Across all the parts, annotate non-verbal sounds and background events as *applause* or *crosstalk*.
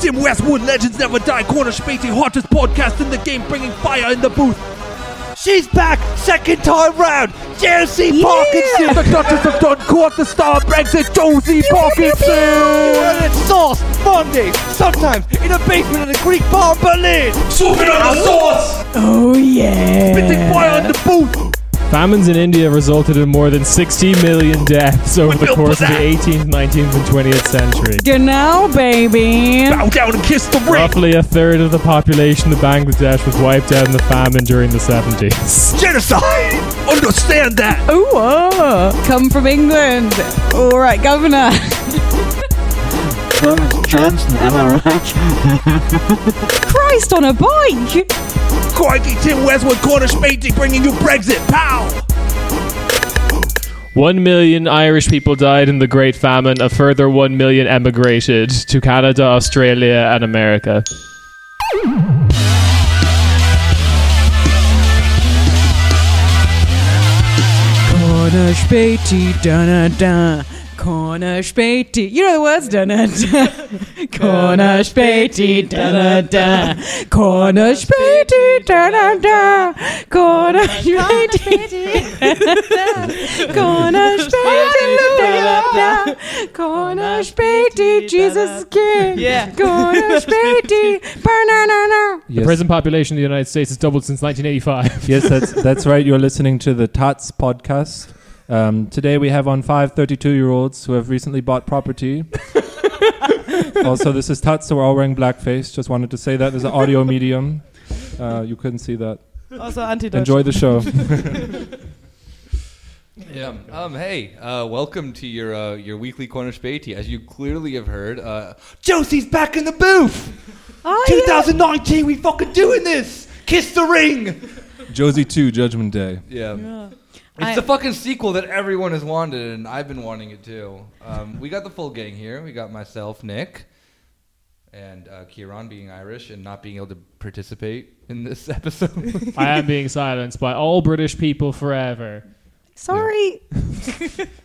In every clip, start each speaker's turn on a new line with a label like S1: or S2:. S1: Tim Westwood, Legends Never Die, Corner Spacey, hottest podcast in the game, bringing fire in the booth.
S2: She's back, second time round. Jesse Parkinson.
S1: The Duchess of Duncourt, the star of Brexit, Josie Parkinson.
S2: And it's sauce Monday, sometimes in a basement in a Greek bar in Berlin.
S1: Soaking on the sauce.
S3: Oh yeah.
S1: Spitting fire in the booth.
S4: Famines in India resulted in more than 60 million deaths over the
S1: Bill
S4: course of the
S1: Bazan.
S4: 18th, 19th, and 20th century.
S3: You know, baby.
S1: Bow down and kiss the ring.
S4: Roughly a third of the population of Bangladesh was wiped out in the famine during the 70s.
S1: Genocide. Understand that.
S3: Ooh, oh. come from England. All right, Governor.
S5: Johnson, am I right?
S3: *laughs* Christ on a bike.
S1: Crikey, Tim Westwood, Corner Spacey, bringing you Brexit. Pow.
S4: One million Irish people died in the Great Famine. A further one million emigrated to Canada, Australia, and America.
S3: Corner Späti, da na da. Corner Späti. You know the words, da na da. Corner Späti, da na da. Corner Späti, da na da. Corner Späti. *laughs* Corner Späti, da na da. Corner Späti, Jesus King. Corner Späti, banana.
S4: The
S6: Yes.
S4: prison population of the United States has doubled since 1985.
S6: *laughs* yes, that's that's right. You're listening to the Tots podcast. Um, today we have on five 32-year-olds who have recently bought *laughs* property. also, this is Tots, so we're all wearing blackface. Just wanted to say that there's an audio medium. Uh, you couldn't see that.
S7: Also antideutsch.
S6: Enjoy the show.
S8: Yeah. Um, hey, uh, welcome to your uh, your weekly corner spatey. As you clearly have heard, uh, Josie's back in the booth.
S3: Oh, yeah.
S8: 2019, we fucking doing this. Kiss the ring.
S6: *laughs* Josie Two Judgment Day.
S8: Yeah. It's
S3: I-
S8: the fucking sequel that everyone has wanted, and I've been wanting it too. Um, we got the full gang here. We got myself, Nick, and uh, Kieran being Irish and not being able to participate in this *laughs* episode.
S4: I am being silenced by all British people forever.
S3: Sorry.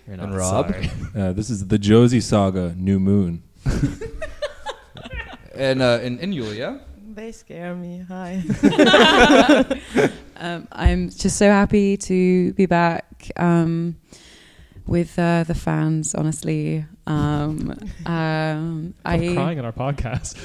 S4: You're
S8: And Rob.
S4: sorry.
S6: Uh, this is the Josie Saga New Moon.
S8: *laughs* and uh, and, and Yulia.
S7: They scare me. Hi.
S3: *laughs* Um, I'm just so happy to be back um, with uh, the fans. Honestly, um, um,
S4: I'm
S3: I
S4: crying in our podcast.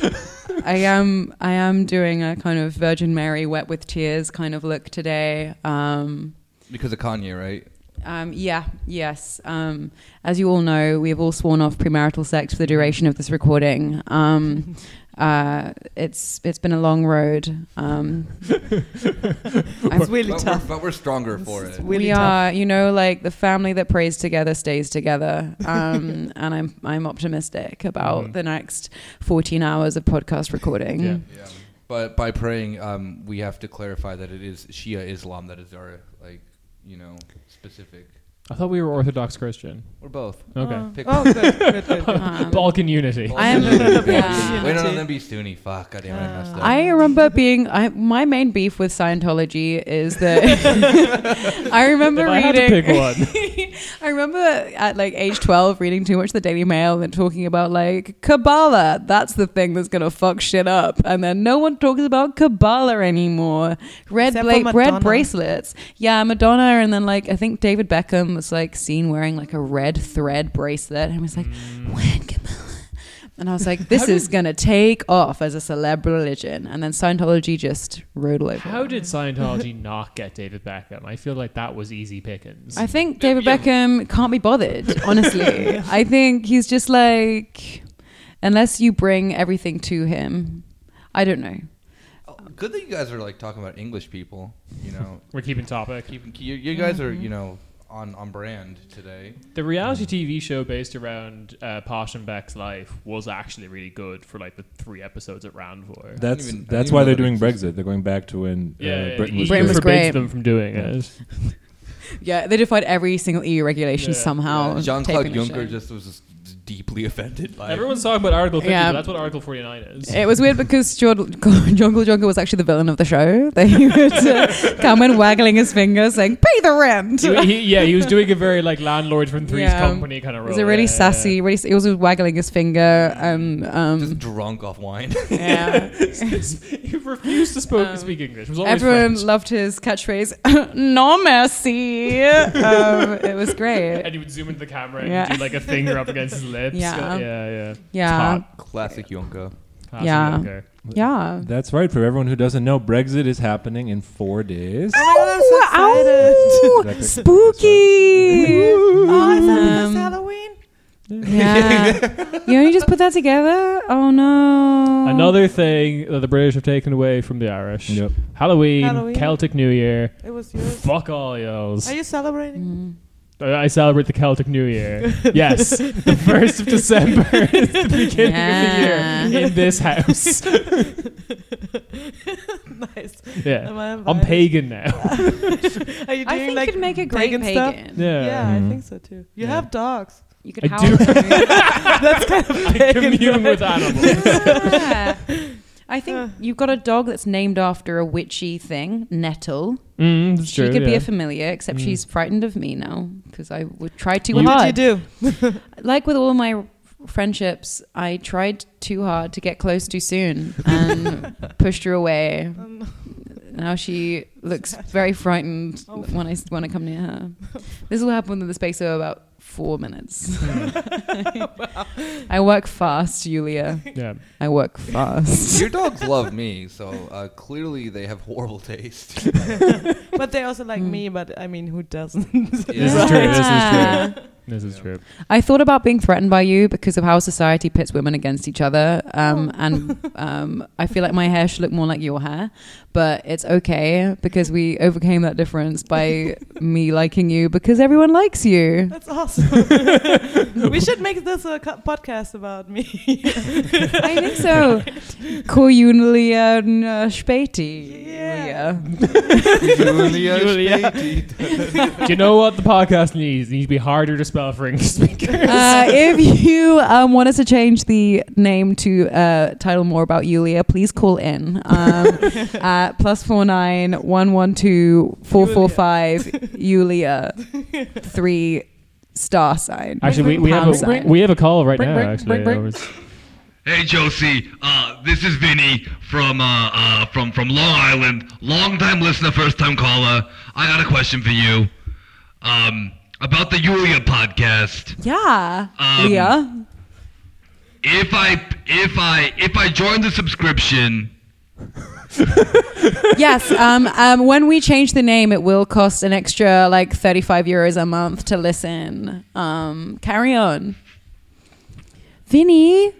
S3: I am I am doing a kind of Virgin Mary wet with tears kind of look today. Um,
S8: Because of Kanye, right?
S3: um, yeah, yes. Um, as you all know, we have all sworn off premarital sex for the duration of this recording. Um, uh, it's it's been a long road. Um,
S7: it's really
S8: but,
S7: tough.
S8: We're, but we're stronger for it.
S7: It's really
S3: we
S7: tough.
S3: are, you know, like the family that prays together
S7: *laughs*
S3: stays together. Um, and I'm I'm optimistic about
S4: Mhm.
S3: the next 14 hours of podcast recording.
S4: Yeah.
S8: Yeah. But by praying, um, we have to clarify that it is Shia Islam that is our like, you know, specific.
S4: I thought we were Orthodox Christian.
S8: Or both.
S4: Okay.
S7: Oh,
S8: Pick
S7: oh, good, good, good. good.
S3: Um,
S4: Balkan unity.
S3: I am-
S8: *laughs*
S3: yeah.
S8: Wait, no, no, then be Sunni. Fuck, God damn it, I messed up.
S3: Uh, I remember being I, my main beef with Scientology
S4: *laughs*
S3: is that *laughs* I remember
S4: If I had
S3: reading.
S4: to pick one.
S3: *laughs* I remember at like age 12 reading too much the Daily Mail and talking about like Kabbalah. That's the thing that's going to fuck shit up. And then no one talks about Kabbalah anymore. Red,
S7: Except for
S3: bla- red
S7: Madonna.
S3: bracelets. Yeah, Madonna. And then like, I think David Beckham was like seen wearing like a red thread bracelet. And I was like, when Kabbalah? And I
S7: *laughs*
S3: was like, this is going to take off as a celeb religion. And then Scientology just rode all over.
S4: *laughs* How
S3: it.
S4: did Scientology not get David Beckham? I feel like that was easy pickings.
S3: I think David Beckham can't
S4: *laughs*
S3: be bothered, honestly. I think he's just like, unless you bring everything to him, I don't know.
S8: Oh, good that you guys are like talking about English people. You know,
S4: We're keeping topic.
S8: keep, you, you guys are you know on on brand today.
S4: The reality TV show based around uh, Posh and Beck's life was actually really good for like the three episodes it ran for.
S3: uh,
S6: That's
S8: even- I
S6: that's
S8: didn't
S6: why
S8: know
S6: they're
S8: that
S6: doing
S8: existed.
S6: Brexit. They're going back to when
S4: yeah,
S6: uh,
S4: yeah,
S6: Britain
S4: yeah.
S6: was.
S4: EU
S3: Britain
S6: good.
S3: was
S4: forbids
S3: great.
S4: them from doing it.
S3: Yeah, they defied every single EU regulation
S4: Yeah.
S3: somehow.
S8: Jean Claude
S3: taping the
S8: Juncker
S3: show.
S8: just was just *laughs*
S9: deeply offended by
S4: Everyone's talking about Article 50,
S3: Yeah.
S4: but that's what Article 49 is.
S3: It was weird because *laughs* Jodl- Jongle Jongle was actually the villain of the show. *laughs* That he would uh, come in waggling his finger saying, pay the rent.
S4: He- he- yeah, he
S3: *laughs*
S4: was doing a very like landlord from Three's
S3: Yeah.
S4: Company kind of
S3: It
S4: role.
S3: was a
S4: Oh, Yeah,
S3: really
S4: yeah,
S3: sassy, really, he was waggling his finger. Um,
S9: just
S4: *laughs*
S3: um,
S9: drunk off wine.
S3: yeah.
S4: yeah. *laughs* he refused to spoke,
S3: Um,
S4: speak English. It was always
S3: Everyone
S4: French.
S3: loved his catchphrase, *laughs* no mercy. um, it was
S4: and
S3: great.
S4: he would zoom into the camera and
S3: Yeah.
S4: do like a finger up against
S3: *laughs*
S4: his lips.
S3: Yeah.
S4: yeah, yeah.
S3: Yeah.
S4: It's
S9: Classic Yonka.
S4: hot.
S3: Yeah.
S4: Awesome, okay.
S3: Yeah.
S6: That's right. For everyone who doesn't know, Brexit is happening in four days.
S7: Oh,
S3: Ow!
S6: Is that
S3: *laughs*
S6: correct?
S3: Spooky.
S7: Oh, is that
S3: Um,
S7: this Halloween?
S3: yeah. you only just put that together? Oh no.
S4: Another thing that the British have taken away from the Irish:
S6: Yep.
S4: Halloween,
S7: Halloween.
S4: Celtic New Year.
S7: It was yours.
S4: Fuck all y'alls.
S7: Are you celebrating?
S3: Mm.
S4: Uh, I celebrate the Celtic New Year.
S3: *laughs*
S4: yes, the first of December *laughs* is the beginning
S3: Yeah.
S4: of the year in this house. *laughs*
S7: *laughs* nice.
S4: Yeah,
S7: Am I
S4: I'm
S7: invited?
S4: pagan now.
S7: *laughs* Are you doing
S3: I think
S7: like
S3: you'd make a great pagan.
S7: pagan stuff?
S4: Yeah,
S7: Yeah,
S6: Mhm.
S7: I think so too. You
S4: Yeah.
S7: have dogs.
S3: You could
S4: I
S3: howl.
S4: do.
S7: That's kind of
S4: I
S7: pagan.
S4: commune
S7: right? *laughs*
S4: with animals. *laughs*
S3: yeah. I think
S7: Uh.
S3: you've got a dog that's named after a witchy thing, Nettle.
S4: Mm, that's
S3: she
S4: true,
S3: could be
S4: yeah.
S3: a familiar, except
S4: Mm.
S3: she's frightened of me now because I would try too
S7: What
S3: hard.
S7: did you do?
S3: Like with all my friendships, I tried too hard to get close too soon
S4: *laughs*
S3: and pushed her away.
S7: Um,
S3: Now she
S4: *laughs*
S3: looks very frightened
S7: Oh.
S3: when I when I come near her. This will happen in the space of about four minutes. I work fast, Julia.
S4: yeah.
S3: I work fast.
S9: Your dogs love me, so uh, clearly they have horrible
S3: *laughs*
S9: taste.
S7: but they also like
S3: Mm.
S7: me. But I mean, who doesn't? *laughs*
S4: This is true. This is
S3: Yeah.
S4: true. This is true.
S3: I thought about being threatened by you because of how society pits women against each other, um, and um, I feel like my hair should look more like your hair, but it's okay because we overcame that difference *laughs* by me liking you because everyone likes you.
S7: That's awesome. we should make this a co- podcast about me.
S3: I think *laughs* so. Kojunlian uh, Späti.
S7: Yeah.
S9: Julia
S4: Julia.
S3: *laughs*
S9: Spatey.
S4: Do you know what the podcast needs? It needs to be harder to spell for English speakers.
S3: Uh, if you um, want us to change the name to uh, title more about Yulia, please call in um, at plus four nine one one two four four five Yulia three star sign.
S4: Actually, we, we have
S3: Pound
S4: a
S3: sign.
S4: we have a call right now.
S3: ring,
S4: actually,
S3: ring, ring.
S4: That was-
S8: Hey Josie, uh, this is Vinny from uh, uh, from from Long Island. Long time listener, first time caller. I got a question for you um, about the Yulia podcast.
S3: yeah,
S8: Um,
S3: Leah.
S8: If I if I if I join the subscription,
S3: *laughs* yes. Um, um, when we change the name, it will cost an extra like thirty five euros a month to listen. Um, carry on, Vinny.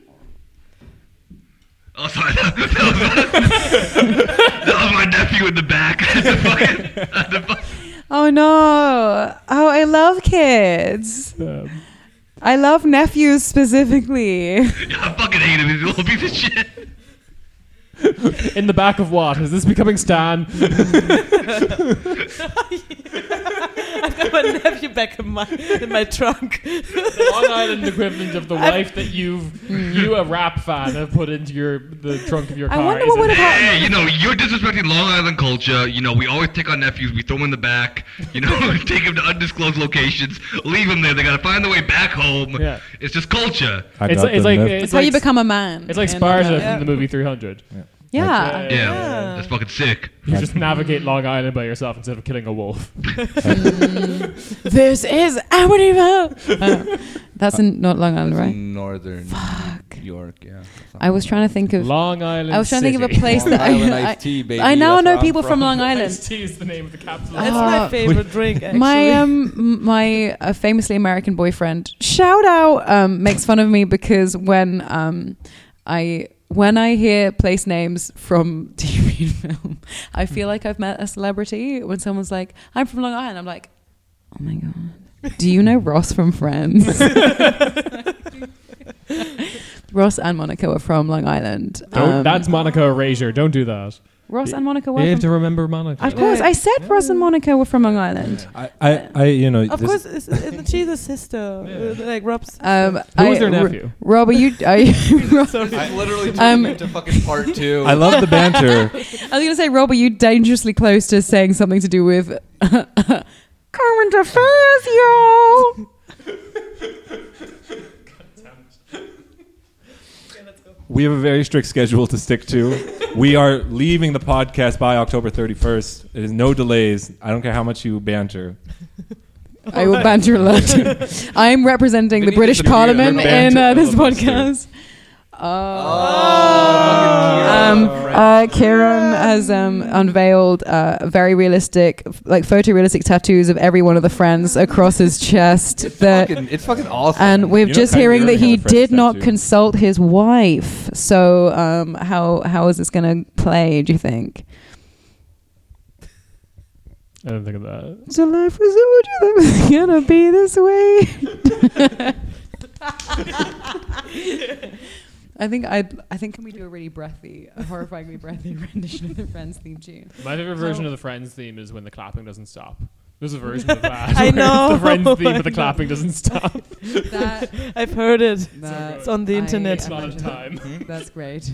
S8: oh sorry, that was, that was my nephew in the back. *laughs* the fucking, the fu-
S3: Oh no! Oh, I love kids.
S4: um,
S3: I love nephews specifically.
S8: I fucking hate him. He's a little piece of
S3: *laughs*
S8: shit.
S4: in the back of what is this becoming
S3: *laughs*
S4: Stan?
S7: *laughs* I've got my nephew back in my in my *laughs* trunk.
S4: the Long Island equivalent of the wife that you've you a rap fan have put into your the trunk of your
S3: Hmm. I
S4: car.
S3: wonder what
S4: isn't
S3: would
S4: it?
S3: have happened.
S8: Hey, you know, you're disrespecting Long Island culture. You know, we always take our nephews, we throw them in the back, you know, *laughs* take them to undisclosed locations, leave them there. They gotta find their way back home.
S4: Yeah.
S8: It's just culture.
S6: I
S4: It's,
S6: got
S4: it's
S6: the
S4: like
S6: lift.
S4: it's,
S3: It's how
S4: like
S3: you become a man.
S4: It's like
S3: in,
S4: Sparta
S3: uh,
S4: from the movie 300.
S3: Yeah.
S8: Yeah.
S7: Uh,
S8: That's fucking sick.
S4: You just navigate Long Island by yourself instead of killing a wolf.
S3: This is *laughs* Amityville. Uh, that's in not Long Island, right?
S9: Northern York, yeah.
S3: I was trying to think of.
S4: Long Island.
S3: I was trying to think of a
S4: City. *laughs*
S3: place
S9: Long
S3: that
S9: Island
S3: I.
S9: iced
S3: I,
S9: tea, baby.
S3: I now
S9: that's
S3: know
S9: where I'm
S3: people from
S9: from.
S3: Long Island.
S4: Iced tea is the name of the capital.
S7: That's
S3: Ah.
S7: my *laughs* favorite drink. Actually.
S3: My um m- my uh, famously American boyfriend shout out um makes fun of me because when um I when I hear place names from *laughs* TV and film, I feel like I've met a celebrity. When someone's like, "I'm from Long Island," I'm like, "Oh my god, do you know Ross from
S4: *laughs*
S3: Friends?" Ross and Monica were from Long Island.
S4: Don't,
S3: Um,
S4: Oh, that's Monica Erasure. Don't do that.
S3: Ross and Monica
S4: You
S3: were
S4: have to
S3: from.
S4: remember Monica.
S3: Of course, I said Ross and Monica were from Long Island.
S6: I, I, I you know,
S7: Of
S6: this-
S7: course, it's, it's, she's a sister. uh, Like Rob's.
S3: Um,
S4: Who was
S3: I-
S4: their
S3: Ro-
S4: nephew?
S3: Rob, are you? Are
S8: *laughs*
S3: you Rob,
S8: This is
S7: *laughs*
S8: literally turning
S3: Um,
S8: into fucking part two.
S6: I love the banter.
S3: I was going to say, Rob, are you dangerously close to saying something to do with *laughs* current affairs,
S8: *laughs*
S3: yo?
S6: we have a very strict schedule to stick to. we are leaving the podcast by October 31st. There's no delays. I don't care how much you banter.
S3: I will banter a
S8: *laughs*
S3: lot. I'm representing
S8: We
S3: the
S8: need
S3: British
S8: to be
S3: Parliament
S8: a
S3: in uh,
S6: banter
S3: this
S6: element here.
S3: podcast. Uh,
S8: Oh,
S3: um, uh, Kieran has um, unveiled uh, very realistic, f- like photorealistic tattoos of every one of the friends across his chest. That
S8: fucking, it's fucking awesome.
S3: and we're
S6: know,
S3: just
S6: Kyrie
S3: hearing that
S6: Irving had
S3: he
S6: a French
S3: did not
S6: tattoo.
S3: consult his wife. So um, how how is this going to play? Do you think?
S4: I didn't think of that.
S3: So life was always was *laughs* gonna be this way. *laughs* I think I I think can we do a really breathy, a horrifyingly breathy *laughs* rendition of the Friends theme tune?
S4: My favorite version of the Friends theme is when the clapping doesn't stop. There's a version of that.
S7: I
S4: where it's
S7: know.
S4: *laughs* The Friends theme,
S7: I
S4: but the
S7: know.
S4: clapping doesn't stop.
S3: That,
S7: I've heard it.
S3: that
S7: It's on the
S3: I uh,
S7: internet.
S4: It's not in
S3: imagine-
S4: time. *laughs*
S3: That's great.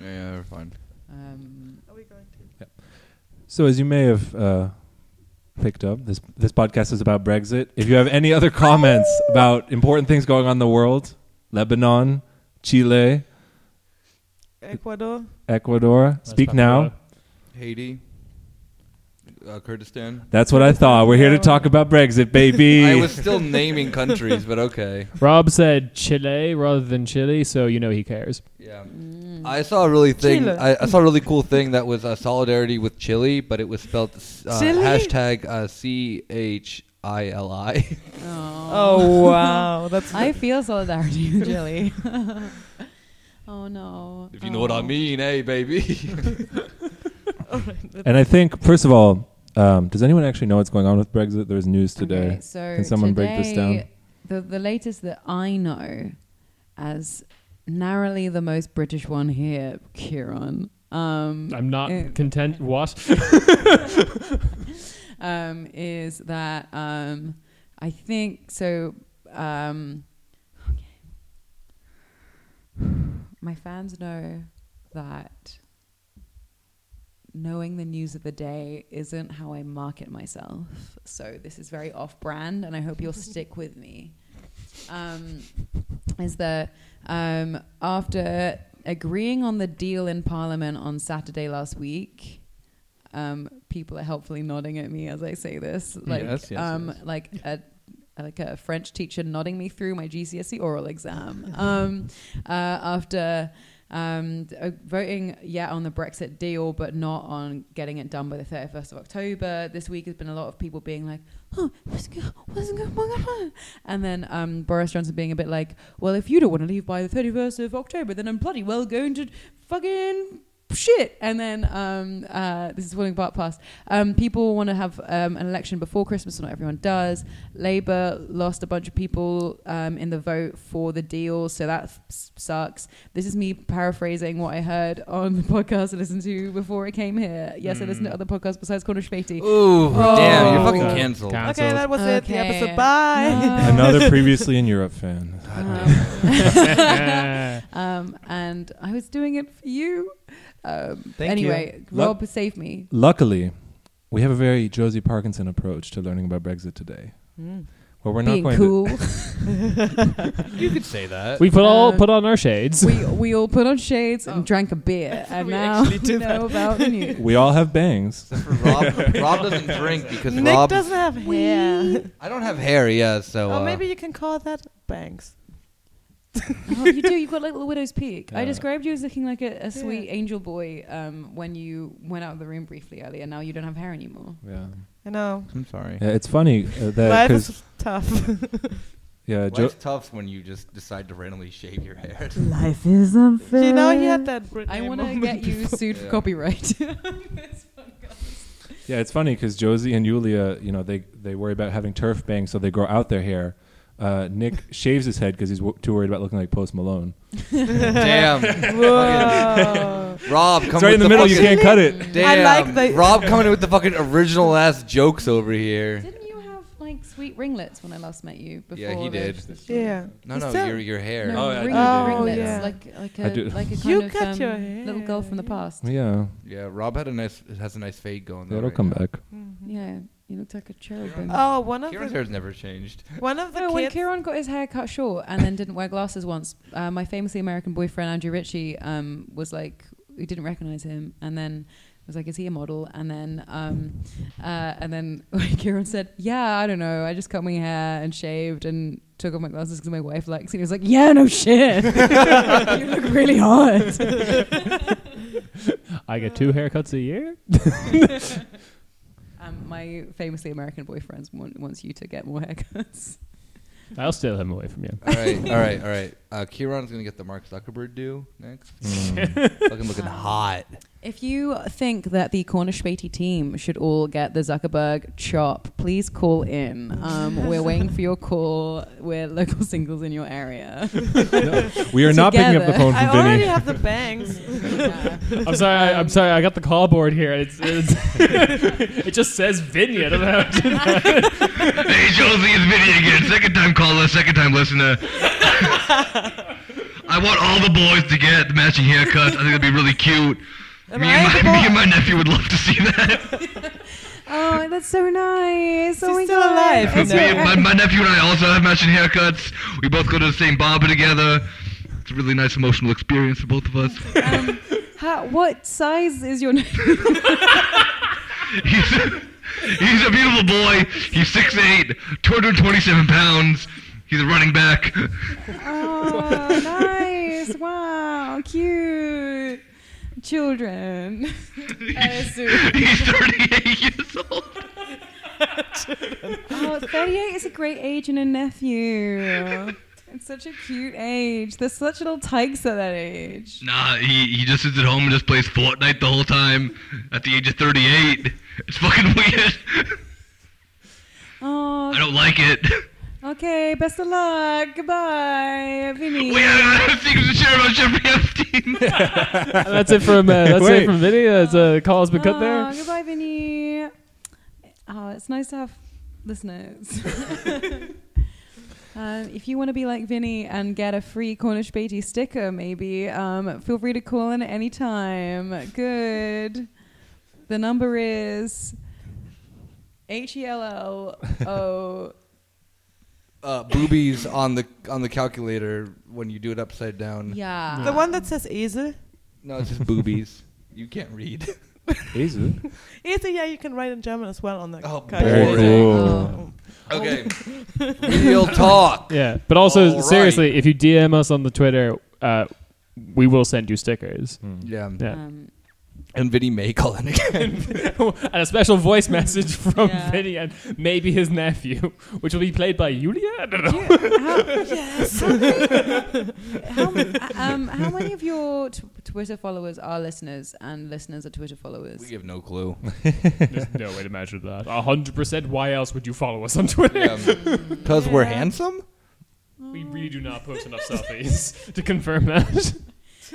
S8: yeah, we're fine.
S3: Um,
S6: So, as you may have uh, picked up, this this podcast is about Brexit. If you have any other comments about important things going on in the world, Lebanon, Chile,
S7: Ecuador.
S6: Ecuador, speak
S4: That's
S6: now.
S8: Haiti, uh, Kurdistan.
S6: That's what I thought. We're here to talk about Brexit,
S8: I
S6: baby.
S8: was still naming countries,
S7: *laughs*
S8: but okay.
S4: Rob said Chile rather than Chile, so you know he cares.
S8: Yeah, I saw a really thing.
S7: Chile.
S8: I, I saw a really cool thing that was uh, solidarity with Chile, but it was spelled uh,
S7: Chile?
S8: hashtag uh, C H I L I. *laughs*
S7: *laughs* Oh wow, that's
S3: I feel solidarity with Jilly. *laughs* oh no.
S8: If you know what I
S3: Oh.
S8: mean,
S7: *laughs*
S8: hey baby.
S6: And I think, first of all, um, does anyone actually know what's going on with Brexit? There was news today.
S3: Okay, so
S6: Can someone break this
S3: today, The
S6: down?
S3: the latest that I know, as narrowly the most British one here, Kieran. Um,
S4: I'm not
S3: Uh,
S4: content. What?
S3: um, is that um, I think so. Um, okay. My fans know that knowing the news of the day isn't how I market myself. So this is very off brand, and I hope you'll stick with me. Um, is that um, after agreeing on the deal in Parliament on Saturday last week? Um, people are helpfully nodding at me as I say this, like
S8: Yes, yes,
S3: um,
S8: yes.
S3: like a like a French teacher nodding me through my GCSE E oral exam.
S8: *laughs*
S3: um, uh, after um, d- uh, voting yeah on the Brexit deal, but not on getting it done by the 31st of October. This week has been a lot of people being like, oh, what's go- what's going on? And then um, Boris Johnson being a bit like, well, if you don't want to leave by the 31st of October, then I'm bloody well going to fucking shit. And then um, uh, this is falling apart past. Um, people want to have um, an election before Christmas, so not everyone does. Labour lost a bunch of people um, in the vote for the deal, so that f- sucks. This is me paraphrasing what I heard on the podcast I listened to before I came here. Yes, I
S7: Mm.
S3: listened to other podcasts besides Corner Spatey.
S8: Ooh, damn! You're
S7: Oh.
S8: fucking canceled.
S4: Cancelled.
S7: okay. That was it. The
S3: Okay.
S7: episode. *laughs* Bye.
S6: *laughs* Another previously in Europe fan.
S3: *laughs*
S4: *laughs* Eh.
S3: Um, and I was doing it for you. Um,
S8: Thank
S3: anyway,
S6: Look-
S3: Rob saved me.
S6: Luckily, we have a very Josie Parkinson approach to learning about Brexit today.
S7: Hmm.
S6: Where we're not
S3: Being
S6: going
S3: cool.
S8: You could
S7: *laughs*
S8: say that.
S4: we put all
S3: Uh,
S4: put on our shades.
S3: we we all put on shades and drank a *laughs* beer, and
S7: we
S3: now
S7: actually
S3: know
S7: did that.
S3: about the news.
S6: to. We all have
S7: *laughs*
S6: bangs.
S8: Except for Rob. Rob doesn't drink because
S7: Nick
S8: Rob.
S7: doesn't have hair.
S8: I don't have hair. Yeah, so.
S7: Oh,
S8: uh,
S7: maybe you can call that bangs.
S3: *laughs* oh, you do. You've got like a little widow's peak. I
S6: Yeah.
S3: described you as looking like a, a sweet angel boy um, when you went out of the room briefly earlier. Now you don't have hair anymore.
S6: Yeah.
S7: I know.
S8: I'm sorry.
S6: yeah it's funny uh, that
S7: Life
S6: because
S7: is tough. *laughs*
S6: yeah, jo-
S8: Life's tough when you just decide to randomly shave your hair.
S7: *laughs*
S3: Life is unfair.
S7: you know, he had that Britney
S3: I want to
S7: moment *laughs*
S3: get you *laughs*
S7: before.
S3: sued for
S8: Yeah.
S3: copyright.
S6: yeah, it's funny because Josie and Yulia, you know, they they worry about having turf bangs, so they grow out their hair. Uh, Nick
S7: *laughs*
S6: shaves his head because he's w- too worried about looking like Post Malone.
S7: *laughs*
S8: Damn.
S7: Whoa.
S8: Rob, come
S6: It's right in the middle. You can't cut it.
S8: Damn,
S7: I like the-
S8: Rob coming in with the fucking original ass jokes over here.
S3: Didn't you have like sweet ringlets when I last met you? Before
S8: Yeah, he
S3: the-
S8: did.
S7: Yeah.
S8: No,
S7: He's
S8: no,
S7: still-
S8: your your hair.
S3: No,
S6: Oh, yeah, I
S3: ring-
S7: do do.
S3: ringlets,
S7: Oh, yeah.
S3: like like
S6: I
S3: a
S6: do.
S3: like a kind
S7: You
S3: of
S7: cut
S3: um,
S7: your hair.
S3: little girl from the past.
S6: Yeah,
S8: Yeah, Rob had a nice has a nice fade going. there
S6: it'll
S8: right
S6: come
S8: now.
S6: back.
S3: Yeah, you looked like a cherubim.
S7: Oh, one of
S8: Kieran's
S7: the
S8: hair's never changed.
S7: one of the
S3: No, Oh, when
S7: kids.
S3: Kieran got his hair cut short and then didn't wear glasses once, uh, my famously American boyfriend Andrew Ritchie um, was like, we didn't recognize him, and then was like, is he a model? And then, um, uh, and then *laughs* Kieran said, yeah, I don't know, I just cut my hair and shaved and took off my glasses because my wife likes it. He was like, yeah, no shit, *laughs* you look really hot.
S4: I get two haircuts a year.
S3: Um, my famously American boyfriend want, wants you to get more *laughs* haircuts.
S4: I'll steal him away from you.
S6: *laughs*
S8: All right, all right, all right. Uh, Kieran's gonna get the Mark Zuckerberg do
S6: *laughs*
S8: next.
S6: Mm.
S8: fucking looking hot.
S3: If you think that the Cornish Beatty team should all get the Zuckerberg chop, please call in. Um, *laughs* we're waiting for your call. We're local *laughs* singles in your area.
S6: We are not picking up the
S3: Together.
S6: phone
S7: I
S6: from
S7: already
S6: Vinny.
S7: have the bangs.
S4: I'm sorry. I, I'm sorry. I got the call board here. It's, it's *laughs* it just says Vinny. I don't know. how to-
S10: Hey, Josie, it's Vinny again. Second time caller, second time listener. I want all the boys to get the matching haircuts. I think that'd be really cute.
S7: Am
S10: me,
S7: I
S10: and
S7: the
S10: my,
S7: boy?
S10: me and my nephew would love to see that.
S3: oh, that's so nice. oh
S7: She's
S3: my
S7: still
S3: God.
S7: alive, you
S3: It's
S7: know.
S3: your-
S10: Me and my, my nephew and I also have matching haircuts. We both go to the same barber together. It's a really nice emotional experience for both of us.
S3: How- what size is
S7: *laughs*
S3: your?
S10: He's he's a beautiful boy. He's 6'8", 227 pounds. He's a running back. *laughs*
S3: oh, nice! Wow, cute
S7: *laughs*
S3: children. I assume.
S10: He's 38 years old.
S3: Oh, 38 is a great age in a nephew. It's such a cute age. They're such little tykes at that age.
S10: Nah, he, he just sits at home and just plays Fortnite the whole time at the age of 38. It's fucking weird. I
S3: Oh,
S10: don't like it.
S3: okay. Best of luck. Goodbye,
S10: *laughs*
S3: Vinny.
S10: We have secrets to share about Jeffrey Epstein.
S8: *laughs*
S4: that's it from uh, that's
S6: Wait.
S4: it from Vinny. That's a uh, call has been cut
S3: Oh,
S4: there.
S3: goodbye, Vinny. Oh, it's nice to have
S4: *laughs*
S3: listeners. Um, if you want to be like Vinny and get a free Cornish Beatty sticker, maybe, um, feel free to call in at any time. Good. The number is H E L L O.
S8: Uh, boobies on the on the calculator when you do it upside down.
S3: Yeah.
S7: The one that says Esel.
S8: No, it's just boobies. You can't read.
S6: Easy.
S7: Esel, yeah, you can write in German as well on the
S8: Oh,
S7: card.
S8: boy. Oh.
S6: Very cool.
S8: Okay. Real talk.
S4: Yeah, but also
S8: All
S4: seriously, if you DM us on the Twitter, uh, we will send you stickers
S8: Yeah.
S4: Yeah.
S3: Um,
S8: And Vinny May calling again.
S4: *laughs* and a special
S8: *laughs*
S4: voice message from
S3: Yeah.
S4: Vinny and maybe his nephew, *laughs* which will be played by Yulia. *laughs* I don't know.
S3: do you- how, yes. How *laughs* many, how, m- um, how many of your t- Twitter followers are listeners, and listeners are Twitter followers?
S8: we have no clue.
S4: There's no way to measure that. A hundred percent. Why else would you follow us on
S8: *laughs*
S4: Twitter?
S8: Because we're handsome?
S4: We really do not post enough selfies *laughs* to confirm
S8: *laughs*
S4: that.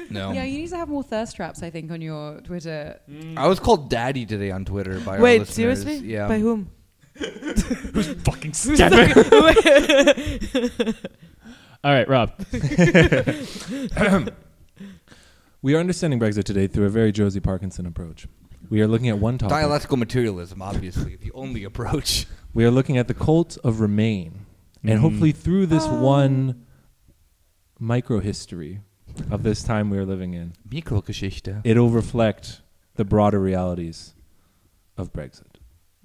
S8: No.
S3: Yeah, you need to have more thirst traps, I think, on your Twitter.
S8: I was called daddy today on Twitter by our
S7: Wait,
S8: listeners.
S7: seriously?
S8: Yeah.
S7: By whom?
S4: Fucking stupid. *laughs*
S7: *laughs*
S4: All right, Rob.
S6: We are understanding Brexit today through a very Josie Parkinson approach. We are looking at one topic.
S8: Dialectical materialism, obviously, the only approach.
S6: We are looking at the cult of Remain,
S7: Mm.
S6: and hopefully through this one micro history of this time we are living in,
S8: Mikrogeschichte.
S6: it'll reflect the broader realities of Brexit.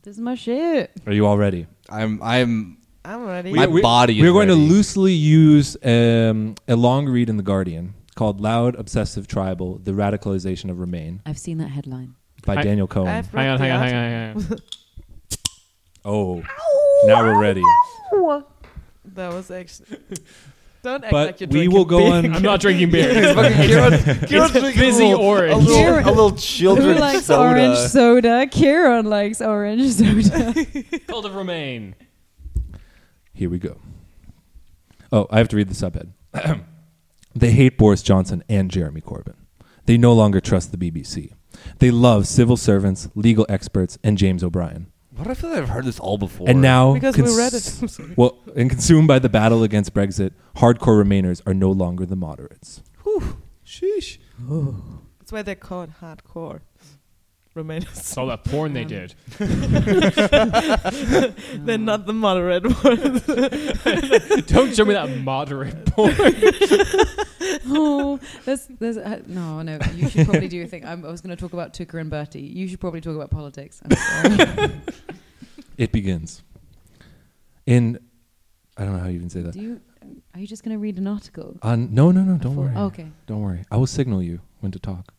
S3: This is my shit.
S6: Are you all ready?
S8: I'm I'm
S7: I'm ready.
S8: My body is
S6: We're going
S8: ready.
S6: to loosely use um, a long read in The Guardian called Loud Obsessive Tribal The Radicalization of Remain
S3: I've seen that headline.
S6: by
S4: I-
S6: Daniel Cohen.
S7: I've
S4: Hang on,
S7: read
S4: hang
S7: the
S4: on, hang on, hang on.
S6: oh, now we're ready.
S7: article. That was actually. Don't act
S6: But
S7: like you're
S6: we
S7: drinking
S6: will go
S7: big.
S6: on-
S4: I'm not drinking
S8: *laughs*
S4: beer.
S8: Kieran's
S4: it's fizzy
S8: a *laughs*
S4: orange.
S8: little,
S3: Kieran-
S8: a little
S3: Who
S8: children's
S3: likes
S8: soda.
S3: orange soda? Kieran likes *laughs* orange soda.
S4: Cult of Remain.
S6: Here we go. *clears throat* Oh, I have to read the subhead. they hate Boris Johnson and Jeremy Corbyn. They no longer trust the BBC. They love civil servants, legal experts, and James O'Brien.
S8: What I feel like I've heard this all before.
S6: And
S7: *laughs*
S6: now,
S7: Because we read
S6: *laughs*
S7: it. I'm sorry.
S6: Well, and consumed by the battle against Brexit, hardcore Remainers are no longer the moderates.
S8: sheesh.
S7: That's why they're called hardcore. Remainers.
S4: It's all that porn they did.
S7: *laughs* they're not the moderate ones.
S4: Don't show me that moderate porn.
S3: oh, there's, there's, uh, no, no. You should probably do your thing. I'm, I was going to talk about Tucker and Bertie. You should probably talk about politics. I'm sorry.
S6: It begins. In, I don't know how you even say
S3: *laughs*
S6: that.
S3: do you? Are you just going to read an article?
S6: On, no, no, no, don't
S3: For-
S6: worry.
S3: oh, okay.
S6: Don't worry. I will signal you when to talk.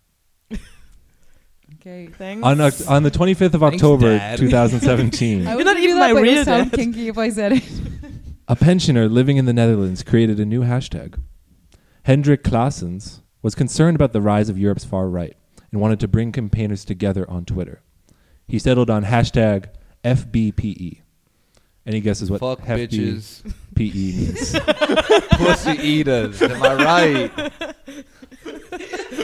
S3: Okay.
S7: Thanks.
S6: On, Oct- on the 25th of
S8: Thanks,
S6: October,
S8: Dad.
S6: 2017.
S8: *laughs*
S3: I
S7: You're
S3: would
S7: not
S3: do
S7: even
S3: that,
S7: my
S3: but it
S7: real
S3: would sound
S7: dad.
S3: kinky if I said it.
S6: A pensioner living in the Netherlands created a new hashtag. Hendrik Claessens was concerned about the rise of Europe's far right and wanted to bring campaigners together on Twitter. He settled on hashtag FBPE. E. Any guesses what
S8: Fuck
S6: FBPE
S8: bitches,
S6: E
S8: *laughs*
S6: means?
S8: pussy eaters.
S6: *laughs*
S8: Am I right?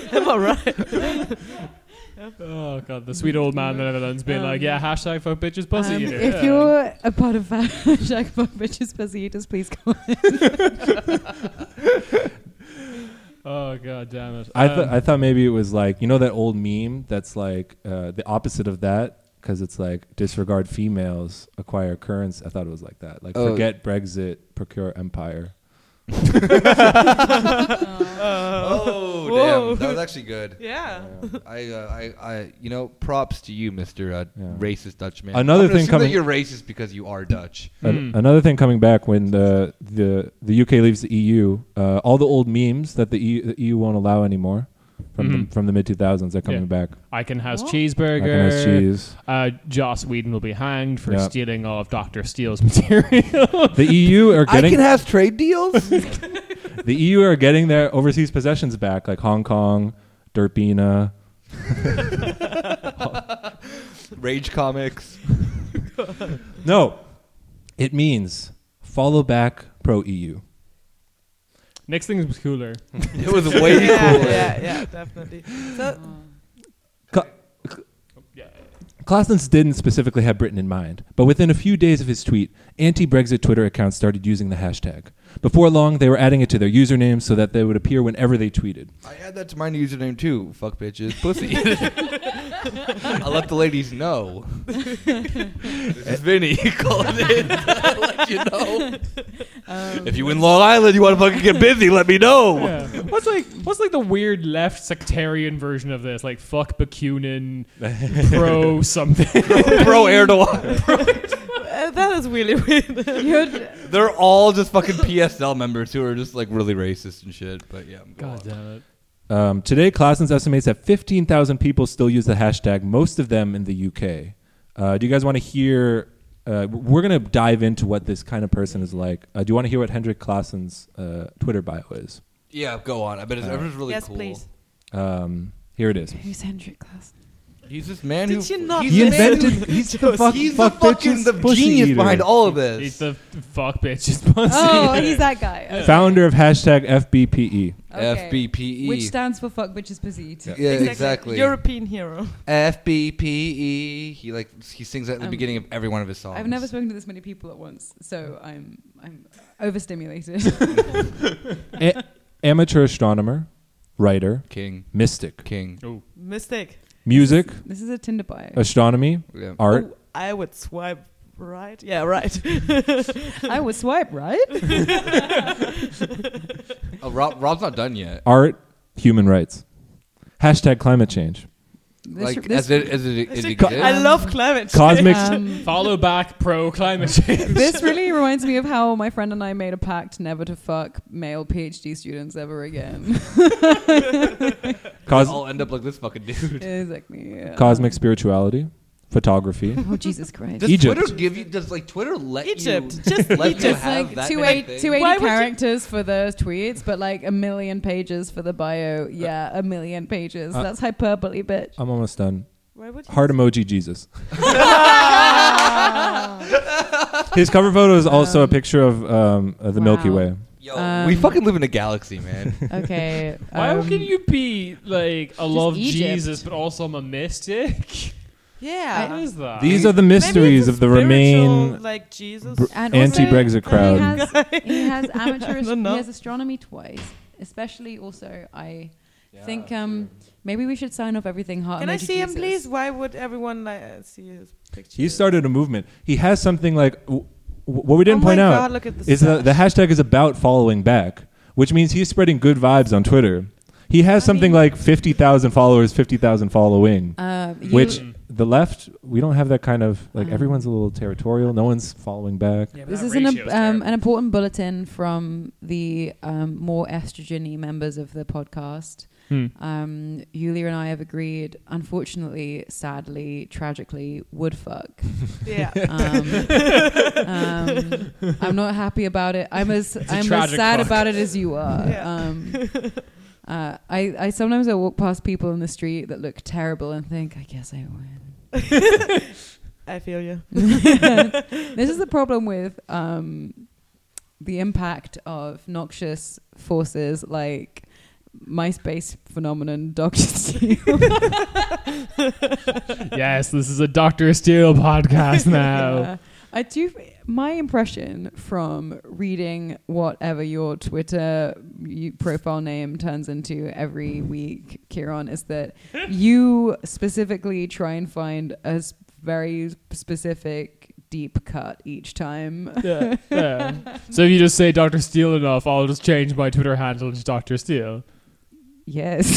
S7: *laughs* Am I right?
S4: Oh god, the sweet old man in the Netherlands being like, yeah, hashtag fuck bitches pussy
S3: Um,
S4: eater.
S3: If
S4: Yeah.
S3: you're a part of *laughs* hashtag fuck bitches pussy eaters, please come.
S4: oh god damn it.
S6: I, th-
S4: Um,
S6: I thought maybe it was like, you know, that old meme that's like uh, the opposite of that? Because it's like disregard females, acquire currents. I thought it was like that. Like
S8: Oh.
S6: forget Brexit, procure empire.
S8: Oh
S7: Whoa.
S8: damn, that was actually good.
S7: Yeah.
S8: I, uh, I, I, you know, props to you, Mister uh,
S6: Yeah.
S8: Racist Dutchman.
S6: Another
S8: I'm gonna
S6: thing
S8: assume
S6: coming-
S8: That you're racist because you are Dutch.
S6: An-
S4: Hmm.
S6: Another thing coming back when the the the UK leaves the EU, uh, all the old memes that the EU, the EU won't allow anymore from
S4: Mhm.
S6: the, from the mid 2000s are coming
S4: Yeah.
S6: back.
S4: I can house
S3: What?
S4: cheeseburger.
S6: Mac and Cheese.
S8: *laughs*
S4: Uh, Joss Whedon will be hanged for
S6: Yeah.
S4: stealing all of Doctor Steele's *laughs* material.
S6: The EU are
S8: I can
S6: getting
S8: have trade deals.
S6: the EU are getting their overseas possessions back, like Hong Kong, Derpina.
S8: Rage
S6: *laughs*
S8: comics.
S6: No, it means follow back pro E EU.
S4: Next thing was
S6: *laughs*
S4: cooler.
S8: It was way
S7: yeah,
S8: cooler.
S7: yeah, yeah, definitely. So,
S6: Claessens didn't specifically have Britain in mind, but within a few days of his tweet, anti-Brexit Twitter accounts started using the hashtag. Before long, they were adding it to their usernames so that they would appear whenever they tweeted.
S8: I add that to my username too. Fuck bitches, pussy. *laughs* I let the ladies know. Eh. this is Vinny calling *laughs* in. I'll let you know. if you in Long Island, you want to fucking get busy. Let me know.
S4: What's like what's like the weird left sectarian version of this? Like fuck
S6: *laughs*
S4: Bakunin, pro something.
S8: *laughs* Pro Erdogan.
S7: uh, that is
S3: *laughs*
S7: really
S6: *laughs*
S7: weird.
S8: They're all just fucking PSL members who are just like really racist and shit. But yeah, I'm
S4: God damn it.
S6: Um, today, Classens estimates that 15,000 people still use the hashtag, most of them in the UK. Uh, do you guys want to hear? Uh, we're going to dive into what this kind of person is like. Uh, do you want to hear what Hendrik Klassen's uh, Twitter bio is?
S8: yeah, go on. I bet it's, everyone's really
S7: yes,
S8: cool.
S7: please.
S6: Um, here it is.
S3: Who's Hendrik class?
S8: He's this man
S7: Did
S8: who
S7: you not
S8: he's
S6: He
S8: the man
S6: invented.
S8: who-
S6: He's the, fuck,
S8: *laughs* he's the
S6: fuck
S8: fucking
S6: bitches
S8: the
S6: pussy
S8: genius
S6: eater.
S8: behind all of
S4: He's
S8: this.
S4: the fuck bitches pussy.
S3: *laughs* Oh, he's that guy. Okay.
S6: Founder of hashtag FBPE.
S3: Okay.
S8: FBPE.
S3: Which stands for fuck bitches pussy eater.
S8: E. yeah, exactly.
S7: European hero.
S8: FBPE. E. He like he sings that at the
S3: Um,
S8: beginning of every one of his songs.
S3: I've never spoken to this many people at once, so I'm I'm overstimulated. *laughs*
S6: A- amateur astronomer, writer,
S8: King.
S6: mystic,
S8: King.
S7: Mistake.
S6: music,
S3: this is a Tinder bio.
S6: Oh, astronomy,
S8: Yeah.
S6: art.
S7: Oh, I would swipe right. Yeah, right.
S3: I would swipe right.
S8: Oh, Rob, Rob's not done yet.
S6: Art, human rights. Hashtag climate change.
S3: This-
S8: Like
S3: this- *laughs*
S8: as it as it, as it
S7: I
S8: exists.
S7: love climate.
S6: Cosmic.
S3: um,
S4: Follow back pro climate change.
S3: this really reminds me of how my friend and I made a pact never to fuck male PhD students ever again.
S6: cos-
S8: I'll end up like this fucking dude.
S3: exactly. yeah.
S6: cosmic spirituality, photography.
S3: Oh Jesus Christ!
S8: *laughs* Does
S6: Egypt.
S8: Twitter give you? Does like Twitter let
S7: Egypt.
S8: *laughs* you?
S7: Just
S8: let you
S3: Just
S8: have
S3: like
S8: that
S3: two
S8: many
S3: eight,
S8: things?
S3: 280
S7: Why would you-
S3: characters for the tweets, but like a million pages for the bio. Yeah, a million pages.
S6: Uh,
S3: That's hyperbole, bitch.
S7: uh,
S6: I'm almost done.
S7: *laughs* Why would you
S6: Heart
S7: *laughs*
S6: emoji Jesus. His cover photo is also a picture of um, uh, the Milky
S3: Wow.
S6: Way.
S8: we
S3: Um,
S8: fucking live in a galaxy, man.
S7: *laughs*
S3: Okay.
S4: Why
S3: um,
S4: can you be like I love
S3: Egypt.
S4: Jesus, but also I'm a *laughs* mystic?
S7: Yeah.
S4: What is that?
S6: These are the mysteries of the Remain
S7: like Jesus.
S6: br-
S3: And also,
S6: anti-Brexit
S7: *laughs*
S6: crowd.
S3: He has amateur.
S7: I don't
S3: he
S7: know.
S3: has astronomy twice. Especially also, I think um, maybe we should sign off everything heart.
S7: Can I
S3: emoji
S7: see him,
S3: Jesus.
S7: please? Why would everyone like, uh, see his picture?
S6: He started a movement. He has something like w- w- what we
S7: Oh
S6: didn't
S7: my
S6: point out
S7: God, look at the
S6: is that
S7: stash.
S6: the hashtag is about following back, which means he's spreading good vibes on Twitter. He has something like fifty thousand followers, fifty thousand following,
S3: Uh, you-
S6: which the left we don't have that kind of like
S7: Mm.
S3: Um,
S6: everyone's a little territorial. No one's following back.
S3: This is an, im- um, an important bulletin from the um, more estrogen members of the podcast.
S4: Hmm.
S3: Um, Yulia and I have agreed, unfortunately, sadly, tragically, would fuck.
S6: *laughs*
S7: Yeah.
S4: *laughs*
S3: Um, um, I'm not happy about it. I'm as
S4: a
S3: I'm as
S4: tragic
S3: sad
S4: fuck.
S3: about it as you are.
S7: Yeah.
S3: Um, uh, I I sometimes I walk past people in the street that look terrible and think, I guess I win.
S7: I feel you.
S3: *laughs* this is the problem with um, the impact of noxious forces like MySpace phenomenon, *laughs* Doctor Steele.
S4: *laughs* yes, this is a Doctor Steele podcast now.
S3: Yeah. I do. My impression from reading whatever your Twitter you- profile name turns into every week, Kieran, is that you specifically try and find a s- very specific deep cut each time.
S4: *laughs* Yeah, yeah. *laughs* So if you just say Doctor Steele enough, I'll just change my Twitter handle to Doctor Steele.
S3: Yes.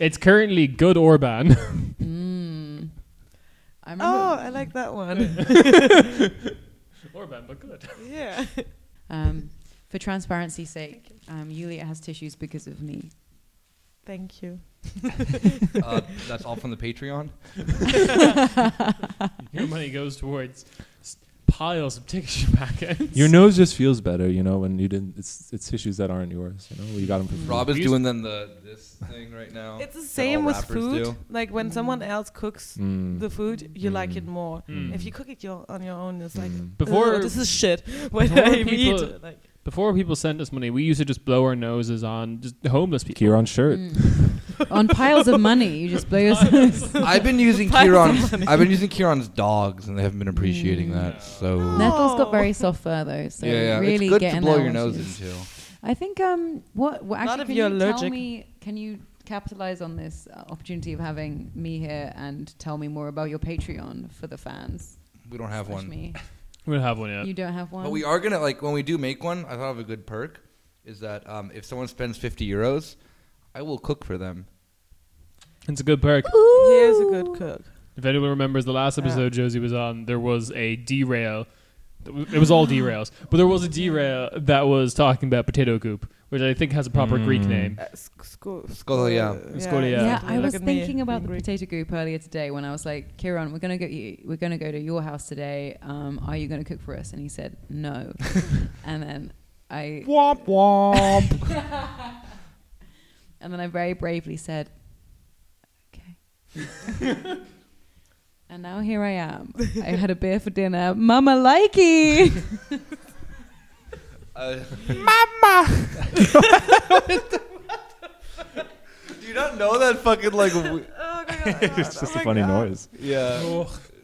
S4: It's currently good Orban.
S3: Mm. I remember.
S7: Oh, I like that
S6: *laughs*
S7: one. *laughs*
S4: Orban, but good.
S7: yeah.
S3: Um, for transparency's sake, um, Yulia has tissues because of me.
S7: Thank you.
S8: *laughs* uh, that's all from the *laughs* Patreon.
S4: *laughs* Your money goes towards s- piles of ticket *laughs* packets.
S6: Your nose just feels better, you know, when you didn't. It's it's issues that aren't yours. You know, you got them for free.
S8: Rob is
S4: Please.
S8: doing them the this thing right now.
S7: It's the
S8: that
S7: same
S8: all
S7: with
S8: rappers
S7: food.
S8: do.
S7: Like when someone else cooks
S6: Mm.
S7: the food, you like it more.
S4: Mm.
S7: If you cook it your, on your own, it's like
S6: Mm.
S4: Before-
S7: "Ugh, this is shit. *laughs* When
S4: before
S7: I eat,
S4: people-
S7: it, like
S4: Before people sent us money, we used to just blow our noses on just homeless people.
S6: Kieran's shirt.
S3: Mm. On piles of money, you just blow yourself.
S8: *laughs*
S3: *laughs*
S8: I've been using
S7: *laughs* Piles of
S8: Kieran's.
S7: money.
S8: I've been using Kieran's dogs, and they haven't been appreciating that. So
S3: Nettle's got very soft fur though, so
S8: yeah, yeah,
S3: really
S8: it's good
S3: get
S8: to
S3: in
S8: blow
S3: there
S8: your
S3: when
S8: nose
S3: she's-
S8: into.
S3: I think um, what well,
S7: Not
S3: actually
S7: if
S3: can
S7: you're
S3: you tell
S7: allergic.
S3: me? Can you capitalize on this uh, opportunity of having me here and tell me more about your Patreon for the fans?
S8: We don't have
S3: Slash
S8: one,
S3: Me.
S4: We don't have one yet.
S3: You don't have one.
S8: but we are gonna like when we do make one. I thought of a good perk is that um, if someone spends fifty euros, I will cook for them.
S4: It's a good perk.
S7: he is a good cook.
S4: If anyone remembers the last
S7: Yeah.
S4: episode Josie was on, there was a derail. It was- it was all derails, but there was a derail that was talking about potato goop, which I think has a proper Greek name.
S7: Uh, sc- sco-
S8: Scolia.
S4: Scolia.
S3: Yeah,
S4: Yeah.
S3: I
S7: Look
S3: was
S7: at me,
S3: thinking
S7: *laughs*
S3: about the
S7: being Greek.
S3: potato group earlier today when I was like, Kieran, we're gonna go. We're gonna go to your house today. Um, are you gonna cook for us? And he said no. and then I
S2: Womp womp.
S3: and then I very bravely said, okay. and now here I am. I had a beer for dinner. Mama likey.
S8: *laughs* Uh, Mama. *laughs* Do you not know that fucking like? W-
S7: *laughs* Oh my god!
S6: *laughs* it's just a funny noise.
S8: *laughs* yeah.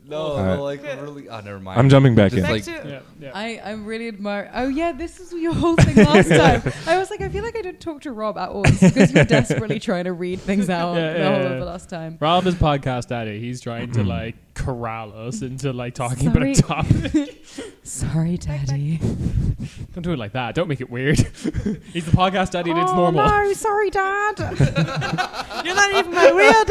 S8: No,
S6: Alright.
S8: like really. Oh, never mind.
S6: I'm jumping back in.
S8: Just
S7: Back
S8: like-
S7: to
S4: *laughs* Yeah, yeah.
S3: I, I really admire. Oh yeah, this is your whole thing last time. I was like, I feel like I didn't talk to Rob at all It's because you were desperately trying to read things out
S4: Yeah,
S3: the
S4: yeah,
S3: whole
S4: yeah.
S3: of the last time.
S4: Rob is podcast daddy. He's trying to like corral us into like talking
S3: Sorry.
S4: about a topic. *laughs*
S3: Sorry, Daddy.
S4: Don't do it like that. Don't make it weird. *laughs* He's the podcast daddy, and it's
S3: Oh,
S4: normal.
S3: No, sorry, *laughs* Dad.
S7: You're not even my real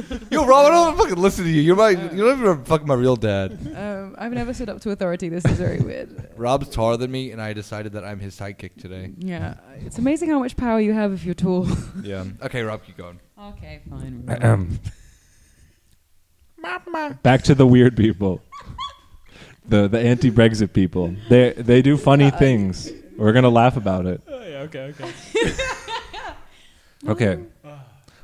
S7: dad. *laughs*
S8: Yo, Rob, I don't fucking listen to you. You're my. You're not even fucking my real dad.
S3: um, I've never stood up to authority. This is very weird.
S8: Rob's taller than me, and I decided that I'm his sidekick today.
S3: Yeah, it's amazing how much power you have if you're tall.
S8: Yeah. Okay, Rob, keep going.
S3: *laughs* Okay, fine.
S6: Back to the weird people. the the anti Brexit people. They they do funny things. We're gonna laugh about it.
S4: Oh, *laughs* yeah, okay, okay.
S6: Okay.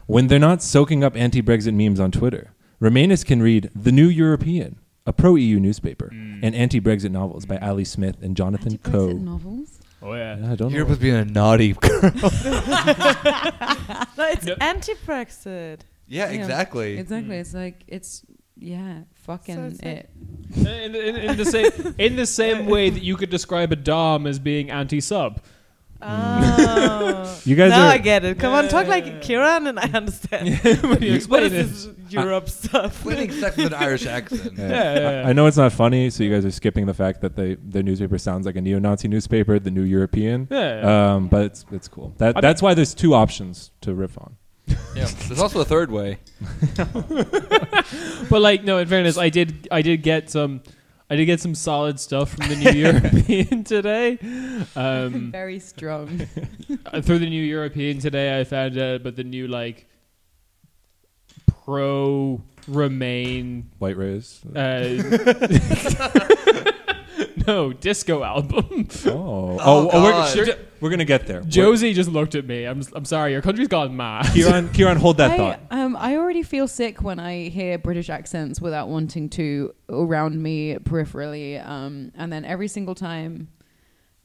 S6: When they're not soaking up anti Brexit memes on Twitter, Remainers can read The New European,
S4: Mm.
S6: a pro EU newspaper, and anti Brexit novels by Ali Smith and Jonathan Coe.
S3: novels.
S4: Oh yeah.
S6: I don't
S8: Europe was being a naughty *laughs* girl.
S7: no, it's anti-Brexit.
S8: Yeah, exactly.
S3: Exactly. It's like it's yeah, fucking
S7: it's like-
S3: it.
S4: in, in, in the same in the same way that you could describe a dom as being anti-sub.
S7: Oh.
S6: You guys
S7: now
S6: are-
S7: I get it. Come on, talk like Kiran, and I understand.
S4: when you
S7: what
S4: explain
S7: is
S4: it.
S7: this Europe stuff? *laughs*
S8: Winning
S3: *laughs*
S8: sex with an Irish accent.
S6: Yeah.
S4: *laughs* Yeah, yeah, yeah.
S6: I, I know it's not funny, so you guys are skipping the fact that they the newspaper sounds like a neo-Nazi newspaper, the New European.
S4: Yeah,
S6: Um, but it's it's cool.
S4: I
S6: That
S4: mean-
S6: that's why there's two options to riff on.
S8: Yeah. There's also a third way.
S4: But like, no. In fairness, I did. I did get some. I did get some solid stuff from the New European today. Um,
S3: Very strong.
S4: uh, through the New European today, I found out about the new like pro Remain.
S6: White rays.
S4: Uh, *laughs* no disco album.
S6: Oh, oh, oh, we're,
S8: God.
S6: sure, we're gonna get there.
S4: Josie just looked at me. I'm. I'm sorry. Your country's gone mad.
S6: We're- Kieran, Kieran, hold that
S3: I,
S6: thought.
S3: um, I already feel sick when I hear British accents without wanting to around me peripherally. Um, and then every single time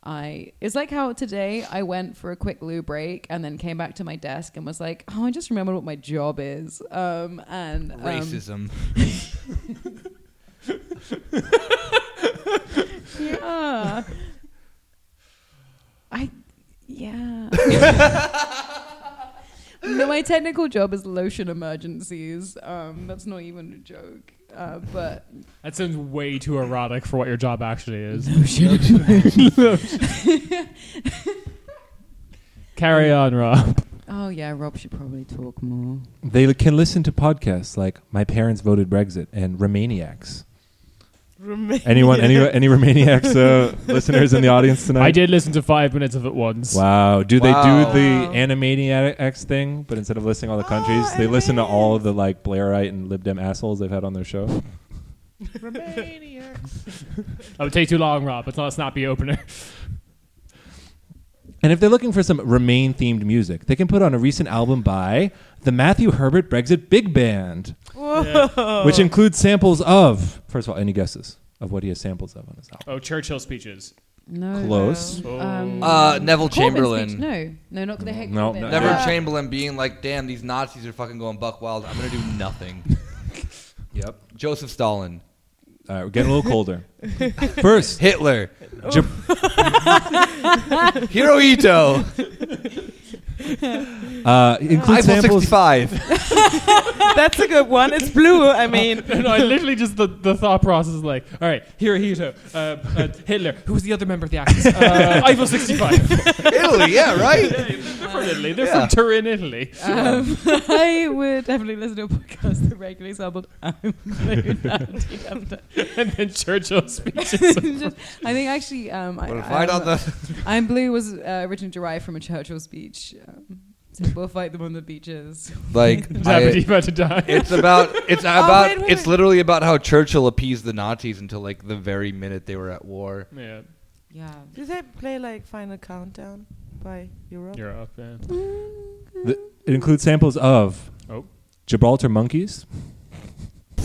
S3: I. It's like how today I went for a quick loo break and then came back to my desk and was like, oh, I just remembered what my job is. Um, and. um,
S8: Racism.
S3: Yeah. I. Yeah. no, my technical job is lotion emergencies. Um, that's not even a joke. Uh, but
S4: That sounds way too erotic for what your job actually is. *laughs* Carry on, Rob.
S3: oh yeah, Rob should probably talk more.
S6: They can listen to podcasts like "My Parents Voted Brexit" and "Romaniacs."
S7: Remain-
S6: Anyone, any any Romaniacs uh, listeners in the audience tonight?
S4: I did listen to five minutes of it once.
S6: Wow. Do
S8: Wow.
S6: they do
S7: Wow.
S6: the Animaniacs thing, but instead of listing all the
S7: Oh,
S6: countries, they listen to all
S7: Animaniacs.
S6: of the like Blairite and Lib Dem assholes they've had on their show?
S7: *laughs* Romaniacs.
S4: That would take too long, Rob. It's not a snappy opener.
S6: And if they're looking for some Remain themed music, they can put on a recent album by the Matthew Herbert Brexit Big Band,
S7: Whoa.
S6: which includes samples of, first of all, any guesses of what he has samples of on his album?
S4: *laughs* Oh, Churchill speeches. Oh,
S3: No.
S6: Close.
S3: Um,
S8: Uh, Neville
S3: Corbyn's
S8: Chamberlain.
S3: speech? No, no, not they hate
S6: No,
S3: Corbyn.
S6: no.
S8: Never
S6: Yeah.
S8: Chamberlain being like, damn, these Nazis are fucking going buck wild. I'm going to do nothing.
S6: *laughs* Yep.
S8: Joseph Stalin.
S6: All right, we're getting a
S4: *laughs*
S6: little colder. First,
S8: Hitler.
S4: Oh.
S6: Jap- *laughs*
S8: Hirohito.
S6: uh, includes
S8: Eiffel
S6: samples.
S8: 65.
S7: *laughs* That's a good one. It's blue.
S3: *laughs*
S7: I mean,
S4: *laughs* no, I literally just the, the thought process is like, all right, Hirohito, uh, uh, Hitler. Who was the other member of the Axis? Uh, Eiffel 65.
S8: Italy, yeah,
S6: *laughs*
S8: right?
S4: They're from Italy. They're
S8: Yeah.
S4: from Turin, Italy.
S7: *laughs*
S3: Um, I would definitely listen to a podcast that regularly sampled *laughs* I'm no Nazi *laughs* after.
S4: And then Churchill speeches.
S3: Just- I think actually, um, I,
S8: We'll
S3: I,
S8: fight
S6: *laughs*
S8: on the.
S3: *laughs* I'm Blue was uh, originally derived from a Churchill speech. Um, so we'll fight them on the beaches.
S8: Like,
S4: Dabba
S8: I,
S4: dee about to die.
S8: it's about.
S3: *laughs*
S8: It's about.
S3: Oh, wait, wait,
S8: it's
S3: wait.
S8: literally about how Churchill appeased the Nazis until, like, the very minute they were at war.
S4: *laughs* Yeah,
S3: Yeah.
S7: do they play like Final Countdown by Europe?
S4: you're up. Yeah.
S6: The, it includes samples of
S4: Oh.
S6: Gibraltar monkeys.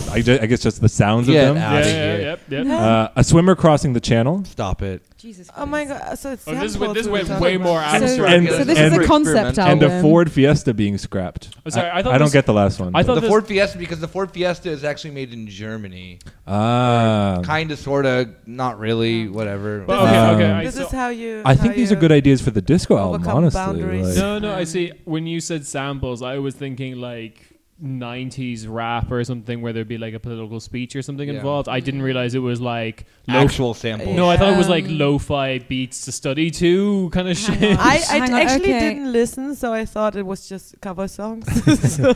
S6: I, ju- I guess just the sounds
S8: Get
S6: of them.
S8: out
S4: Yeah,
S8: of
S4: yeah,
S8: here.
S4: yep, yep.
S6: Uh, a swimmer crossing the channel.
S8: Stop it.
S3: Jesus.
S7: Oh my god! So it's
S4: Oh, this
S7: samples
S4: went- this
S7: we were
S4: went
S7: talking
S4: way more
S7: about.
S4: out of
S3: So,
S4: sorry,
S6: And-
S3: so this
S6: and-
S3: is a concept
S8: experimental.
S3: album.
S6: and a Ford Fiesta being scrapped.
S4: I'm Oh, sorry, I thought
S6: don't
S4: this-
S6: get the last one.
S4: I thought
S8: the
S4: this-
S8: Ford Fiesta because the Ford Fiesta is actually made in Germany.
S6: ah,
S8: Kind of, sort of, not really, whatever.
S4: Well, okay,
S6: Um,
S4: okay. I,
S7: This
S4: so-
S7: is how you.
S6: I
S7: how
S6: think these are
S7: you-
S6: good ideas for the disco album.
S7: overcome
S6: Honestly,
S7: boundaries.
S6: Like-
S4: No, no, I
S7: Um,
S4: see. When you said samples, I was thinking like 90s rap or something where there'd be like a political speech or something
S8: Yeah.
S4: involved. I didn't realize it was like lo-
S8: actual samples.
S4: No, I thought it was like
S3: Um,
S4: lo-fi beats to study to kind of
S7: I,
S4: shit.
S7: I
S3: Hang on,
S7: actually
S3: okay.
S7: didn't listen, so I thought it was just cover
S8: *laughs*
S7: songs.
S3: Um,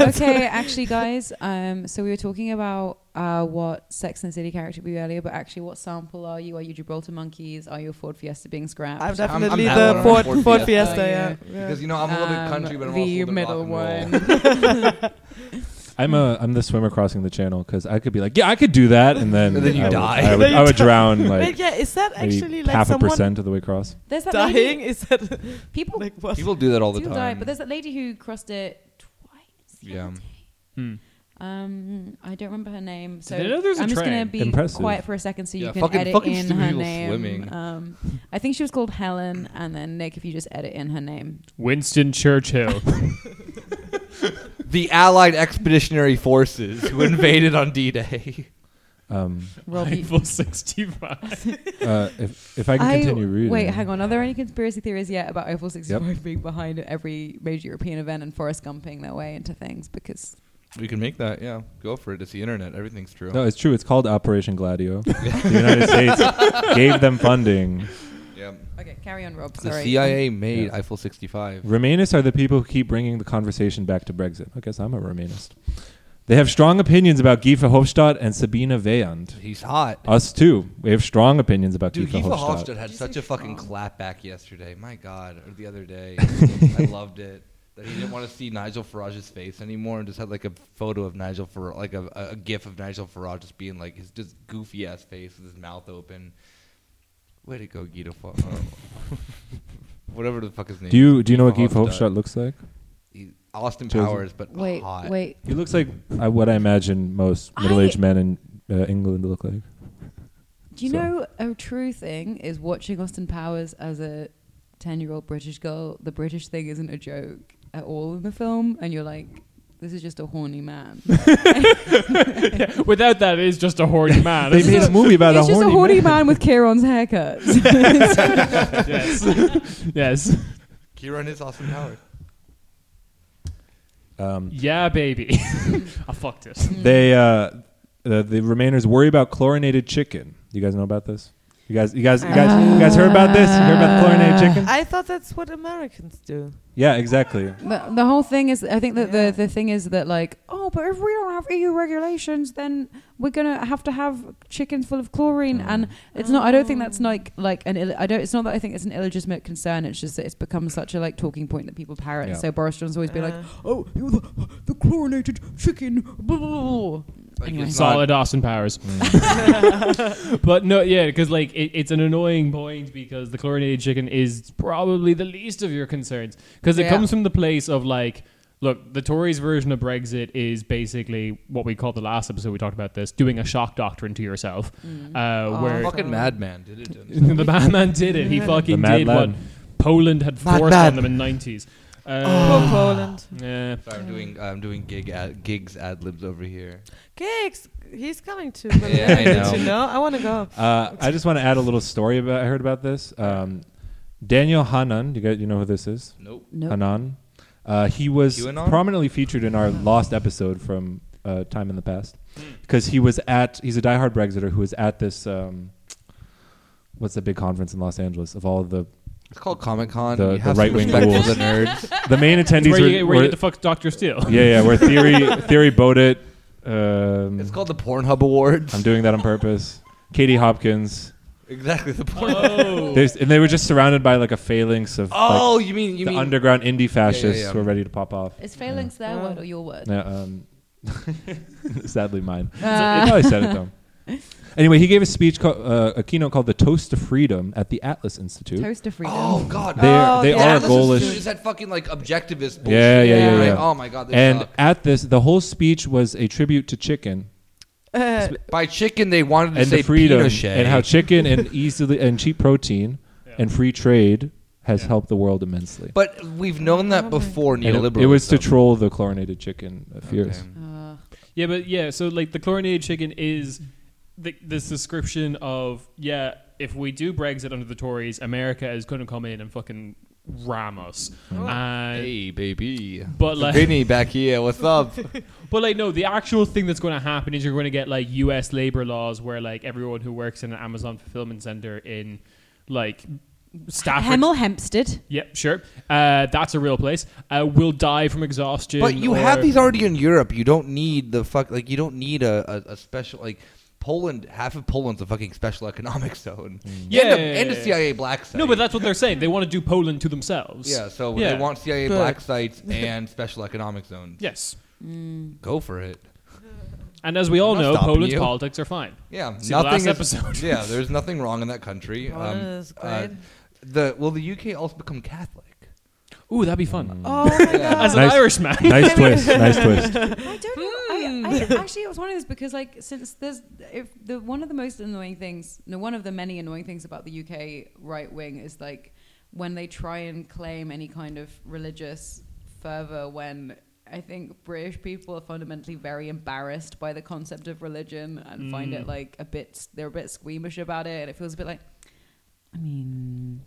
S3: okay, actually, guys. Um, so we were talking about uh, what Sex and the City character would be earlier, but actually, what sample are you? Are you Gibraltar Monkeys? Are you a Ford Fiesta being
S7: *laughs*
S3: scrapped?
S7: I'm
S8: I'm
S7: definitely
S8: that
S7: the
S8: one.
S7: Ford,
S8: Ford
S7: Ford
S8: Fiesta.
S7: Fiesta.
S3: Yeah.
S7: Yeah.
S8: because you know I'm a little bit
S3: Um,
S8: country, but I'm
S3: the
S8: also a little bit
S3: middle
S8: rock and roll.
S3: one.
S6: I'm a I'm the swimmer crossing the channel because I could be like, yeah, I could do that, and then,
S8: *laughs* And then you
S6: I would-
S8: die.
S6: I would,
S7: *laughs* Then you
S6: I would
S7: die.
S6: drown
S7: But
S6: like
S7: yeah, is that actually
S6: maybe
S7: like
S6: half a
S7: someone
S6: percent of the way across.
S3: There's
S7: *laughs*
S3: that
S7: dying?
S3: lady.
S7: Is that
S3: People
S7: like what?
S8: *laughs* People do that all the
S3: do *laughs*
S8: time.
S3: die, but there's that lady who crossed it twice. the
S8: Yeah.
S3: other day.
S4: Hmm.
S3: Um, I don't remember her name. So
S4: they know there's a
S3: I'm just gonna
S4: train?
S3: be
S6: Impressive.
S3: quiet for a second so you
S8: Yeah,
S3: can
S8: fucking-
S3: edit
S8: fucking
S3: in
S8: stupid
S3: her
S8: people
S3: name.
S8: swimming.
S3: Um, I think she was called Helen, and then Nick, if you just edit in her name.
S4: *laughs*
S7: *laughs*
S4: Winston Churchill.
S8: The Allied Expeditionary
S3: *laughs*
S8: Forces who invaded on D-Day.
S6: Um,
S3: Rob, you-
S4: Full 65.
S6: uh, if, if I can continue reading.
S3: Wait, hang on. Are there any conspiracy theories yet about Eiffel 65 being behind every major European event and Forrest Gumping their way into things? Because
S8: We can make that, yeah. Go for it. It's the internet. Everything's true.
S6: No, it's true. It's called Operation Gladio. *laughs* the United States gave them funding.
S8: yeah.
S3: okay, carry on, Rob.
S8: The
S3: Sorry.
S8: CIA made
S6: Yeah.
S8: Eiffel 65.
S6: Remainists are the people who keep bringing the conversation back to Brexit. I guess I'm a Remainist. They have strong opinions about Guy Verhofstadt and Sabina Weyand.
S8: He's hot.
S6: Us too. We have strong opinions about
S8: Dude,
S6: Guy
S8: Kiefer
S6: Verhofstadt.
S8: Hofstad had
S3: you
S8: such
S3: say
S8: a fucking
S3: Sean?
S8: clapback yesterday. My God, or the
S3: *laughs*
S8: other day, I loved it. That he didn't want to see Nigel Farage's face anymore, and just had like a photo of Nigel Farage, like a, a gif of Nigel Farage just being like his just goofy ass face with his mouth open. Way to go, Guido. Fa- oh. *laughs* Whatever the fuck his name.
S6: Do you
S8: is,
S6: do you know what Guy
S8: Verhofstadt.
S6: Verhofstadt looks like?
S8: He- Austin
S6: Joseph-
S8: Powers, but
S3: Um, Wait,
S8: hot.
S3: wait.
S6: He looks like uh, what I imagine most
S3: I-
S6: middle-aged men in uh, England look like.
S3: Do you
S6: So-
S3: know a true thing is watching Austin Powers as a 10 year old British girl? The British thing isn't a joke at all in the film, and you're like, this is just a horny man.
S4: Without that, it is just a horny
S7: *laughs*
S4: man.
S6: They
S4: This is
S6: made a movie about
S3: it's
S6: a
S3: just
S6: horny
S3: a horny
S6: man.
S3: man, with Kieran's haircut.
S6: *laughs*
S4: yes. *laughs* yes.
S8: Kieran is Austin
S6: *laughs*
S8: Powers.
S6: Um,
S4: Yeah, baby. *laughs* I fucked it.
S6: they uh, the, the Remainers worry about chlorinated chicken. You guys know about this? You guys, you guys, you guys, you guys heard about this? You heard about chlorinated chicken?
S7: I thought that's what Americans
S8: *sighs*
S7: do.
S6: Yeah, exactly.
S3: The, the whole thing is, I think that
S7: Yeah.
S3: the, the thing is that like, oh, but if we don't have EU regulations, then we're gonna have to have chickens full of chlorine, and it's not. I don't think that's like like an. Ill, I don't. It's not that I think it's an illegitimate concern. It's just that it's become such a like talking point that people parrot.
S6: Yeah.
S3: So Boris Johnson's always been like,
S7: Uh.
S3: oh, you know, the, the chlorinated chicken. Blah, blah, blah, blah.
S8: Like,
S3: Anyway.
S8: it's not-
S4: Solid Austin Powers. *laughs*
S6: Mm.
S4: but no, yeah, because like it, it's an annoying point because the chlorinated chicken is probably the least of your concerns because it
S3: Yeah.
S4: comes from the place of like, look, the Tories' version of Brexit is basically what we called the last episode we talked about this, doing a shock doctrine to yourself, uh, where
S8: fucking madman did it. to
S4: *laughs*
S8: himself.
S4: the madman did it. He fucking
S6: mad
S4: did
S6: lad.
S4: what Poland had
S8: Mad
S4: forced
S8: lad.
S4: on them in nineties.
S7: Poor
S4: Uh,
S7: Poland.
S4: yeah.
S8: Sorry, I'm doing I'm doing gig ad, gigs ad libs over here.
S7: Cakes. He's coming to
S8: *laughs* Yeah, I
S7: Berlin. Did
S8: know. Um,
S7: you know? I want to go.
S6: Uh, I just want to add a little story about I heard about this. Um, Daniel Hanan, you guys, you know who this is?
S8: Nope.
S3: Nope.
S6: Hanan. Uh, he was
S8: QAnon?
S6: prominently featured in our lost episode from uh, Time in the Past because he was at, he's a diehard Brexiter who was at this, um, what's the big conference in Los Angeles of all the,
S8: It's called Comic Con.
S6: The-
S8: You
S6: the
S8: have some
S6: right-wing
S8: respect for
S6: ghouls. *laughs*
S8: the nerds.
S6: the main
S4: It's
S6: attendees
S4: where
S6: were,
S4: you, get- where you
S6: were-
S4: get to fuck Doctor Steele.
S6: yeah, yeah, where *laughs* Theory, Theory Bowdit, um,
S8: It's called the Pornhub Awards.
S6: I'm doing that on purpose, Katie Hopkins,
S8: *laughs* exactly the Pornhub.
S4: Oh.
S6: There's, and they were just surrounded by like a phalanx of like,
S8: Oh, you mean you
S6: the
S8: mean
S6: underground indie fascists
S8: yeah.
S6: who are ready to pop off.
S3: Is phalanx their word or your word?
S6: Yeah, um, *laughs* sadly, mine. It probably said it though. Anyway, he gave a speech, ca- uh, a keynote called "The Toast to Freedom" at the Atlas Institute.
S3: Toast of freedom.
S8: Oh God.
S6: They are,
S7: Oh,
S6: they
S7: the
S6: are
S7: Atlas
S6: Gaulish.
S7: Institute
S8: Is that fucking like objectivist bullshit?
S6: Yeah, yeah, yeah, yeah.
S7: Yeah.
S8: right?
S6: yeah.
S8: Oh my God. They
S6: and
S8: suck.
S6: at this, the whole speech was a tribute to chicken
S7: Uh,
S8: by chicken they wanted to
S6: and
S8: say
S6: the freedom
S8: Pinochet.
S6: and how chicken and easily and cheap protein and free trade has helped the world immensely.
S8: but we've known that before
S6: And it-
S8: neoliberalism.
S6: it, was to troll the chlorinated chicken uh, fears.
S8: *laughs* Okay.
S3: Uh,
S4: Yeah, but yeah, so like the chlorinated chicken is the, this description of yeah, if we do Brexit under the Tories, America is going to come in and fucking ram us. Uh,
S8: Oh. Hey, baby.
S4: But like,
S8: Vinny back here.
S4: *laughs*
S8: What's up?
S4: but like, no, the actual thing that's going to happen is you're going to get like U.S. labor laws where like everyone who works in an Amazon fulfillment center in like Stafford.
S3: Hemel Hempstead.
S4: Yep, sure. Uh, that's a real place. Uh, will die from exhaustion.
S8: But you
S4: or-
S8: have these already in Europe. You don't need the fuck. Like you don't need a, a, a special like Poland. Half of Poland's a fucking special economic *laughs* zone.
S4: Yeah,
S8: and a,
S4: yeah, yeah,
S8: and a
S4: yeah.
S8: CIA black site.
S4: No, but that's what they're saying. They want to do Poland to themselves.
S8: yeah. So
S4: Yeah.
S8: they want CIA
S7: Good.
S8: black
S4: *laughs*
S8: sites and special economic zones.
S4: Yes.
S8: Go for it.
S4: And as we all
S8: I'm not
S4: know,
S8: stopping
S4: Poland's
S8: you.
S4: politics are fine.
S8: Yeah,
S4: See the last
S8: is-
S4: episode. *laughs*
S8: *laughs* yeah, there's nothing wrong in that country.
S7: Poland is
S8: uh,
S7: great.
S8: the will the UK also become Catholic?
S4: Ooh, that'd be fun.
S6: Mm.
S7: oh my God.
S8: *laughs*
S4: As an
S6: Nice.
S4: Irishman.
S6: Nice twist. Nice twist.
S3: I don't know. I-
S7: end.
S3: I, actually, I was wondering this because, like, since there's if the one of the most annoying things, no, one of the many annoying things about the UK right wing is like when they try and claim any kind of religious fervor when. I think British people are fundamentally very embarrassed by the concept of religion and find
S11: Mm.
S3: it like a bit, they're a bit squeamish about it. And it feels a bit like, I mean,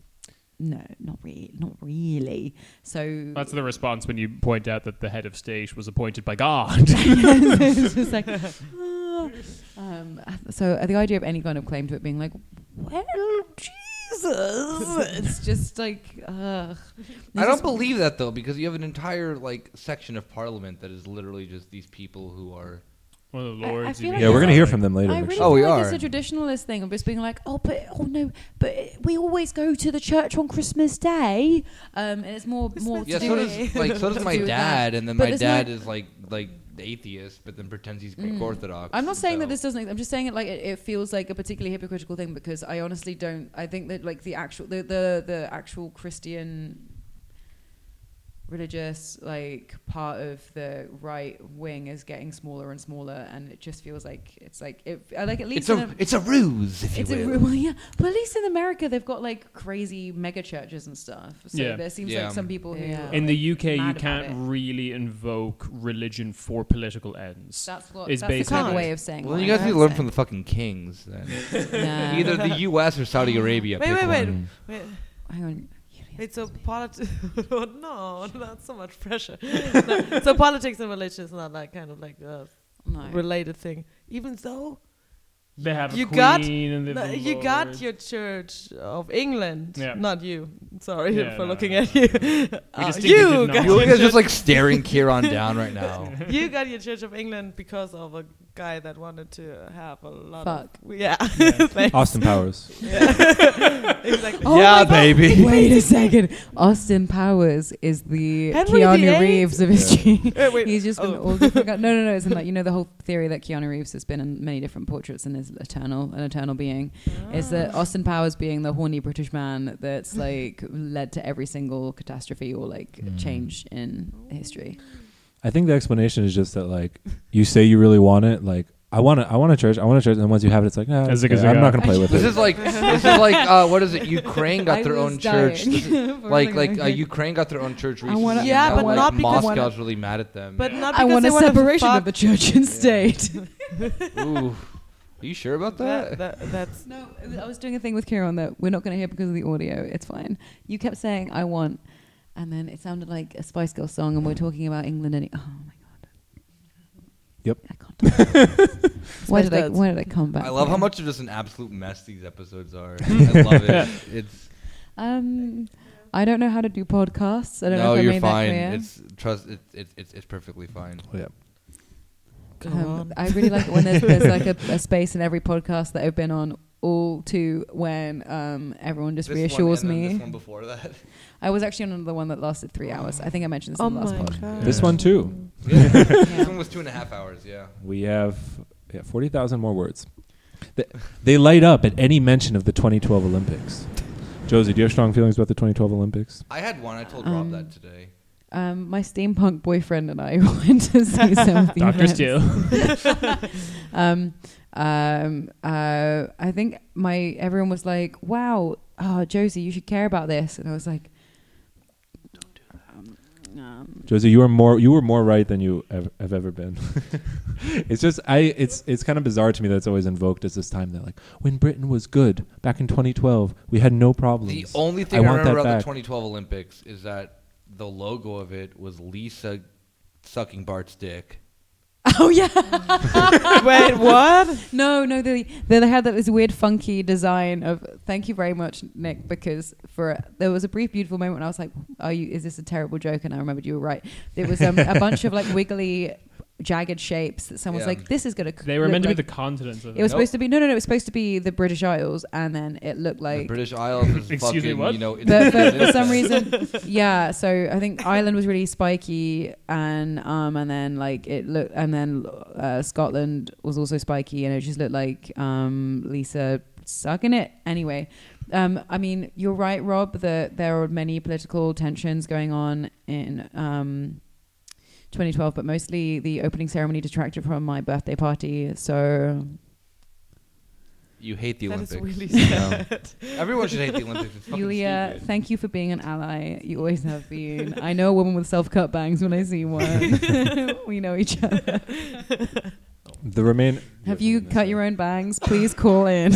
S3: no, not really, not really. So
S4: *laughs* That's the response when you point out that the head of state was appointed by *laughs* God.
S3: it's *laughs* just like, "Ah." um, so the idea of any kind of claim to it being like, well, Jesus, it's just like, ugh.
S8: I don't believe that though, because you have an entire like section of parliament that is literally just these people who are.
S4: One of
S3: I- I lords, you feel mean. like
S6: Yeah, we're gonna hear
S3: it's-
S6: from them later.
S3: I really
S8: oh,
S3: feel
S8: we
S3: like
S8: are.
S3: it's a traditionalist thing of just being like, oh, but oh no, but we always go to the church on Christmas Day, um, and it's more more.
S8: Yeah,
S3: to
S8: so
S3: do
S8: does
S3: with-
S8: like
S3: *laughs*
S8: so
S3: to
S8: does my
S3: do with that.
S8: dad, and then
S3: But
S8: my
S3: there's
S8: dad
S3: no-
S8: is like like atheist, but then pretends he's Greek
S3: Mm.
S8: Orthodox.
S3: I'm not saying that
S8: so-
S3: this doesn't. I'm just saying it like it, it feels like a particularly hypocritical thing because I honestly don't. I think that like the actual the the, the actual Christian religious like part of the right wing is getting smaller and smaller and it just feels like it's like it I like at least
S8: It's a-
S3: in
S8: it's a ruse, if you
S3: it's a
S8: will.
S3: ru- well, *laughs* yeah but at least in America they've got like crazy mega churches and stuff so
S4: Yeah.
S3: there seems
S4: Yeah.
S3: like some people who are,
S4: In the
S3: like,
S4: UK, you
S3: mad about
S4: can't
S3: it.
S4: really invoke religion for political ends.
S3: That's what-
S4: is
S3: that's the
S4: basically
S3: kind of
S4: it.
S3: way of saying
S8: Well,
S3: what
S8: you
S3: I
S8: guys need to
S3: would
S8: learn
S3: say.
S8: *laughs* from the fucking kings
S3: *laughs*
S8: then.
S3: Nah.
S8: Either the U.S. or Saudi Arabia.
S7: Wait,
S8: pick
S7: wait, wait,
S8: one.
S7: wait.
S3: Hang on.
S7: Wait, so politics. *laughs* no, not so much pressure. No, so politics and religion is not that kind of like a
S3: No.
S7: related thing. Even though
S4: They have a
S7: you
S4: queen
S7: got
S4: and they
S7: no,
S4: have a
S7: you got
S4: lord.
S7: your Church of England,
S4: Yeah.
S7: not you. Sorry
S4: Yeah,
S7: for
S4: no,
S7: looking
S4: no,
S7: at you. *laughs* Uh, you,
S4: *laughs*
S7: got
S8: You
S7: your
S8: guys are just
S7: Church-
S3: *laughs*
S8: like staring Kieran down right now.
S7: you got your Church of England because of a guy that wanted to have a lot
S3: Fuck.
S7: of yeah. *laughs*
S3: Yeah.
S7: Thanks.
S4: Oh.
S6: Austin Powers.
S7: Yeah. exactly.
S3: Oh my God. *laughs* Wait a
S7: Wait.
S3: second. Austin Powers is the
S7: Henry
S3: Keanu
S7: VIII?
S3: Reeves of history.
S7: Wait, *laughs* wait.
S3: He's just been
S7: Oh.
S3: all different. guy- No, no, no. It's in like you know the whole theory that Keanu Reeves has been in many different portraits and is eternal, an eternal being. Is that Austin Powers being the horny British man that's like led to every single catastrophe or like change in *laughs* history?
S6: I think the explanation is just that like you say you really want it, like I want to, I want a church, I want a church, and then once you have it, it's like, nah,
S4: As a
S6: okay,
S4: gazoo.
S6: I'm not gonna play with
S8: *laughs* This
S6: it.
S8: is like this is like uh, what is it? Ukraine
S3: I
S8: got their
S3: was
S8: own church.
S3: dying. *laughs*
S8: This is-
S3: For
S8: like
S3: a
S8: like
S3: second.
S8: uh, Ukraine got their own church
S3: I
S8: recently.
S3: wanna-
S7: Yeah,
S8: and
S7: but
S8: like,
S7: not because-
S8: Moscow's really mad at them.
S7: But not because
S3: I want
S7: they
S3: a
S7: wanna
S3: separation
S7: fuck
S3: of the church and state.
S8: Ooh, are you sure about that?
S7: That, that, that's
S3: No, it was- I was doing a thing with Kieran that we're not going to hear because of the audio. It's fine. You kept saying "I want," and then it sounded like a Spice Girl song, and we're talking about England. And oh my god!
S6: Yep.
S3: I can't.
S8: *laughs*
S3: talk. why
S7: Spice
S3: did I?
S7: Girls.
S3: Why did I come back?
S8: I love how
S3: here?
S8: much of just an absolute mess these
S3: *laughs*
S8: episodes are. I love it. It's
S3: Um, I don't know how to do podcasts. I don't know
S8: no,
S3: if I
S8: you're
S3: made
S8: fine.
S3: that clear.
S8: It's trust. It's it's it's, it's perfectly fine.
S6: yeah.
S7: go
S3: Um,
S7: on.
S3: I really like it when there's, there's like
S8: *laughs*
S3: a, a space in every podcast that I've been on. All to when um, everyone just
S8: This one
S3: reassures
S8: and then
S3: me.
S8: This
S3: *laughs*
S8: one before that.
S3: I was actually on another one that lasted three hours. I think I mentioned this
S7: Oh
S3: in the last
S7: my
S3: pod.
S7: god.
S6: This one too.
S8: *laughs* Yeah.
S3: Yeah.
S8: this one was two and a half hours. Yeah.
S6: We have yeah, forty thousand more words. They, they light up at any mention of the 2012 Olympics. Josie, do you have strong feelings about the 2012 Olympics?
S8: I had one. I told
S3: Um,
S8: Rob that today.
S3: Um, my steampunk boyfriend and I *laughs* went to see
S4: *laughs*
S3: some of the
S4: Doctor
S3: events.
S4: Steele.
S3: *laughs* um, um, uh, I think my everyone was like, "Wow, oh, Josie, you should care about this," and I was like, "Don't do that." Um, *laughs*
S6: Josie, you are more you were more right than you ev- have ever been. *laughs* it's just I it's it's kind of bizarre to me that it's always invoked as this time that like when Britain was good back in 2012 we had no problems.
S8: The only thing I,
S6: want that
S8: remember about the
S6: back.
S8: 2012 Olympics is that the logo of it was Lisa sucking Bart's dick.
S3: oh yeah,
S7: *laughs* Wait, what?
S3: no, no, they they they had that this weird funky design of. Thank you very much, Nick, because for there was a brief beautiful moment when I was like, "Are you? Is this a terrible joke?" And I remembered you were right. It was um, a bunch of like wiggly. Jagged shapes that someone's
S8: Yeah.
S3: like, this is gonna. c-
S4: They were
S3: look
S4: meant to be
S3: like
S4: the continents of
S3: It was
S8: Nope.
S3: supposed to be no, no, no. It was supposed to be the British Isles, and then it looked
S8: the
S3: like.
S8: British Isles *laughs* is
S4: Excuse me,
S8: fucking,
S4: what?
S8: you know, it-
S3: But for,
S8: it
S3: for
S8: is
S3: some
S8: *laughs* that.
S3: reason, yeah. So I think Ireland was really spiky, and um, and then like it looked, and then uh, Scotland was also spiky, and it just looked like um, Lisa sucking it. Anyway, um, I mean, you're right, Rob. That there are many political tensions going on in um, 2012, but mostly the opening ceremony detracted from my birthday party. So
S8: You hate the
S7: That is
S8: Olympics.
S7: really *laughs*
S8: No.
S7: sad.
S8: Everyone should hate the Olympics. It's fucking
S3: Yulia,
S8: stupid.
S3: thank you for being an ally. You always have been. I know a woman with self-cut bangs when I see one. we know each other.
S6: The remain.
S3: Have you cut your own bangs? Please call in.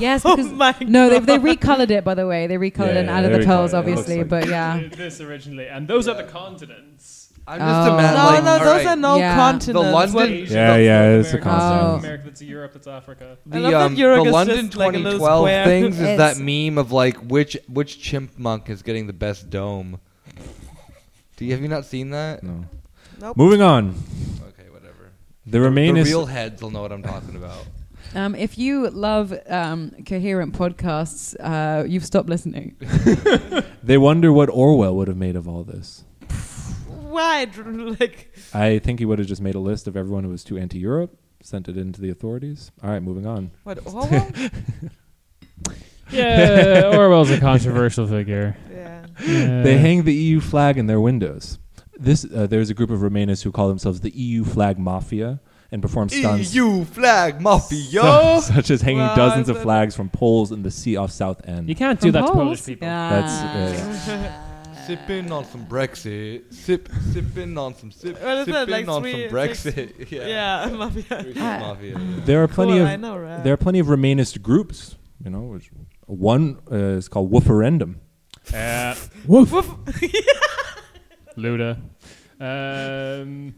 S3: yes, because
S7: Oh my
S3: no, they they recolored it by the way. They recolored it and
S6: Yeah,
S3: added
S6: they
S3: the curls,
S6: recolored it. It looks
S3: obviously.
S6: like-
S3: but yeah,
S4: This originally, and those are the continents.
S8: I'm
S3: Oh.
S8: just a man.
S7: No,
S8: like,
S7: no,
S8: all
S7: those
S8: right,
S7: are no
S3: Yeah.
S8: the
S7: continents.
S8: London.
S4: Asia,
S6: Yeah,
S4: that's
S6: yeah,
S4: North
S6: it's
S4: America,
S6: a
S4: that's
S3: continent.
S6: Oh.
S4: South America, that's Europe, that's Africa.
S7: I love
S8: The,
S7: that
S8: um, the
S7: Europe is
S8: London
S7: just like a little
S8: 2012
S7: square.
S8: things is that
S3: It's-
S8: meme of like which which chipmunk is getting the best dome. Do you have you not seen that?
S6: No.
S7: *laughs* Nope.
S6: Moving on.
S8: Okay, whatever.
S6: The remain
S8: the
S6: is
S8: real heads will know what I'm talking about.
S3: um, if you love um, coherent podcasts, uh, you've stopped listening.
S6: They wonder what Orwell would have made of all this.
S7: Why? Like,
S6: I think he would have just made a list of everyone who was too anti-Europe, sent it in to the authorities. All right, moving on.
S7: what? Orwell?
S4: Yeah, Orwell's a controversial figure.
S7: yeah.
S6: *laughs* They hang the EU flag in their windows. This uh, there's a group of Remainers who call themselves the EU flag mafia and perform stunts
S8: EU flag E mafia.
S6: su- *laughs* such as hanging
S7: Flags
S6: dozens of
S7: and-
S6: flags from poles in the sea off South
S4: You
S6: End.
S4: can't do that to
S3: Poles?
S4: Polish people.
S6: That's
S8: sipping on some Brexit. Sip sipping on some sip.
S7: What is
S8: sipping
S7: that, like
S8: on
S7: three-
S8: some Brexit. *laughs* yeah.
S7: Yeah, *laughs* I love you.
S8: Three shot
S3: Ah.
S6: *laughs*
S8: mafia, yeah.
S6: There are plenty
S7: Cool, I
S6: of
S7: know, right? *laughs*
S6: there are plenty of Remainist groups. You know, which one uh, is called Wooferendum.
S4: Uh, Luda. Um,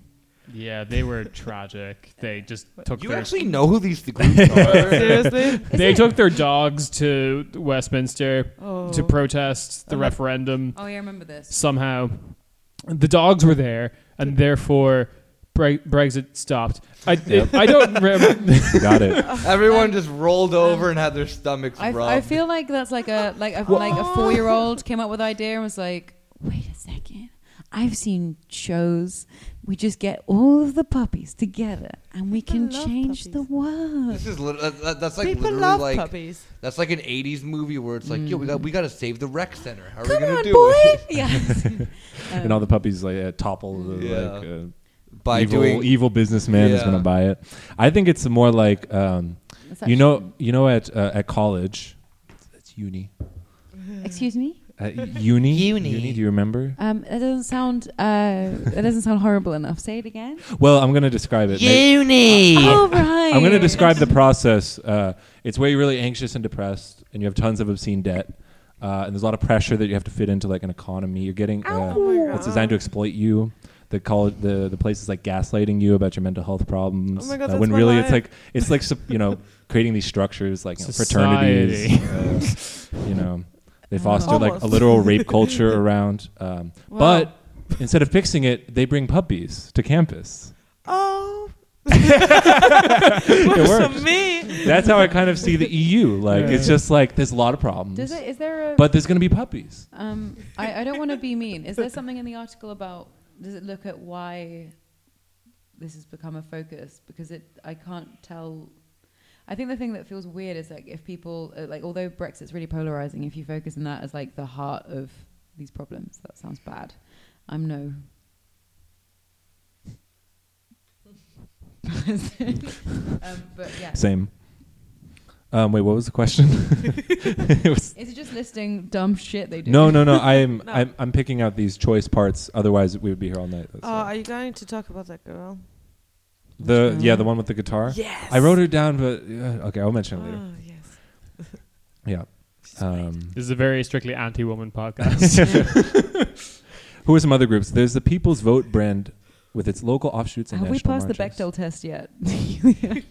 S4: yeah, they were tragic. They just took
S8: You
S4: their
S8: actually know who these
S6: *laughs*
S8: th- groups
S4: *laughs*
S8: are.
S7: Seriously?
S4: they took their dogs to Westminster
S7: Oh.
S4: to protest the referendum.
S3: Oh yeah, I remember this.
S4: Somehow, the dogs were there, and therefore. Bre- Brexit stopped.
S6: *laughs*
S4: I, I don't *laughs* remember.
S6: Got it.
S8: Everyone just rolled over and had their stomachs
S3: I,
S8: rubbed.
S3: I feel like that's like a like a, like a four year old came up with the idea and was like, wait a second, I've seen shows. We just get all of the puppies together and we can
S7: love
S3: change the
S7: puppies.
S3: world.
S8: This is lit- that, that- that's like
S7: People
S8: literally
S7: love
S8: like
S7: puppies. Mm.
S8: that's like an '80s movie where it's like, yo, we got we got to save the rec center. How are
S3: Come
S8: we gonna
S3: on,
S8: do
S3: boy!
S8: it?
S3: *laughs* yes.
S6: and all the puppies like uh, topple the
S8: Um, Yeah.
S6: like uh,
S8: *laughs* By
S6: evil
S8: doing
S6: evil businessman is
S8: Yeah.
S6: going to buy it. I think it's more like um,
S3: That's
S6: you know you know at uh, at college, that's uni.
S3: actually- excuse me.
S6: At
S8: *laughs*
S6: uni,
S8: Uni.
S6: Do you remember?
S3: Um, that doesn't sound uh, that doesn't sound horrible enough. Say it again.
S6: Well, I'm going to describe it. May-
S5: Uni!
S3: All right.
S6: I'm going to describe the process. Uh, it's where you're really anxious and depressed, and you have tons of obscene debt. Uh, and there's a lot of pressure that you have to fit into like an economy. You're getting
S7: Oh
S6: uh, it's designed to exploit you. The college, the the place is like gaslighting you about your mental health problems.
S7: Oh my God,
S6: uh,
S7: that's
S6: when
S7: my
S6: really it's
S7: life.
S6: like it's like sup-
S7: *laughs*
S6: you know creating these structures like you know,
S4: Society.
S6: fraternities. uh, you know,
S7: *laughs*
S6: they foster like a
S7: Almost. *laughs*
S6: literal rape culture around. Um,
S7: Wow.
S6: But instead of fixing it, they bring puppies to campus.
S7: Oh, *laughs*
S6: it
S7: for
S6: works.
S7: me.
S6: That's how I kind of see the EU. Like
S4: Yeah.
S6: it's just like there's a lot of problems,
S3: Does it? Is there a?
S6: but there's gonna be puppies.
S3: Um, I, I don't want to be mean. Is there something in the article about? Does it look at why this has become a focus? Because it, I can't tell. I think the thing that feels weird is like if people uh, like, although Brexit's really polarizing, if you focus on that as like the heart of these problems, that sounds bad. I'm no. *laughs* um, but yeah.
S6: Same. Um, wait, what was the question? *laughs* it was
S3: Is it just listing dumb shit they do?
S6: no, no, no. I'm
S3: *laughs*
S7: No.
S6: I'm I'm picking out these choice parts. Otherwise, we would be here all night. That's
S7: Oh,
S6: all.
S7: are you going to talk about that girl?
S6: the yeah, the one with the guitar.
S7: Yes.
S6: I wrote her down, but uh, okay, I'll mention it later.
S7: Oh, yes.
S6: Yeah. Um,
S4: This is a very strictly anti-woman
S6: *laughs*
S4: podcast.
S6: who are some other groups? There's the People's Vote brand with its local offshoots and
S3: Have we
S6: national
S3: passed
S6: marches.
S3: the Bechdel test yet? *laughs*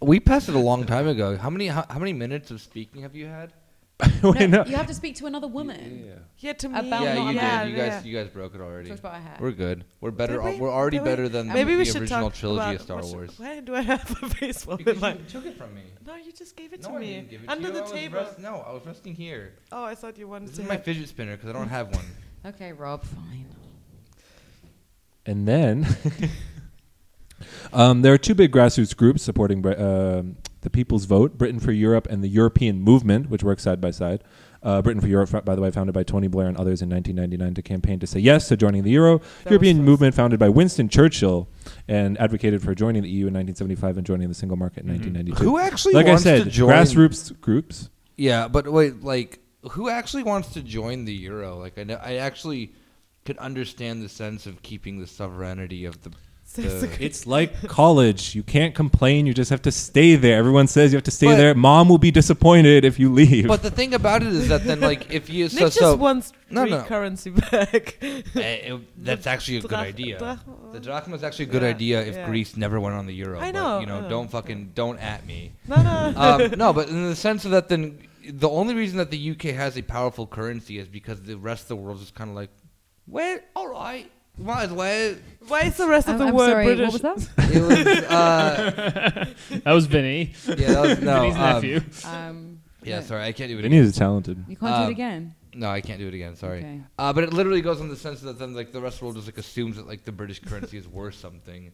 S8: We passed it a long time ago. How many how, how many minutes of speaking have you had?
S7: *laughs*
S6: *laughs* Wait,
S3: No,
S6: no.
S3: You have to speak to another woman.
S7: Yeah, to me.
S3: About
S8: yeah,
S3: not
S8: you
S3: allowed.
S8: did. You guys you guys broke it
S3: It's
S8: already.
S3: about a hat.
S8: We're good. We're better.
S7: Did we?
S8: We? are already
S7: Did we?
S8: better than
S7: Maybe
S8: the
S7: we should
S8: original
S7: talk
S8: trilogy
S7: about
S8: of Star
S7: what-
S8: Wars.
S7: Why do I have a baseball in
S8: Because
S7: my?
S8: you took it from me.
S7: No, you just gave it
S8: No,
S7: to
S8: I
S7: me
S8: didn't give it
S7: under
S8: to you.
S7: the
S8: I was
S7: table.
S8: rest- no, I was resting here.
S7: Oh, I thought you wanted
S8: This
S7: to.
S8: is my
S7: have-
S8: fidget spinner because I don't have one.
S3: Okay, Rob, fine.
S6: And then *laughs* um, there are two big grassroots groups uh, supporting Bre- um the People's Vote Britain for Europe and the European Movement, which work side by side. Uh, Britain for Europe, fo- by the way, founded by Tony Blair and others in 1999 to campaign to say yes to joining the euro. European movement founded by Winston Churchill and advocated for joining the EU in 1975 and joining the single market in 1992.
S8: Who actually
S6: like
S8: wants
S6: I said,
S8: to join-
S6: grassroots groups.
S8: Yeah, but wait, like who actually wants to join the euro? Like I know, I actually could understand the sense of keeping the sovereignty of the.
S7: *laughs*
S8: the
S6: It's like college. You can't complain. You just have to stay there. Everyone says you have to stay
S8: But-
S6: there. Mom will be disappointed if you leave.
S8: But the thing about it is that then, like, if you so
S7: *laughs* Nick just
S8: so
S7: wants
S8: no
S7: three
S8: no,
S7: currency back. *laughs*
S8: Eh, it- that's actually a good
S7: drach-
S8: idea.
S7: drach-
S8: the drachma is actually a good
S7: Yeah,
S8: idea if
S7: yeah.
S8: Greece never went on the euro.
S7: I
S8: but,
S7: know, Oh,
S8: you
S7: I
S8: know,
S7: know.
S8: don't fucking don't at me.
S7: No, no. *laughs*
S8: um, no, but in the sense of that, then the only reason that the UK has a powerful currency is because the rest of the world is kind of like, well, all right, might as well.
S7: Why is the rest of
S3: I'm-
S7: the
S3: I'm
S7: world
S3: sorry, what
S7: British?
S3: was that?
S7: *laughs*
S8: It was, uh,
S4: that was Vinny.
S3: *laughs*
S8: Yeah, that was- no,
S4: Vinny's
S6: Oh,
S8: um,
S4: nephew.
S3: Um,
S8: yeah, sorry, I can't do it.
S6: Vinny
S8: again.
S6: is talented.
S3: You can't do it
S8: Um,
S3: again?
S8: No, I can't do it again. Sorry.
S3: Okay.
S8: Uh, but it literally goes on the sense that then like the rest of the world just like assumes that like the British currency is worth something,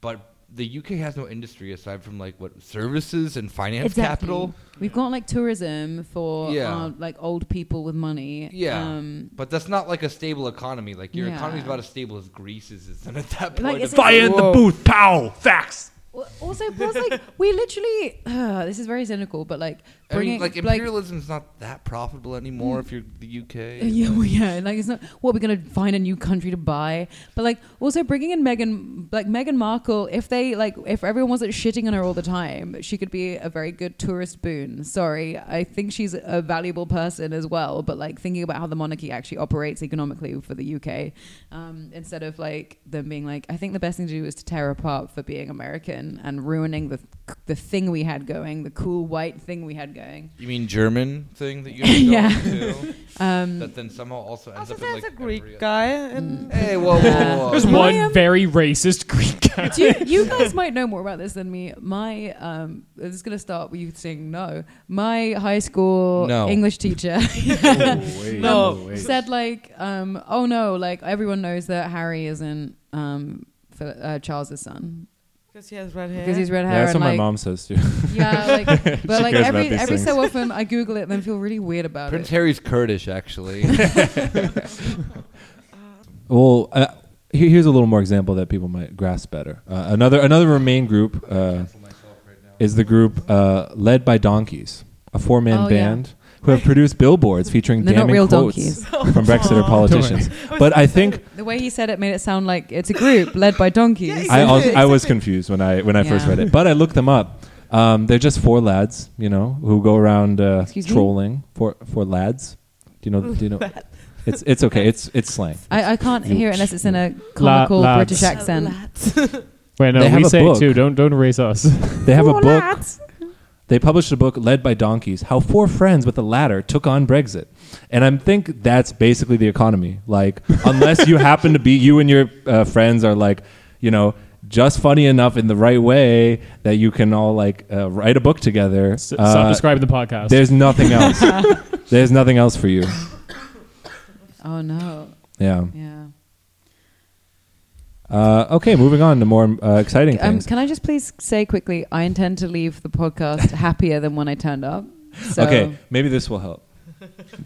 S8: but the UK has no industry aside from like what services and finance capital.
S3: We've got like tourism for
S8: Yeah.
S3: our, like old people with money.
S8: Yeah,
S3: Um,
S8: but that's not like a stable economy. Like your
S3: Yeah.
S8: economy's about as stable as Greece's is at that point.
S3: Like,
S8: it's
S3: it's-
S1: Fire in the
S3: Whoa.
S1: booth, pal. Facts.
S3: Well, also, plus, like, we literally, *sighs* uh, this is very cynical, but like,
S8: I
S3: bringing,
S8: mean, like imperialism's not that profitable anymore if you're the UK.
S3: *laughs* yeah, well, yeah, like it's not. What we're gonna find a new country to buy, but like also bringing in Meghan, like Meghan Markle. If they like, if everyone wasn't shitting on her all the time, she could be a very good tourist boon. Sorry, I think she's a valuable person as well. But like thinking about how the monarchy actually operates economically for the UK, um, instead of like them being like, I think the best thing to do is to tear apart for being American and ruining the the thing we had going, the cool white thing we had going.
S8: You mean German thing that *laughs* you
S3: Yeah.
S8: yeah. *laughs* do?
S3: Um,
S8: that then somehow also ends
S7: Also,
S8: up in
S7: there's
S8: like
S7: a Greek
S8: every- *laughs*
S7: guy. And
S8: Hey, whoa, whoa, whoa.
S4: There's
S3: I
S4: one
S3: am-
S4: very racist Greek guy.
S3: Do you, you guys might know more about this than me. My, um, this is going to start with you saying no. My high school
S8: No.
S3: English
S6: *laughs*
S3: teacher *laughs*
S6: Oh,
S7: uh, No.
S3: said, like, um, oh no, like, everyone knows that Harry isn't um, Phil- uh, Charles's son
S7: Because he has red hair.
S3: because he's red hair.
S6: Yeah, that's what
S3: and,
S6: my
S3: like,
S6: mom says too.
S3: Yeah, like, but
S6: She
S3: like
S6: cares
S3: every,
S6: about these
S3: every
S6: things.
S3: so often I Google it and then feel really weird about
S8: Prince
S3: it.
S8: Harry's Kurdish, *laughs* actually.
S6: *laughs* Well, uh, here- here's a little more example that people might grasp better. Uh, another another Remain group uh, is the group uh, led by Donkeys, a four man
S3: Oh, yeah.
S6: band who have produced billboards featuring
S3: They're not
S6: damning
S3: real
S6: quotes
S3: donkeys.
S6: from
S3: *laughs*
S6: Brexiter politicians. But I think
S3: The way he said it made it sound like it's a
S6: *laughs*
S3: group led by donkeys.
S6: I, also, I was confused when I when I first
S3: Yeah.
S6: read it, but I looked them up. Um, they're just four lads, you know, who go around uh,
S3: Excuse me?
S6: trolling for for lads. Do you know? Do you
S3: *laughs*
S6: know? It's it's okay. It's it's slang.
S3: I, I can't hear it unless it's in a
S4: La-
S3: comical
S4: lads.
S3: British accent.
S4: Wait,
S6: They
S4: no,
S6: have
S4: we
S6: a
S4: say
S6: book.
S4: it too. Don't don't erase us.
S6: They have a book. They published a book led by donkeys, how four friends with a ladder took on Brexit. And I think that's basically the economy. Like, unless you happen to be, you and your uh, friends are like, you know, just funny enough in the right way that you can all like uh, write a book together.
S4: S- Stop
S6: uh,
S4: describing the podcast. *laughs*
S6: there's nothing else. there's nothing else for you.
S3: Oh no.
S6: Yeah.
S3: Yeah.
S6: Uh, okay, moving on to more uh, exciting
S3: Um,
S6: things.
S3: can I just please say quickly, I intend to leave the podcast happier than when I turned up. So
S6: Okay, maybe this will help.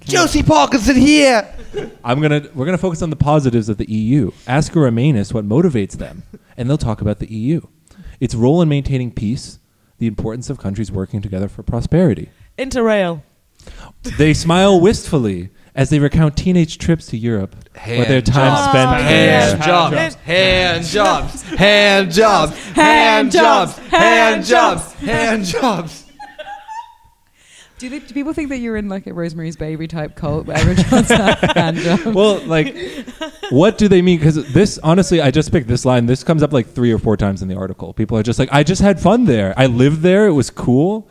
S2: Josie Parkinson here.
S6: I'm gonna we're gonna focus on the positives of the EU. Ask a Remainist what motivates them, and they'll talk about the EU, its role in maintaining peace, the importance of countries working together for prosperity.
S7: *laughs*
S8: *laughs*
S7: Interrail.
S6: They smile wistfully as they recount teenage trips to Europe, where their
S8: Hand
S6: time
S8: jobs.
S6: spent there.
S8: Hand jobs, hand jobs, hand jobs, hand
S3: Hand
S8: jobs,
S3: jobs,
S8: hand
S3: hand
S8: jobs, hand jobs.
S3: do, they, do people think that you're in like a Rosemary's Baby type cult *laughs* where everyone's hand job?
S6: Well, like, what do they mean? Because this, honestly, I just picked this line. This comes up like three or four times in the article. People are just like, "I just had fun there. I lived there. It was cool."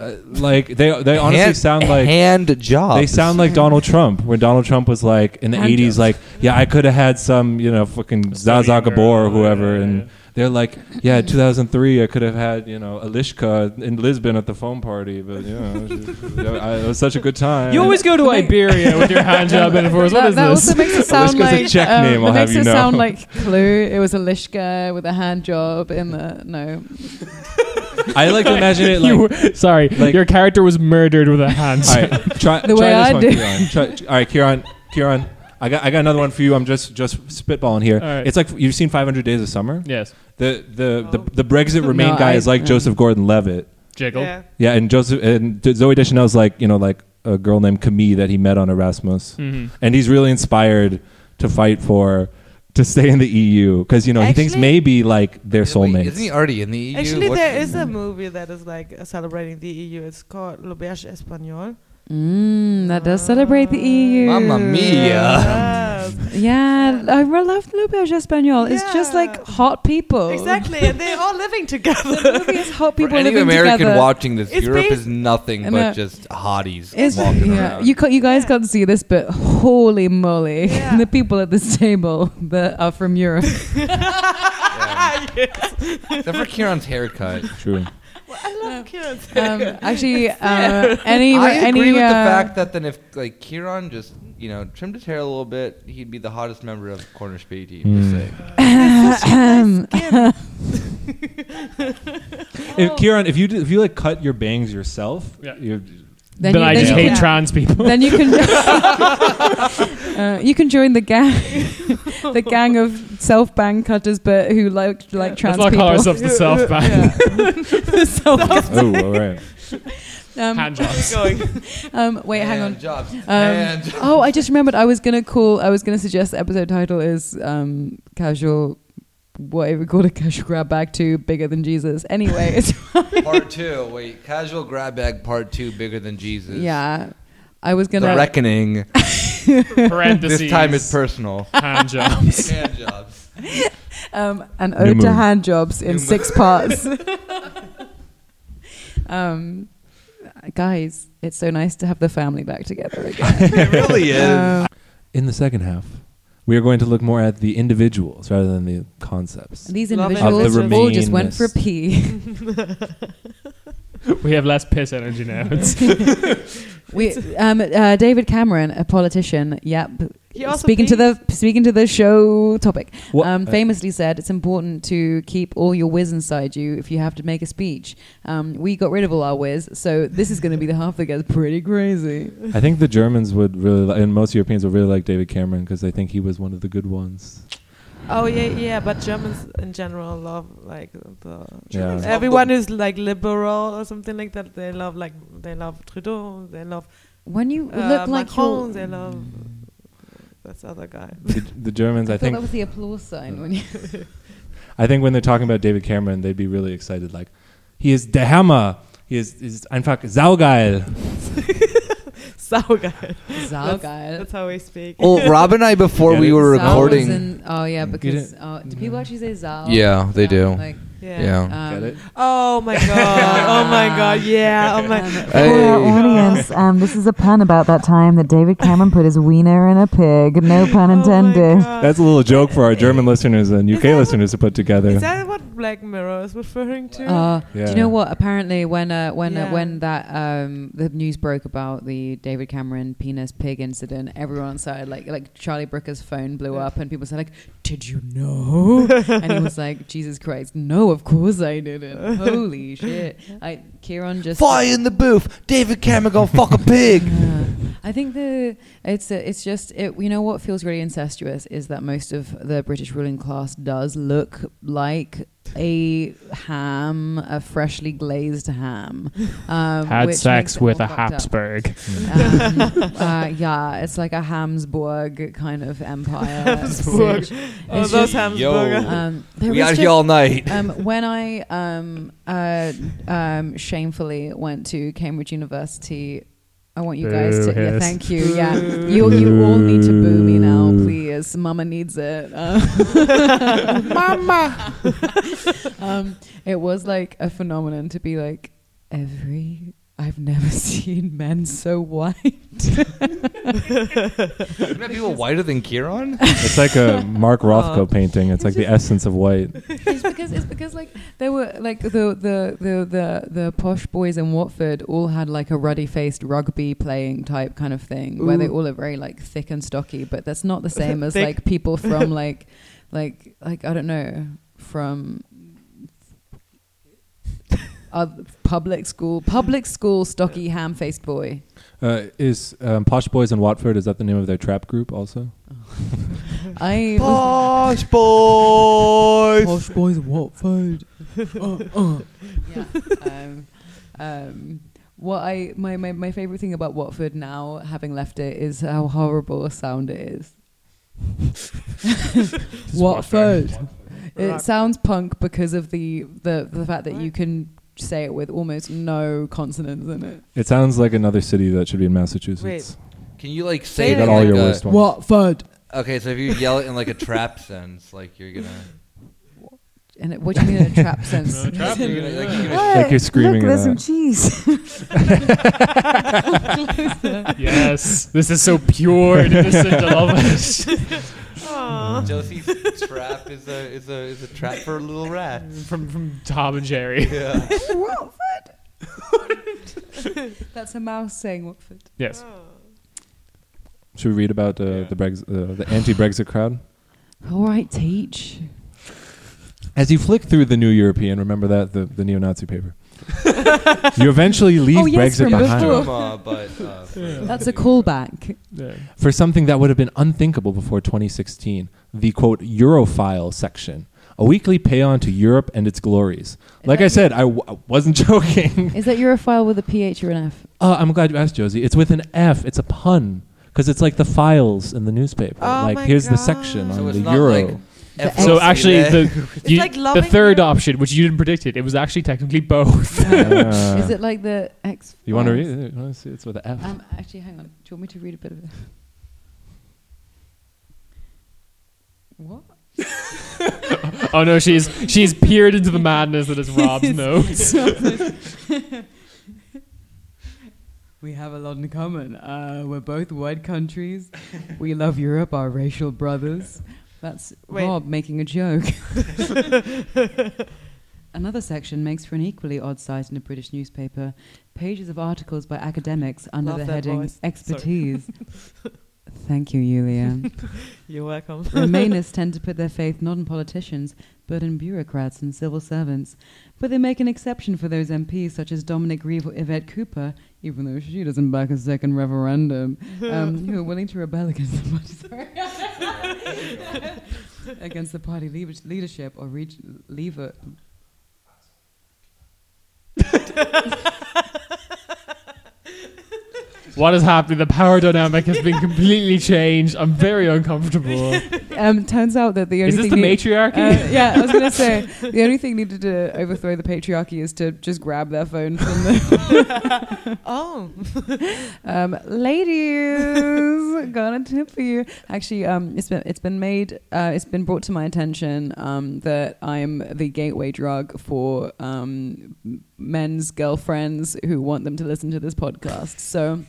S6: Uh, like they, they honestly
S8: Hand-
S6: sound like
S8: hand jobs.
S6: They sound like Donald Trump, when Donald Trump was like in the
S3: Hand
S6: eighties,
S3: jobs.
S6: like, yeah, I could have had some, you know, fucking Zaza
S4: Estonian
S6: Gabor or
S4: girl,
S6: whoever,
S4: yeah,
S6: and
S4: yeah.
S6: they're like, yeah, two thousand three, I could have had, you know, Alishka in Lisbon at the phone party, but you know, *laughs* she- I- it was such a good time.
S4: you always go to
S8: *laughs*
S4: Iberia with your hand job metaphors. What
S3: that,
S4: is
S3: that
S4: this?
S3: also makes *laughs* it sound
S6: Alishka's a
S3: like
S6: Czech
S3: um,
S6: name,
S3: that
S6: I'll have
S3: makes
S6: you
S3: it
S6: know.
S3: sound like Clue. It was a Lishka with a hand job in the no.
S6: I like to imagine it
S4: *laughs*
S6: like
S4: sorry,
S6: like-
S4: your character was murdered
S6: *laughs*
S4: with a hand.
S6: All right, try,
S11: The
S6: try
S11: way
S6: this
S11: I
S6: one,
S11: do.
S6: Kieran. Try, all right, Kieran, Kieran, I got I got another one for you. I'm just just spitballing here.
S4: All right.
S6: It's like you've seen 500 Days of Summer.
S4: yes,
S6: The the the, the Brexit Remain
S11: No,
S6: guy
S11: I-
S6: is like
S11: yeah.
S6: Joseph Gordon-Levitt.
S4: jiggle.
S7: Yeah.
S6: Yeah, and Joseph and D- Zoe Deschanel's like you know like a girl named Camille that he met on Erasmus, and he's really inspired to fight for to stay in the EU because you know he thinks
S7: Actually-
S6: maybe like they're soulmates.
S8: Wait, isn't he already in the E
S3: E
S8: EU?
S7: Actually,
S8: What's
S7: there
S8: his
S7: is a movie that is like uh, celebrating the EU. It's called L'Auberge
S3: *laughs*
S7: Espagnole.
S3: Mm, that does celebrate the EU.
S8: Mamma
S3: Oh.
S8: mia.
S7: Yes.
S3: Yeah, I re- love L'Auberge Espagnole. It's just like
S7: Yeah.
S3: hot people.
S7: Exactly, and they're all living
S3: The
S7: together.
S3: *laughs*
S7: *laughs*
S3: movie is hot people
S8: For any
S3: living
S8: American
S3: together.
S8: watching this,
S7: It's
S8: Europe
S7: based-
S8: is nothing
S3: I know.
S8: but just hotties
S3: It's,
S8: walking
S3: yeah,
S8: around.
S3: you ca- you guys can't see this, but holy moly, *laughs*
S7: Yeah.
S3: the people at this table that are from Europe.
S8: Except for Kieran's haircut. *laughs*
S6: True.
S7: I love kids.
S3: Um, actually, uh, any
S8: I agree
S3: any
S8: with
S3: uh,
S8: the
S3: *clears throat*
S8: fact that then if like Kieran just you know trimmed his hair a little bit, he'd be the hottest member of Cornish E Beatty per se.
S6: If Kieran, if you d- if you like cut your bangs yourself,
S4: Yeah.
S6: you
S3: then
S4: but
S3: you-
S4: I
S3: then
S4: just
S3: you
S4: hate
S3: can-
S4: trans people.
S3: Then you can
S8: *laughs*
S3: *laughs* uh, you can join the gang, the gang of self bang cutters, but who like like trans
S4: *laughs* Let's not
S3: people.
S4: call ourselves the
S3: *laughs*
S4: South Bank.
S6: *laughs* oh all
S8: *laughs*
S6: right.
S3: um,
S4: Hand jobs.
S3: um, wait, hang on.
S8: And Jobs. *laughs*
S3: Um,
S8: and
S3: oh, I just remembered. I was gonna call. I was gonna suggest the episode title is um, casual. Whatever we call it, casual grab bag two bigger than Jesus. Anyway, it's
S8: part two. Wait, casual grab bag part two, bigger than Jesus.
S3: yeah. I was
S8: The
S3: gonna. *laughs*
S8: reckoning.
S4: Parentheses.
S8: This time is personal.
S4: hand
S6: *laughs*
S4: jobs.
S8: Hand jobs.
S3: um, an
S6: New
S3: ode to
S6: moon.
S3: hand jobs in
S8: New
S3: six parts. *laughs* um, guys, it's so nice to have the family back together again.
S8: It really is.
S3: *laughs* Um,
S6: In the second half, we are going to look more at the individuals rather than the concepts.
S3: these
S7: Love it.
S3: individuals
S7: Of the
S3: all just went for a
S6: remainest.
S3: pee.
S4: We have less piss energy now. It's
S3: we, um, uh, David Cameron, a politician, yep,
S7: He also
S3: speaking to
S7: pees.
S3: the speaking to the show topic,
S6: What-
S3: um,
S6: uh,
S3: famously said it's important to keep all your whiz inside you if you have to make a speech. Um, we got rid of all our whiz, so this is going to be the half that gets pretty crazy.
S6: I think the Germans would really, li- and most Europeans would really like David Cameron because they think he was one of the good ones.
S7: Oh yeah, yeah. But Germans in general love like the
S6: Germans
S8: love
S7: everyone
S8: the-
S7: is like liberal or something like that. They love like they love Trudeau. They love
S3: When you
S7: uh,
S3: look like
S7: Macron.
S3: you're,
S7: They
S3: *laughs*
S7: love that's other guy. *laughs*
S6: The, the Germans, I,
S3: I thought that
S6: think,
S3: was the applause sign when you.
S6: I think when they're talking about David Cameron, they'd be really excited. Like, he is der Hammer. He is, is einfach saugeil.
S3: *laughs*
S7: Saugeil.
S3: Saugeil.
S7: That's how we speak.
S3: Oh.
S8: Well, Rob and I before
S6: Get
S8: we
S6: it?
S8: were
S3: Zao was
S8: recording. Mm.
S3: in- oh yeah, because
S6: it?
S3: oh, do people actually say Zao?
S8: Yeah, they
S3: Yeah,
S8: do.
S3: Like,
S7: Yeah.
S8: Yeah.
S3: um,
S6: Get it?
S7: Oh my
S3: *laughs*
S7: god. oh my god. Yeah. Oh my.
S8: Hey.
S7: audience,
S3: um, this is a pun about that time that David Cameron put his wiener in a pig. No pun
S7: Oh my God.
S6: That's a little joke for our German listeners and
S7: Is that
S6: UK
S7: what-
S6: listeners to put together.
S7: Is that what Black Mirror is referring to?
S3: Uh, Do
S6: Yeah.
S3: you know what? Apparently, when uh, when uh,
S7: Yeah.
S3: when that um, the news broke about the David Cameron penis pig incident, everyone started like like Charlie Brooker's phone blew up, and people said like, "Did you know?"
S7: *laughs*
S3: and he was like, "Jesus Christ, no, of course I
S7: *laughs*
S3: didn't. Holy shit!" I Kieran just
S2: Fire in the booth. David Cameron gonna fuck a pig.
S3: Uh, I think the it's a, it's just it, you know what feels really incestuous is that most of the British ruling class does look like a ham, a freshly glazed
S4: *laughs*
S3: ham. Um,
S4: had
S3: which makes
S4: sex
S3: it
S4: with
S3: all
S4: a
S3: fucked up. *laughs*
S4: Habsburg. *laughs*
S3: Um, uh, yeah, it's like a Habsburg kind of empire.
S7: Habsburg.
S3: It's
S7: oh,
S3: just-
S7: those
S8: Yo.
S7: hamburger.
S3: um, there
S8: We
S3: was
S8: out
S3: just-
S8: here all *laughs* night.
S3: um, when I um, uh, um, shamefully went to Cambridge University, I want you guys to.
S4: Boo,
S3: Yeah,
S4: hiss.
S3: thank you. Yeah, you, you all need to boo me now, please. Mama needs it. Uh, *laughs* Mama. um, it was like a phenomenon to be like every. I've never *laughs* seen men so white.
S8: Isn't that people whiter than *laughs* Kieran?
S6: It's like a Mark Rothko painting. It's like the essence of white.
S3: it's because it's because like they were like the the the the, the posh boys in Watford all had like a ruddy faced rugby playing type kind of thing where they all are very like thick and stocky, but that's not the same as
S7: Thick.
S3: like people from like like like I don't know from Uh, public school, public school, stocky, ham-faced boy.
S6: Uh, is um, Posh Boys in Watford? Is that the name of their trap group also?
S3: I
S2: Posh boys.
S11: Posh boys, what food? Uh, uh.
S3: yeah. *laughs* Um, um, what I my, my my favorite thing about Watford now, having left it, is how horrible a sound it is. *laughs* Watford. It
S11: Rock.
S3: sounds punk because of the the the fact that you can say it with almost no consonants in it.
S6: It sounds like another city that should be in Massachusetts.
S8: Can you like
S6: They
S8: say it
S6: got
S8: in,
S6: all
S8: like,
S6: your
S8: a-
S6: worst ones.
S11: Watford.
S8: Okay, so if you yell it in like a trap *laughs* sense, like you're gonna
S3: And it, what do you mean in a *laughs* trap sense? Oh,
S4: Uh, trap,
S8: you're gonna, like,
S6: What?
S8: you're gonna
S6: Like you're screaming
S11: Look,
S6: it
S11: there's some
S3: *laughs*
S6: out.
S11: cheese.
S4: yes, this is so pure and innocent. I love it. *laughs*
S8: Josie's trap is a is a is a trap for a little rat.
S4: From from Tom and
S8: *laughs*
S4: Jerry.
S8: Yeah.
S3: That's a mouse saying Watford.
S4: Yes.
S6: *laughs* Should we read about uh, the Brexit, uh, the anti-Brexit crowd?
S3: All right, teach.
S6: As you flick through the New European, remember that the, the neo-Nazi paper. *laughs* you eventually leave
S3: Oh, yes,
S6: Brexit
S3: from
S6: behind
S3: before.
S8: Uh, but uh,
S3: That's a callback.
S4: Yeah.
S6: for something that would have been unthinkable before 2016. The quote Europhile section, a weekly paean to Europe and its glories. Like I said, I w- I wasn't *laughs* joking.
S3: Is that Europhile with a PH or an F?
S6: Uh, I'm glad you asked, Josie. It's with an F. It's a pun because it's like the files in the newspaper.
S7: Oh
S6: like
S7: my
S6: here's the
S7: God.
S6: section
S8: So
S6: on
S8: it's
S6: the
S8: not
S6: euro.
S8: like *laughs* F-
S4: So actually,
S8: Yeah. *laughs*
S4: the you-
S7: like
S4: the
S7: loving
S4: third
S7: you.
S4: option, which you didn't predict it, it was actually technically both.
S6: Uh,
S3: Is it like the X?
S6: you want to read? it? You wanna see? It's with an F.
S3: Um, actually, hang on. Do you want me to read a bit of it? What?
S4: oh no, she's she's peered into the madness that is
S3: *laughs*
S4: Rob's notes.
S11: We have a lot in common. Uh, we're both white countries. we love Europe, our racial brothers. That's
S7: Wait.
S11: Rob making a joke. *laughs* Another section makes for an equally odd sight in a British newspaper. Pages of articles by academics under
S7: Love
S11: the
S7: that
S11: heading
S7: voice. *laughs*
S11: expertise. Thank you, Yulia.
S7: *laughs* You're welcome.
S4: *laughs*
S11: Remainers tend to put their faith not in politicians, but in bureaucrats and civil servants. But they make an exception for those MPs such as Dominic Reeve or Yvette Cooper, even though she doesn't back a
S4: *laughs*
S11: second referendum, um, who are willing to rebel against the party,
S4: *laughs*
S11: sorry. against the party leave- leadership or reach, lever.
S4: What is happening? The power dynamic has been completely changed. I'm very uncomfortable.
S3: Um, turns out that the only
S4: Is this
S3: thing
S4: the
S3: need-
S4: matriarchy?
S3: Uh, *laughs* yeah, I was gonna say the only thing needed to overthrow the patriarchy is to just grab their phone from the *laughs*
S7: oh,
S3: um, ladies. Got a tip for you. Actually, um, it's been it's been made uh, it's been brought to my attention um, that I'm the gateway drug for um, m- men's girlfriends who want them to listen to this podcast. So.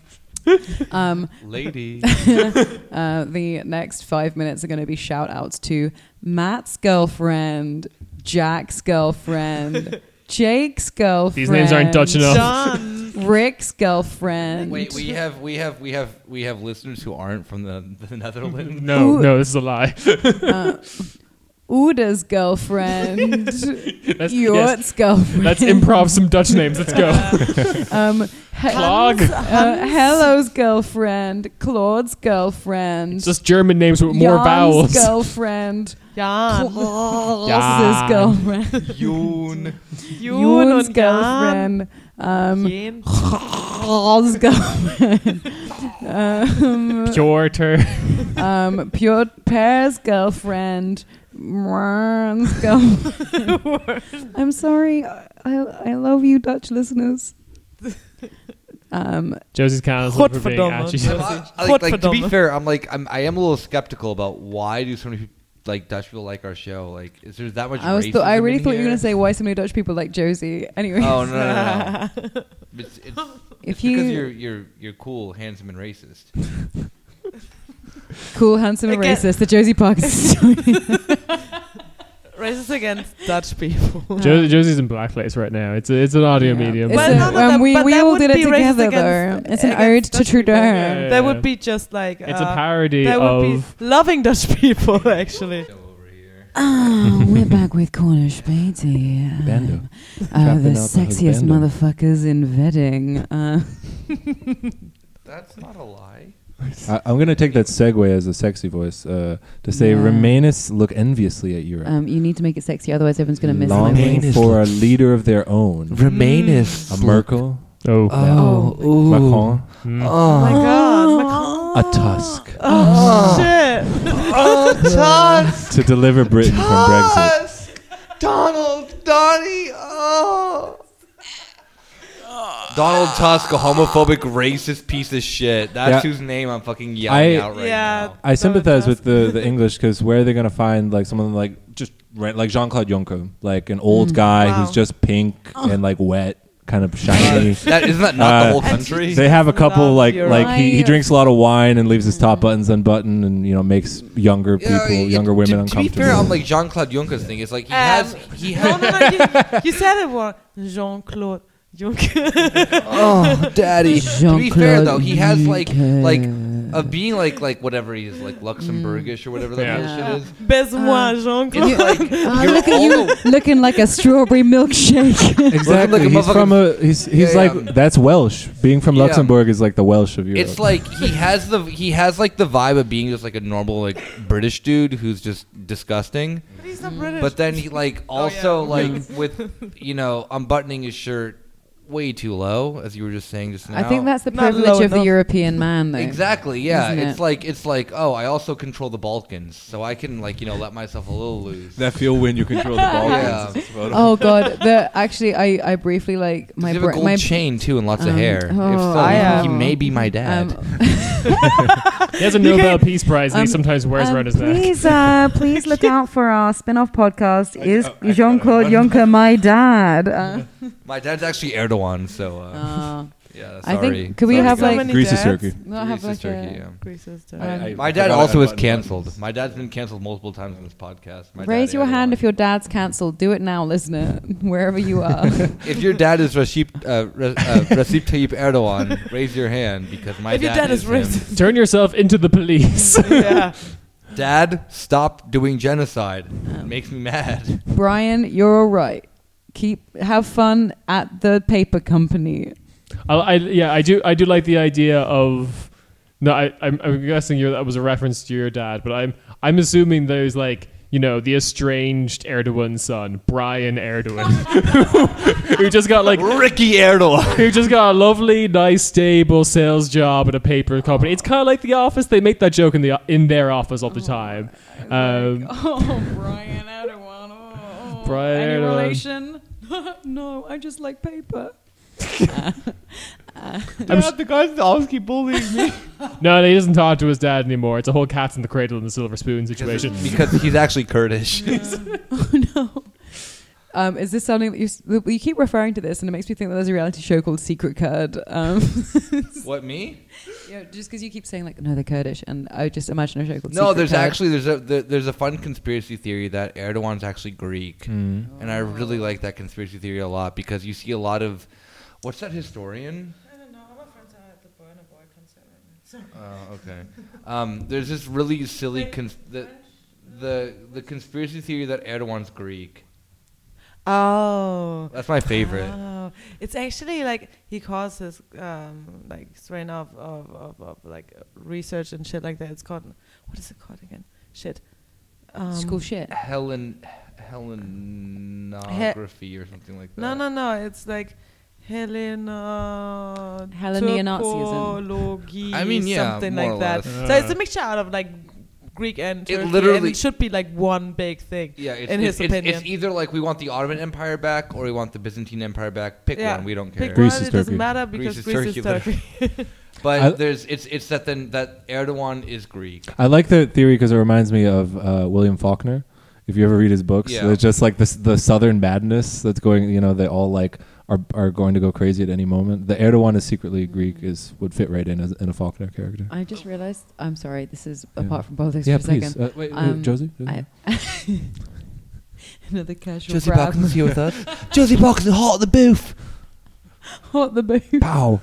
S3: um,
S8: lady.
S3: Uh, the next five minutes are going to be shout outs to Matt's girlfriend, Jack's
S4: *laughs*
S3: girlfriend, Jake's girlfriend.
S4: These names aren't Dutch enough.
S7: John.
S3: Rick's girlfriend.
S8: Wait, we have we have we have we have listeners who aren't from the, *laughs* the Netherlands.
S4: No,
S3: Ooh.
S4: no, this is a lie. *laughs*
S3: Uda's
S8: *laughs*
S3: girlfriend.
S4: That's, yes,
S3: Yort's
S4: *laughs*
S3: girlfriend.
S4: let's improv some Dutch names. Let's
S3: *laughs*
S4: go.
S3: Um, he-
S4: Clog.
S3: uh, Hello's girlfriend. Claude's girlfriend.
S4: It's just German names with more
S3: Jan's
S4: vowels. *laughs*
S3: girlfriend.
S7: Jan.
S4: Jan.
S3: Klaus's girlfriend.
S8: Yoon.
S7: Jun
S3: Jun's
S7: und Jan.
S3: girlfriend. Um,
S7: Jen.
S3: Paul's girlfriend. *laughs* um,
S4: Pjorter.
S3: um, Pure Pear's girlfriend. Ryan's girlfriend.
S8: *laughs*
S3: I'm sorry. I, I love you, Dutch listeners. Um,
S4: Josie's cancelled for being
S7: Godverdomme.
S4: actually.
S8: I'm not- I uh, like, like, to be fair, I'm like I'm, I am a little skeptical about why do so many people, like Dutch people like our show. Like, is there that much?
S3: I was
S8: racism
S3: thought I really
S8: in
S3: thought you were
S8: here?
S3: gonna say why so many Dutch people like Josie. Anyway,
S8: Oh no, no, no, no. it's, it's,
S3: *laughs* if
S8: because
S3: you
S8: you're you're you're cool, handsome, and racist.
S3: cool, handsome, and
S7: Again.
S3: racist, the Josie Parker
S8: *laughs*
S3: story.
S7: Racist against Dutch people.
S6: *laughs*
S4: Jo- Josie's in blackface right now. It's a, it's an audio
S3: Yeah.
S4: medium.
S3: It's
S7: Well,
S3: a-
S7: no, no,
S3: um,
S7: that-
S3: we
S7: but
S3: we
S7: that
S3: all
S7: would
S3: did
S7: be
S3: it together
S7: racist against-
S3: though. It's an
S7: against
S3: ode to
S7: Dutch people.
S3: Trudeau.
S4: Yeah.
S7: That would be just like.
S4: it's
S7: uh,
S4: a parody
S7: That would
S4: of.
S7: be loving Dutch people, *laughs* actually.
S8: Over here.
S3: Ah, we're back with Cornish Beatty. um,
S6: Bando.
S3: Uh,
S6: Trapping
S3: the
S6: out the
S3: sexiest
S6: husbando.
S3: motherfuckers in vetting. Uh,
S8: That's not a lie.
S6: I, I'm gonna take that segue as a sexy voice uh, to say
S3: Yeah.
S6: Remainists look enviously at Europe,
S3: um, you need to make it sexy, otherwise everyone's going to miss my
S6: longing
S3: voice.
S6: for a leader of their own.
S2: Remainists
S11: Mm.
S6: a Merkel,
S4: Oh.
S3: Uh,
S2: Oh, ooh.
S6: Macron,
S7: Oh my
S2: Oh,
S7: god. Macron.
S6: a Tusk
S7: Oh, shit.
S6: *laughs*
S2: oh, Tusk,
S6: to deliver Britain from Brexit.
S2: Tusk, Donald, Donnie. Oh,
S8: Donald Tusk, a homophobic, racist piece of shit. That's
S6: Yeah.
S8: whose name I'm fucking yelling
S6: I-
S8: out right
S7: Yeah.
S6: I sympathize
S7: Tusk.
S6: with the, the English because where are they gonna find like someone like just re- like Jean Claude Juncker, like an old guy
S7: Wow.
S6: who's just pink and like wet, kind of
S8: now.
S6: shiny.
S8: that, isn't that not
S6: Uh,
S8: the whole country?
S6: They have a couple
S7: Love
S6: like
S7: your
S6: like he, he
S3: eyes.
S6: drinks a lot of wine and leaves his top buttons unbuttoned and you know makes younger people
S8: Yeah, yeah,
S6: younger women
S8: to,
S6: uncomfortable.
S8: To be fair, on like Jean Claude Juncker's thing, it's like he
S7: Um,
S8: has he
S7: No,
S8: has
S7: no, no. You, you said it wrong. Jean Claude *laughs* Juncker.
S8: oh daddy. *laughs* to be fair
S3: Jean-Claude
S8: though, he has like
S3: Juncker.
S8: like of being like like whatever he is like Luxembourgish or whatever that
S4: Yeah.
S8: bullshit is.
S7: Baise-moi, Jean
S8: It's
S7: Claude.
S8: like
S3: Ah,
S8: you're
S3: look at
S8: all
S3: you looking like a strawberry
S8: *laughs*
S3: milkshake.
S6: exactly.
S8: Looking like a
S6: he's from a he's he's
S8: Yeah,
S6: like
S8: yeah.
S6: that's Welsh. Being from
S8: Yeah.
S6: Luxembourg is like the Welsh of Europe.
S8: It's like he has the he has like the vibe of being just like a normal like British dude who's just disgusting.
S7: Mm. But *laughs* he's not British.
S8: But then he like also like with you know unbuttoning his shirt way too low as you were just saying just now.
S3: I think that's the
S7: Not
S3: privilege
S7: low
S3: of the
S7: enough.
S3: European man, though.
S8: exactly yeah.
S3: Isn't
S8: It's
S3: it?
S8: like it's like oh I also control the Balkans so I can like you know let myself a little loose.
S6: that feel when you control the ball.
S8: *laughs* yeah.
S3: Oh god, the actually I I briefly like
S8: Does
S3: my
S8: he have a
S3: bra-
S8: gold
S3: my
S8: chain too and lots of
S3: um,
S8: hair.
S3: oh,
S8: if so,
S3: I,
S8: he
S3: um,
S8: may be my dad.
S3: um,
S4: He has a Nobel Peace Prize that
S3: um,
S4: he sometimes wears
S3: um,
S4: around his neck.
S11: Please, uh, please look out for our spin-off podcast.
S8: *laughs*
S11: Is Jean Claude Juncker my dad? Uh,
S8: my dad's actually Erdogan, so uh,
S3: uh,
S8: yeah. Sorry.
S3: I think- could we
S8: Sorry,
S3: have,
S8: guys.
S3: like-
S7: many
S6: Greece is
S7: dads.
S6: turkey.
S3: we'll have
S8: Greece is
S3: like
S8: turkey,
S3: a
S8: yeah.
S7: Greece is dead.
S3: I- I
S8: My dad also is canceled. My dad's been canceled multiple times on this podcast. My dad
S3: raise your
S8: aired
S3: hand
S8: one.
S3: if your dad's cancelled. Do it now, listener, wherever you are.
S8: *laughs* if your dad is Recep, uh, Re, uh, Recep Tayyip Erdogan, raise your hand because my
S7: If your dad is
S8: him.
S7: racist.
S4: Turn yourself into the police.
S7: *laughs* yeah.
S8: Dad, stop doing genocide. Makes me mad.
S3: Brian, you're all right. Keep have fun at the paper company.
S4: I, I yeah, I do I do like the idea of no, I, I'm, I'm guessing you that was a reference to your dad, but I'm I'm assuming there's like you know the estranged Erdogan son, Brian Erdogan, *laughs* who just got like
S8: Ricky Erdogan.
S4: who just got a lovely, nice, stable sales job at a paper company. It's kind of like The Office. They make that joke in the in their office
S2: Oh
S4: all the time. Um,
S3: Oh, Brian Erdogan. Oh,
S4: Brian
S3: Any
S4: Erdogan.
S3: relation? *laughs* no, I just like paper.
S4: I'm s-
S2: the guy's Domsky bullying me.
S4: *laughs* no, he doesn't talk to his dad anymore. It's a whole cats in the cradle and the silver spoon situation.
S8: Because he's actually Kurdish.
S3: *laughs* no. Um, is this something that you, s- that you keep referring to this, and it makes me think that there's a reality show called Secret Kurd. *laughs* Um,
S8: what me?
S3: yeah, just because you keep saying like, no, they're Kurdish, and I just imagine a show called.
S8: No,
S3: Secret
S8: there's
S3: Kurd.
S8: actually there's a there, there's a fun conspiracy theory that Erdogan's actually Greek, and I really like that conspiracy theory a lot because you see a lot of what's that historian? Oh, okay. Um, there's this really silly cons- the, the the conspiracy theory that Erdogan's Greek.
S7: Oh.
S8: That's my favorite.
S7: Oh, it's actually like he calls his um, like strain of, of, of, of like research and shit like that. It's called what is it called again? Shit. Um,
S3: school shit.
S8: Helen Helenography or something like that.
S7: No, no, no. It's like Helena.
S3: Helenianazism.
S7: Turkology,
S8: I mean, yeah,
S7: something
S8: more
S7: like
S8: or
S7: that.
S8: less.
S7: so it's a mixture out of like Greek and
S8: It
S7: Turkey, and
S8: literally-
S7: it should be like one big thing.
S8: Yeah, it's,
S7: in
S8: it's-
S7: his
S8: it's-
S7: opinion.
S8: it's either like we want the Ottoman Empire back or we want the Byzantine Empire back. Pick
S7: Yeah.
S8: one. We don't care.
S7: Pick
S6: Greece
S7: one,
S6: is
S7: it doesn't
S6: Turkey.
S7: matter because
S8: is
S7: Greece is Turkey.
S8: Turkey, But
S6: I-
S8: there's it's it's that then that Erdogan is Greek.
S6: I like the theory because it reminds me of uh, William Faulkner. If you ever read his books,
S8: Yeah.
S6: they're just like this the Southern madness that's going. You know, they all like are are going to go crazy at any moment. The Erdogan is secretly Greek is would fit right in as in a Faulkner character.
S3: I just realized. I'm sorry. This is
S6: Yeah.
S3: apart from politics
S6: yeah,
S3: for a
S6: please.
S3: second.
S6: Uh, wait, uh,
S3: Um,
S6: Josie.
S3: I- *laughs* Another casual
S2: Josie
S3: grab. *laughs*
S2: Parkin's here with us. Josie Parkin's hot at the booth.
S3: Hot the booth.
S6: Pow.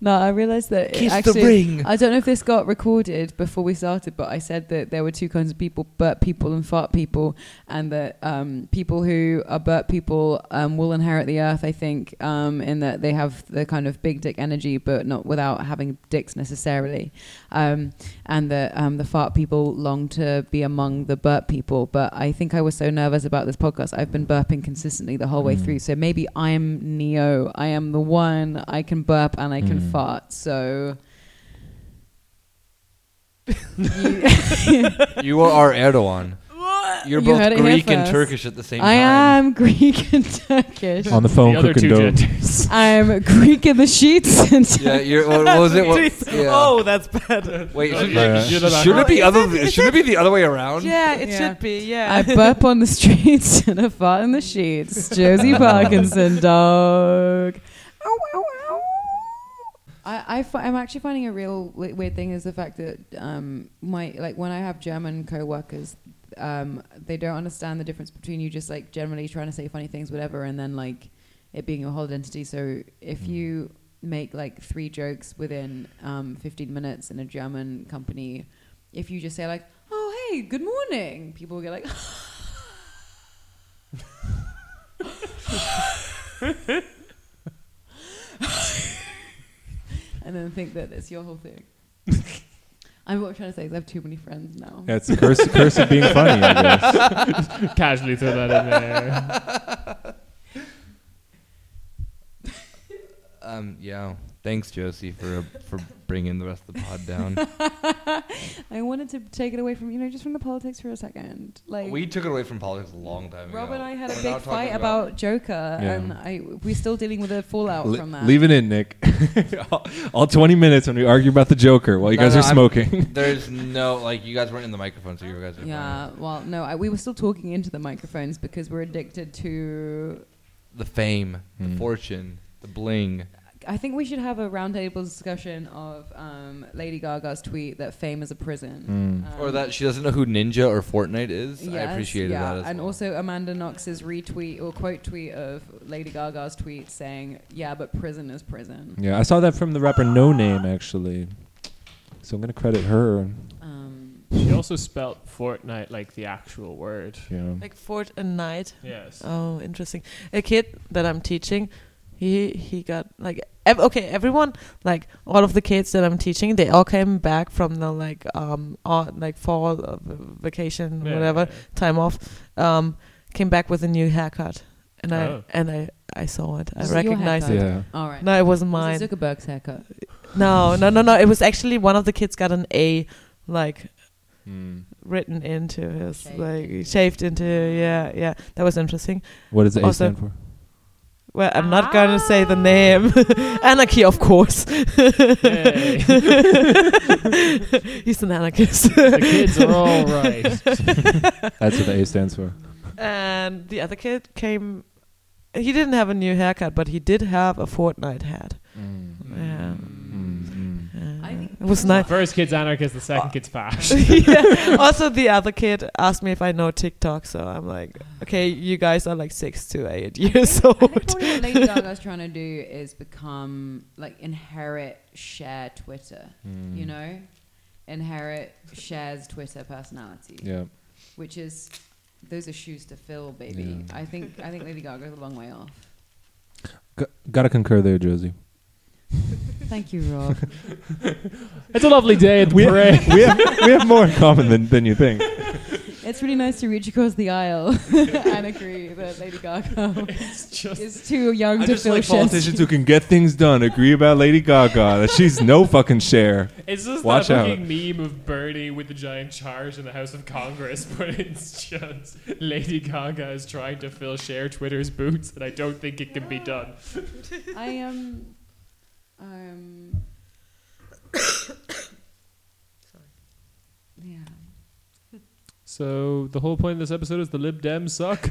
S3: No, I realized that it
S2: Kiss the
S3: actually,
S2: ring.
S3: I don't know if this got recorded before we started, but I said that there were two kinds of people: burp people and fart people, and that um, people who are burp people um, will inherit the earth. I think um, in that they have the kind of big dick energy, but not without having dicks necessarily, um, and that um, the fart people long to be among the burp people. But I think I was so nervous about this podcast, I've been burping consistently the whole way
S11: Mm.
S3: through. So maybe I'm Neo. I am the one. I can burp and I can
S11: Mm.
S3: fart. So.
S8: You are Erdogan. You're
S3: You
S8: both
S3: heard it here
S8: Greek and
S3: first.
S8: Turkish at the same
S3: I
S8: time.
S3: am Greek and Turkish.
S6: On the phone,
S4: The other
S6: cooking
S4: two
S6: dope. *laughs*
S4: genders. *laughs*
S3: I'm Greek in the sheets. And
S8: Yeah, you're, *laughs* what what
S7: *laughs*
S8: was it? What,
S7: Jeez.
S8: yeah.
S7: Oh, that's better.
S8: Wait, should,
S6: yeah.
S8: should,
S4: Yeah.
S8: should it be
S7: Is
S8: other?
S7: it- is
S8: should it be the other way around?
S7: Yeah, it
S3: Yeah.
S7: should be. Yeah.
S3: I burp on the *laughs* streets and I fart in the sheets. *laughs* Josie Parkinson, dog. Ow, ow, ow. I, I fi- I'm actually finding a real we- weird thing is the fact that um, my like when I have German co-workers, um, they don't understand the difference between you just like generally trying to say funny things, whatever, and then like it being your whole identity. So if you make like three jokes within um, 15 minutes in a German company, if you just say like, "Oh hey, good morning," people will get like, *laughs* and then think that it's your whole thing. I'm not trying to say 'cause I have too many friends now.
S6: Yeah, it's the curse, the curse of being funny, I guess.
S4: Casually throw that in
S7: *laughs*
S4: there.
S8: Um, yeah. Thanks, Josie, for for bringing the rest of the pod down.
S3: *laughs* I wanted to take it away from you know just from the politics for a second. Like
S8: we took it away from politics a long time ago.
S3: Rob and I had a
S8: We're
S3: big
S8: not talking
S3: fight about, Joker, and I we're still dealing with the fallout
S6: Le-
S3: from that.
S6: leave it in, Nick. *laughs* all, all 20 minutes when we argue about the Joker while you
S8: No,
S6: guys
S8: no,
S6: are
S3: *laughs*
S8: I'm-
S6: smoking. *laughs*
S8: There's no like you guys weren't in the microphone, so you guys. Are
S3: Yeah, well, no, I, we were still talking into the microphones because we're addicted to.
S8: The fame,
S3: Hmm.
S8: the fortune, the bling.
S3: I think we should have a roundtable discussion of um, Lady Gaga's tweet that fame is a prison, Um,
S8: or that she doesn't know who Ninja or Fortnite is. I appreciated
S3: yeah,
S8: that. As
S3: and
S8: well.
S3: also Amanda Knox's retweet or quote tweet of Lady Gaga's tweet saying, "Yeah, but prison is prison."
S6: yeah, I saw that from the rapper No Name, actually. So I'm going to credit her.
S3: Um,
S4: She also spelt Fortnite like the actual word.
S6: You know.
S7: *laughs* like Fort and Knight.
S4: Yes.
S7: Oh, interesting. A kid that I'm teaching, he he got like ev- okay, everyone like all of the kids that I'm teaching, they all came back from the like um au- like fall uh, v- vacation
S4: Yeah,
S7: whatever
S4: yeah, yeah.
S7: time off, um came back with a new haircut, and
S4: Oh.
S7: I and I I saw it, I
S3: Was it your
S7: recognized it.
S3: haircut?
S6: Yeah.
S3: all right.
S7: No, it wasn't
S3: Was
S7: mine.
S3: it Zuckerberg's *laughs* haircut.
S7: No, no, no, no. It was actually one of the kids got an A, like
S8: Hmm.
S6: Mm.
S7: written into his
S3: Shaved
S7: like
S3: into.
S7: shaved into yeah yeah that was interesting
S6: What does the A
S7: Also-
S6: stand for?
S7: well i'm not gonna say the name
S6: Ah.
S7: *laughs* anarchy of
S6: *laughs*
S7: course
S4: Yay.
S7: he's an
S6: *laughs*
S7: anarchist
S4: the kids
S7: *laughs*
S4: are all right.
S6: That's what the A stands *laughs* for.
S7: and the other kid came he didn't have a new haircut but he did have a fortnite hat yeah,
S6: Mm.
S7: yeah.
S3: I think
S7: it was nice
S4: First kid's anarchist, the second kid's fash.
S7: *laughs* yeah. Also, the other kid asked me if I know TikTok, so I'm like, okay, you guys are like six to eight *laughs* years
S3: I
S7: old.
S3: think probably what Lady Gaga's trying to do is become like inherit share Twitter,
S6: mm.
S3: you
S8: Mm.
S3: know, inherit shares Twitter personality,
S6: Yeah.
S3: which is those are shoes to fill, baby. I think I think Lady Gaga's a long way off.
S6: G- gotta concur there, Josie.
S3: Thank you, Rob.
S4: It's a lovely day at the parade.
S6: *laughs* we, have, we have more in common than, than you think.
S3: it's really nice to reach across the aisle *laughs* and agree that Lady Gaga
S4: *laughs*
S3: is too young
S6: I
S3: to
S6: just
S3: fill
S6: like
S3: shares.
S6: politicians who can get things done agree about Lady Gaga that she's no fucking share.
S4: It's just
S6: Watch
S4: that
S6: out.
S4: fucking meme of Bernie with the giant charge in the House of Congress, *laughs* but it's just Lady Gaga is trying to fill Cher Twitter's boots, and I don't think it can be done.
S3: *laughs* I am. Um, *coughs* Sorry. Yeah.
S4: So the whole point of this episode is the Lib
S7: *laughs*
S4: Dems suck.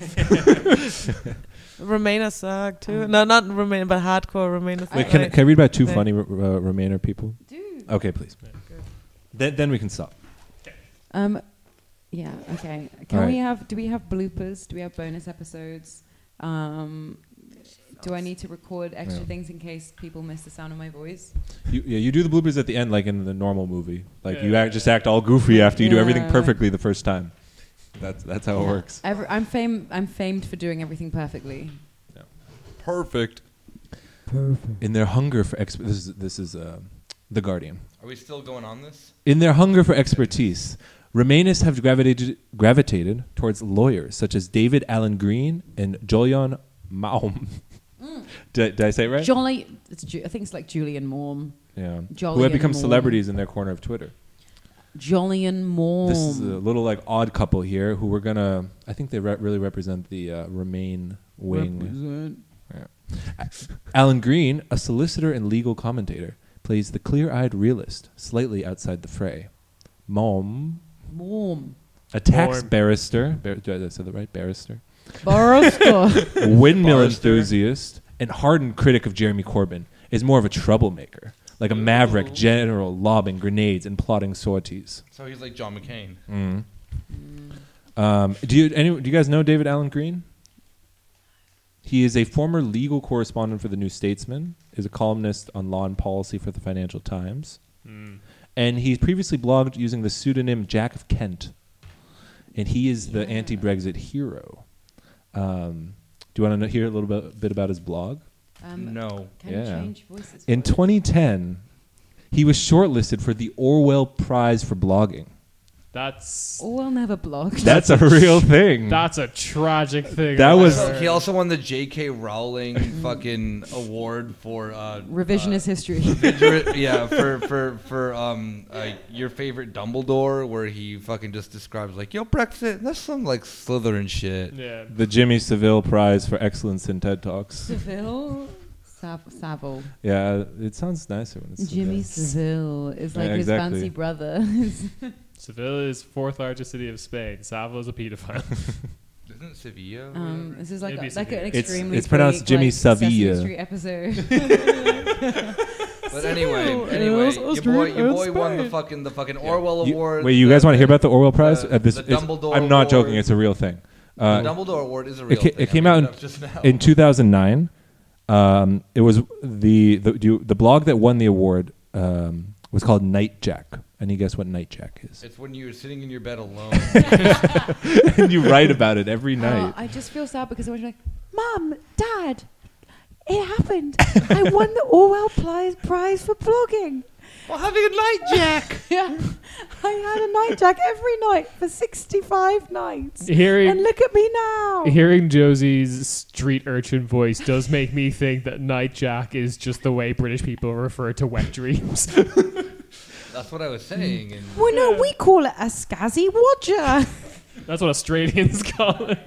S7: Remainer suck too. no, not Remainer, but hardcore Remainer.
S6: Wait,
S7: suck.
S6: can, I-
S7: Like,
S6: can I read about two
S7: Right.
S6: funny r- uh, Remainer people?
S3: Dude.
S6: Okay, please. Then, then we can stop.
S3: Um, yeah. Okay. Can
S6: All
S3: we
S6: right.
S3: have? Do we have bloopers? Do we have bonus episodes? Um, Do I need to record extra
S6: Yeah.
S3: things in case people miss the sound of my voice?
S6: You, yeah, you do the bloopers at the end, like in the normal movie. Like you
S4: Yeah.
S6: act, just act all goofy after you do everything
S3: Yeah.
S6: perfectly the first time. That's that's how it works.
S3: Every, I'm fame. I'm famed for doing everything perfectly.
S6: Perfect. Perfect. In their hunger for exp- this is this is uh, the Guardian.
S8: Are we still going on this?
S6: In their hunger for expertise, Remainists have gravitated, gravitated towards lawyers such as David Allen Green and Jolyon Maum. *laughs* did, did I say it right?
S3: Jolly. It's Ju- I think it's like Julian Morm.
S6: yeah. Who
S3: Jolyon
S6: have become
S3: Maum.
S6: celebrities in their corner of Twitter.
S3: Jolyon Morm.
S6: This is a little like odd couple here who we're gonna. I think they re- really represent the uh, Remain wing. Alan Green, a solicitor and legal commentator, plays the clear-eyed realist, slightly outside the fray. Mom,
S3: Morm.
S6: a tax
S4: Morm.
S6: barrister, bar- did I say that right? Barrister, *laughs*
S3: Borosco.
S6: windmill
S8: Barrister.
S6: enthusiast, and hardened critic of Jeremy Corbyn, is more of a troublemaker, like a maverick general lobbing grenades and plotting sorties.
S8: So he's like John McCain.
S6: Um, do you any, do you guys know David Allen Green? He is a former legal correspondent for the New Statesman, is a columnist on law and policy for the Financial Times, and he previously blogged using the pseudonym Jack of Kent. And he is the anti-Brexit hero. Um, do you want to hear a little bit, bit about his blog?
S3: um,
S8: Mm, no.
S3: Can
S6: Yeah.
S3: you change voices?
S6: In
S3: for it?
S6: 2010, he was shortlisted for the Orwell Prize for blogging.
S4: That's
S3: Orwell never blocked.
S6: That's a real
S8: Mm.
S6: thing.
S4: that's a tragic thing.
S6: That was-
S4: there.
S8: he also won the
S3: *laughs*
S8: J.K. Rowling fucking award for uh,
S3: Revisionist history.
S6: *laughs*
S8: Revisionist- yeah, for for for um uh, your favorite Dumbledore, where he fucking just describes like yo Brexit. That's some like Slytherin shit.
S4: yeah.
S6: The Jimmy Savile Prize for Excellence in TED *laughs* Talks.
S3: Seville. Sav- Savile.
S6: Yeah, it sounds nicer when it's
S3: Jimmy
S6: Savile.
S3: Seville is
S6: Yeah,
S3: like
S6: exactly.
S3: his fancy brother. *laughs*
S4: Seville is fourth largest city of Spain. Savile is a
S8: *laughs*
S4: pedophile. *laughs*
S8: Isn't it Sevilla?
S3: um, this is like,
S4: It'd be
S3: a, like an
S4: Seville.
S6: It's-
S3: extremely.
S6: it's pronounced
S3: vague,
S6: Jimmy
S3: like, Sesame
S6: Sevilla.
S3: Street
S6: *laughs*
S3: episode.
S8: but anyway,
S3: Seville
S8: anyway,
S3: is a
S8: your boy, your
S3: street
S8: boy won the
S3: outside.
S8: fucking the fucking Orwell
S6: You-
S8: Award.
S6: wait, you
S8: the-
S6: guys want to hear about the Orwell Prize?
S8: the-
S6: Uh, this,
S8: the
S6: it's-
S8: Dumbledore
S6: I'm not
S8: Award.
S6: joking. It's a real thing. Uh,
S8: the Dumbledore Award is a real
S6: it, ca-
S8: thing.
S6: it
S8: I
S6: came
S8: made
S6: out
S8: up just now.
S6: in, in 2009. Um, it was the the, do you- the blog that won the award um, was called Nightjack. Any guess what Nightjack is?
S8: It's when you're sitting in your bed alone.
S6: *laughs* and you write about it
S8: *laughs*
S6: every
S3: Oh,
S6: night.
S3: I just feel sad because I was like, Mom, Dad, it *laughs* happened. I won the Orwell Prize, prize for blogging.
S8: well, having a night, Jack.
S3: *laughs* Yeah. I had a night jack every night for 65 nights. And
S4: Hearing
S3: look at me now.
S4: hearing Josie's street urchin voice does make me think that nightjack is just the way British people refer to wet dreams. *laughs*
S8: That's what I was saying. And
S11: Well, no, we call it a scazzy watcher.
S4: That's what Australians *laughs* call it.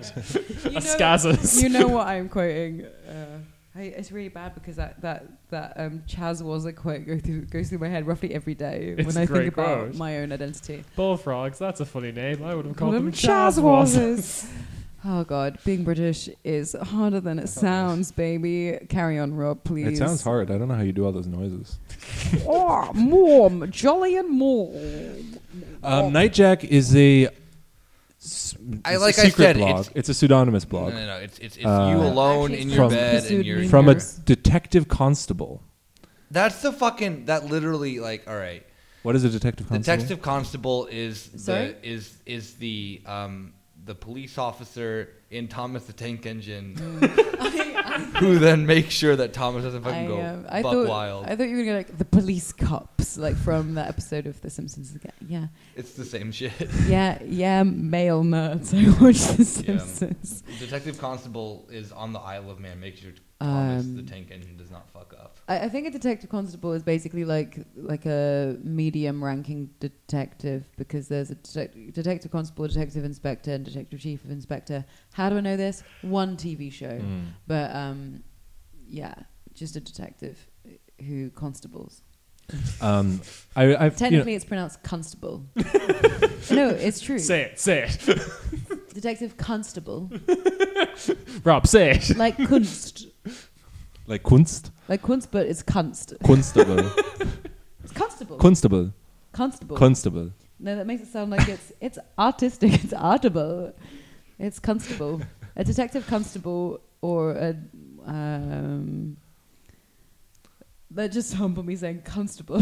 S3: You know-
S4: Ascazes.
S3: You know what I'm quoting? Uh, I, it's really bad because that that that um, Chaz Waza quote go through, goes through my head roughly every day
S4: It's
S3: when
S4: a
S3: I
S4: great
S3: think about
S4: quote.
S3: my own identity.
S4: *laughs* Bullfrogs, that's a funny name. I would have
S3: Call
S4: called
S3: them
S4: them
S3: Chaz
S4: Chazwas.
S3: Wazas. *laughs* Oh God, being British is harder than it sounds, baby. Carry on, Rob, please.
S6: It sounds hard. I don't know how you do all those noises.
S11: oh, Morm, jolly and Morm.
S6: Um, Nightjack is a. s-
S8: I-
S6: it's a
S8: like I
S6: secret
S8: said,
S6: blog.
S8: it's-
S6: It's, a pseudonymous
S8: no,
S6: blog
S8: no, no. It's it's, it's
S6: Uh,
S8: you alone
S3: Actually,
S8: in
S3: it's
S8: your
S6: from-
S8: bed and you're.
S3: pseudonym.
S6: from a
S3: Yours.
S6: detective constable.
S8: That's the fucking. That literally like. All right.
S6: What is a detective
S8: The
S6: constable?
S8: detective constable is
S3: Sorry?
S8: the, is is the um the police officer in Thomas the Tank Engine *laughs*
S3: *laughs*
S8: who then makes sure that Thomas doesn't
S3: Mm. I,
S8: fucking go
S3: um, I
S8: buck
S3: thought
S8: wild.
S3: I thought you were gonna go like the police cops, like from that episode of The Simpsons. again. Yeah,
S8: it's the same *laughs* shit.
S3: yeah, yeah. Male nerds. *laughs* I watched The Simpsons.
S8: detective constable is on the Isle of Man, makes sure Thomas the
S3: Um,
S8: Tank Engine does not fuck up.
S3: I, I think a detective constable is basically like like a medium ranking detective because there's a detec- detective constable, detective inspector, and detective chief of inspector. How do I know this? One TV show,
S6: Mm.
S3: but um, yeah, just a detective who constables.
S6: Um, I, I've, you know-
S3: Technically, it's pronounced constable. no, it's true.
S4: Say it, say it.
S3: Detective Constable,
S4: Rob, say it.
S3: like Kunst,
S6: like Kunst,
S3: like Kunst, but it's Kunst.
S6: Constable,
S3: It's Constable.
S6: Constable,
S3: Constable.
S6: Constable.
S3: no, that makes it sound like it's it's artistic. It's artable. It's Constable, a detective constable, or a Um, that just humbled me saying constable.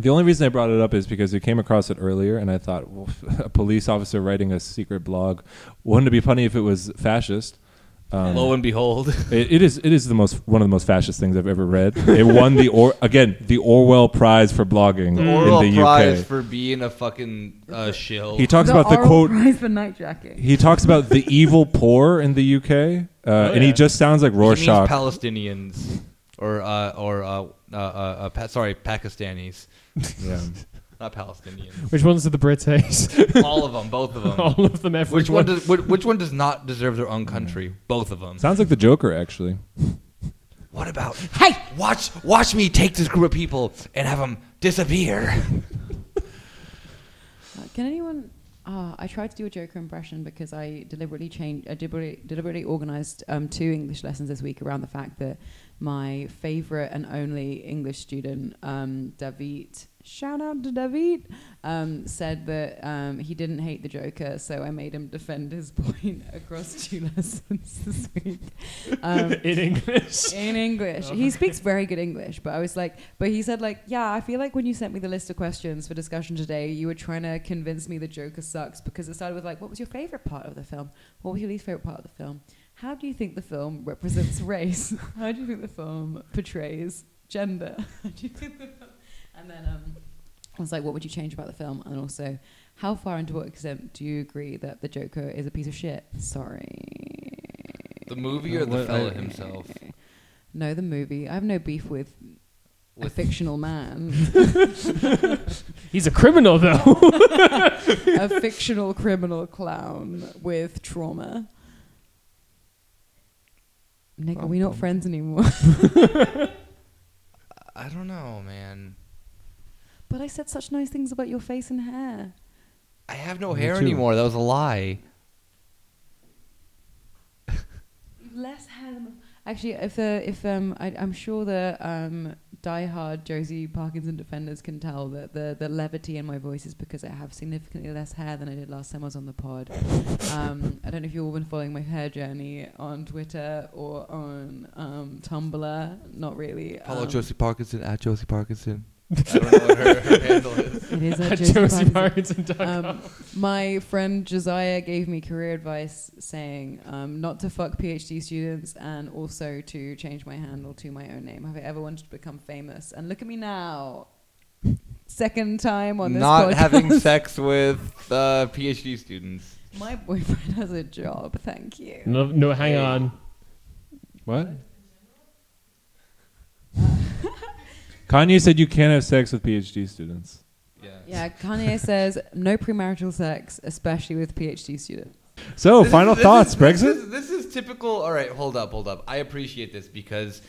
S6: The only reason I brought it up is because we came across it earlier, and I thought well, *laughs* a police officer writing a secret blog wouldn't it be funny if it was fascist? Um,
S8: Lo and *laughs* behold,
S6: It, it is. It is the most one of the most fascist things I've ever read. It won the or again the Orwell Prize for blogging
S8: the Orwell
S6: in the
S8: Prize
S6: UK.
S8: for being a fucking uh, shill.
S6: he talks about the
S3: Oral
S6: quote.
S3: Prize for night jacking.
S6: He talks about *laughs* the evil poor in the UK, uh, and he
S4: yeah.
S6: just sounds like
S8: He means
S6: Rorschach.
S8: Palestinians or uh, or uh, uh, uh, uh, pa-
S6: *laughs*
S8: sorry, Pakistanis,
S6: yeah.
S8: not Palestinians.
S4: Which ones did the Brits hate? *laughs*
S8: All of them, both of them.
S4: All of them. Every
S8: Which one does which, which one does not deserve their own country? Both of them.
S6: Sounds like the Joker, actually.
S8: What about
S11: Hey!
S8: watch watch me take this group of people and have them *laughs* disappear?
S3: Uh, Can anyone? Uh, I tried to do a Joker impression because I deliberately changed. I deliberately, deliberately organised um, two English lessons this week around the fact that my favourite and only English student, um, David, shout out to David, um, said that um, he didn't hate the Joker, so I made him defend his *laughs* point across two *laughs* lessons this week. Um,
S4: in English?
S3: *laughs* in English. He speaks very good English, but I was like, but he said like, yeah, I feel like when you sent me the list of questions for discussion today, you were trying to convince me the Joker sucks because it started with like, what was your favorite part of the film? What was your least favorite part of the film? How do you think the film represents *laughs* race? How do you think the film portrays gender? *laughs* How do you think the film? And then um, I was like, what would you change about the film? And also, how far and to what extent do you agree that the Joker is a piece of shit? Sorry.
S8: The movie or the
S6: What-
S8: fella himself?
S3: *laughs* No, the movie. I have no beef with, a
S8: With-
S3: fictional man,
S4: He's a criminal, though.
S3: a fictional criminal clown with trauma. Nick, are we not friends anymore? *laughs*
S8: I don't know, man.
S3: but I said such nice things about your face and hair.
S8: I have no
S6: Me
S8: hair
S6: too.
S8: anymore. That was a lie.
S3: You've Less hair than before. Actually, if the if um, I, I'm sure the um, diehard Josie Parkinson defenders can tell that the the levity in my voice is because I have significantly less hair than I did last time I was on the pod. um, I don't know if you've all been following my hair journey on Twitter or on um, Tumblr. Not really.
S8: Follow
S3: um,
S8: Josie Parkinson at Josie Parkinson. I don't know what her, her handle is.
S3: It is
S8: *laughs*
S3: at Josie,
S4: Josie
S3: Parkinson.
S4: Parkinson. *laughs*
S3: um, my friend Josiah gave me career advice saying um, not to fuck PhD students and also to change my handle to my own name. Have I ever wanted to become famous? And look at me now. Second time *laughs* on this
S8: Not
S3: podcast. *laughs*
S8: having sex with uh, PhD students.
S3: My boyfriend has a job. Thank
S8: Mm.
S3: you.
S4: No, no, hang on.
S6: What? *laughs* Kanye said you can't have sex with PhD students.
S3: Yeah, Kanye says no premarital sex, especially with PhD students.
S6: So,
S8: This is-
S6: Oh, final
S8: this
S6: thoughts,
S8: is-
S6: Brexit?
S8: This is, this is typical. All right, hold up, hold up. I appreciate this because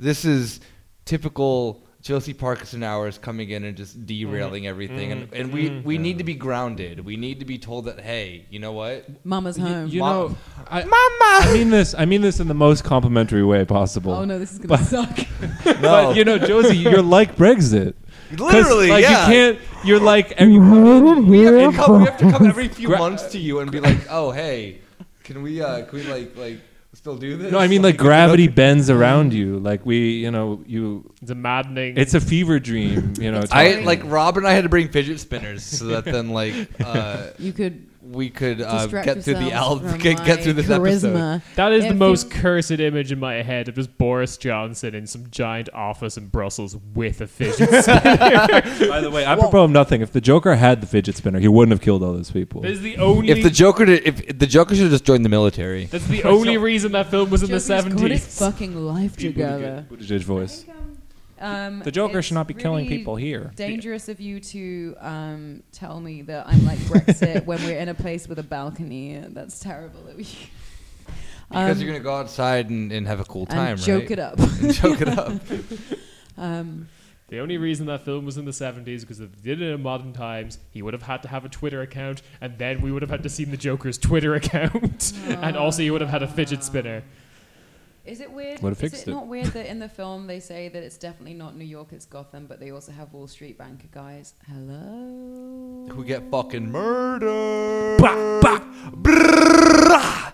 S8: this is typical Chelsea Parkinson hours coming in and just derailing everything. and and we, we need to be grounded. We need to be told that, hey, you
S6: *laughs*
S8: know what?
S3: Mama's
S6: Y-
S3: home.
S6: You
S8: Mom-
S6: know, I, Mama. I mean this. I mean this in the most complimentary way possible.
S3: oh no, this is gonna suck.
S6: But you know, *laughs* Josie, you're like Brexit. 'Cause,
S8: Literally,
S6: like,
S8: yeah.
S6: You can't. You're like. Every,
S8: we, have to come, we have to come every few
S6: Gra-
S8: months to you and be like, oh, hey, can we, uh, can we like, like, still do this?
S6: *laughs* no, I mean like gravity bends around you. Like we, you know, you.
S4: It's a maddening.
S6: It's a fever dream. You know.
S8: *laughs* I
S6: talking.
S8: like Rob and I had to bring fidget spinners so that then like
S6: *laughs*
S8: uh,
S3: You could
S8: we could uh,
S3: distract
S8: get through the
S3: yourselves
S8: album,
S3: from
S8: get, get
S3: my
S8: through this episode.
S3: charisma.
S4: that is
S3: It
S4: the most
S3: feels-
S4: cursed image in my head of just Boris Johnson in some giant office in Brussels with a *laughs* fidget spinner.
S6: By the way, I propose nothing. If the Joker had the fidget spinner, he wouldn't have killed all those people.
S4: This is the only.
S8: If the Joker, did, if, if the Joker should have just joined the military,
S3: Um,
S4: that's the only reason that film was in the
S3: Joker's got his
S4: *laughs* seventies.
S3: fucking life together.
S6: Buttigieg voice.
S3: Um,
S6: The Joker
S3: it's
S6: should not be killing
S3: really
S6: people here.
S3: Dangerous of you to um, tell me that I'm like Brexit when we're in a place with a balcony. That's terrible of you.
S8: because
S3: Um,
S8: you're gonna go outside and, and have a cool
S3: and
S8: time,
S3: joke
S8: right?
S3: it up.
S8: And *laughs* joke it up.
S3: *laughs* Um,
S4: The only reason that film was in the seventies because if they did it in modern times, he would have had to have a Twitter account, and then we would have had to see the Joker's Twitter *laughs* account, and also you would have had a fidget spinner.
S3: is it weird?
S6: Would've
S3: is
S6: fixed
S3: it
S6: it.
S3: not weird that in the film they say that it's definitely not New York, it's Gotham, but they also have Wall Street banker guys? Hello.
S8: We get fucking murdered.
S1: Bah, bah.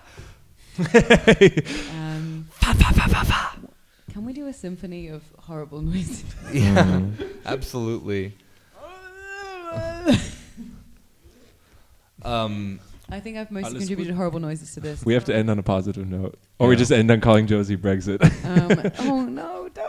S3: Um, Can we do a symphony of horrible noises?
S8: Yeah, absolutely.
S3: *laughs*
S8: um,
S3: I think I've mostly
S8: Alles
S3: contributed horrible noises to this.
S6: We have to end on a positive note, or we just end on calling Josie Brexit.
S8: *laughs*
S3: Um, oh no! Don't.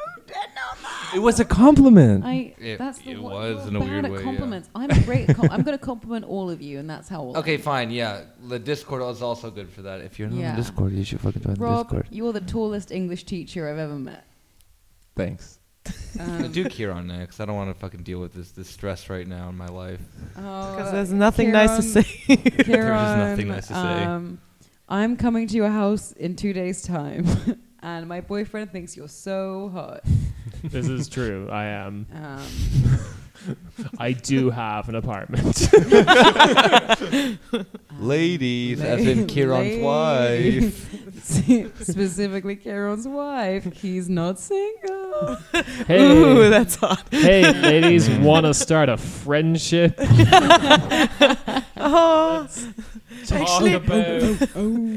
S6: *laughs* it was a compliment.
S3: I.
S8: It-
S3: that's the
S8: it
S3: one.
S8: was
S3: You're
S8: in a
S3: bad
S8: weird
S3: at
S8: way, yeah.
S3: compliments. I'm great. At com- I'm going to compliment all of you, and that's how. We'll
S8: okay, fine. Yeah, the Discord is also good for that. If you're not
S3: Yeah.
S8: on the Discord, you should fucking join
S3: Rob,
S8: the Discord.
S3: you're the tallest English teacher I've ever met.
S8: *laughs*
S6: Thanks.
S3: Um,
S8: Do Kieran next. I don't want to fucking deal with this this stress right now in my life.
S7: Because there's nothing nice to say.
S3: uh,
S7: *laughs*
S3: Kieran,
S8: nothing nice to say.
S3: Um, I'm coming to your house in two days' time, *laughs* and my boyfriend thinks you're so hot.
S4: this is true. I am.
S3: Um,
S4: I do have an *laughs* apartment.
S8: Ladies,
S3: *laughs*
S8: as in Kieran's
S3: ladies. *laughs*
S8: wife.
S3: specifically Kieran's wife. He's not single.
S4: hey,
S7: Ooh, *laughs* that's hot.
S4: hey, ladies, want to start a friendship?
S7: Oh,
S4: Talk
S7: Actually-
S4: about.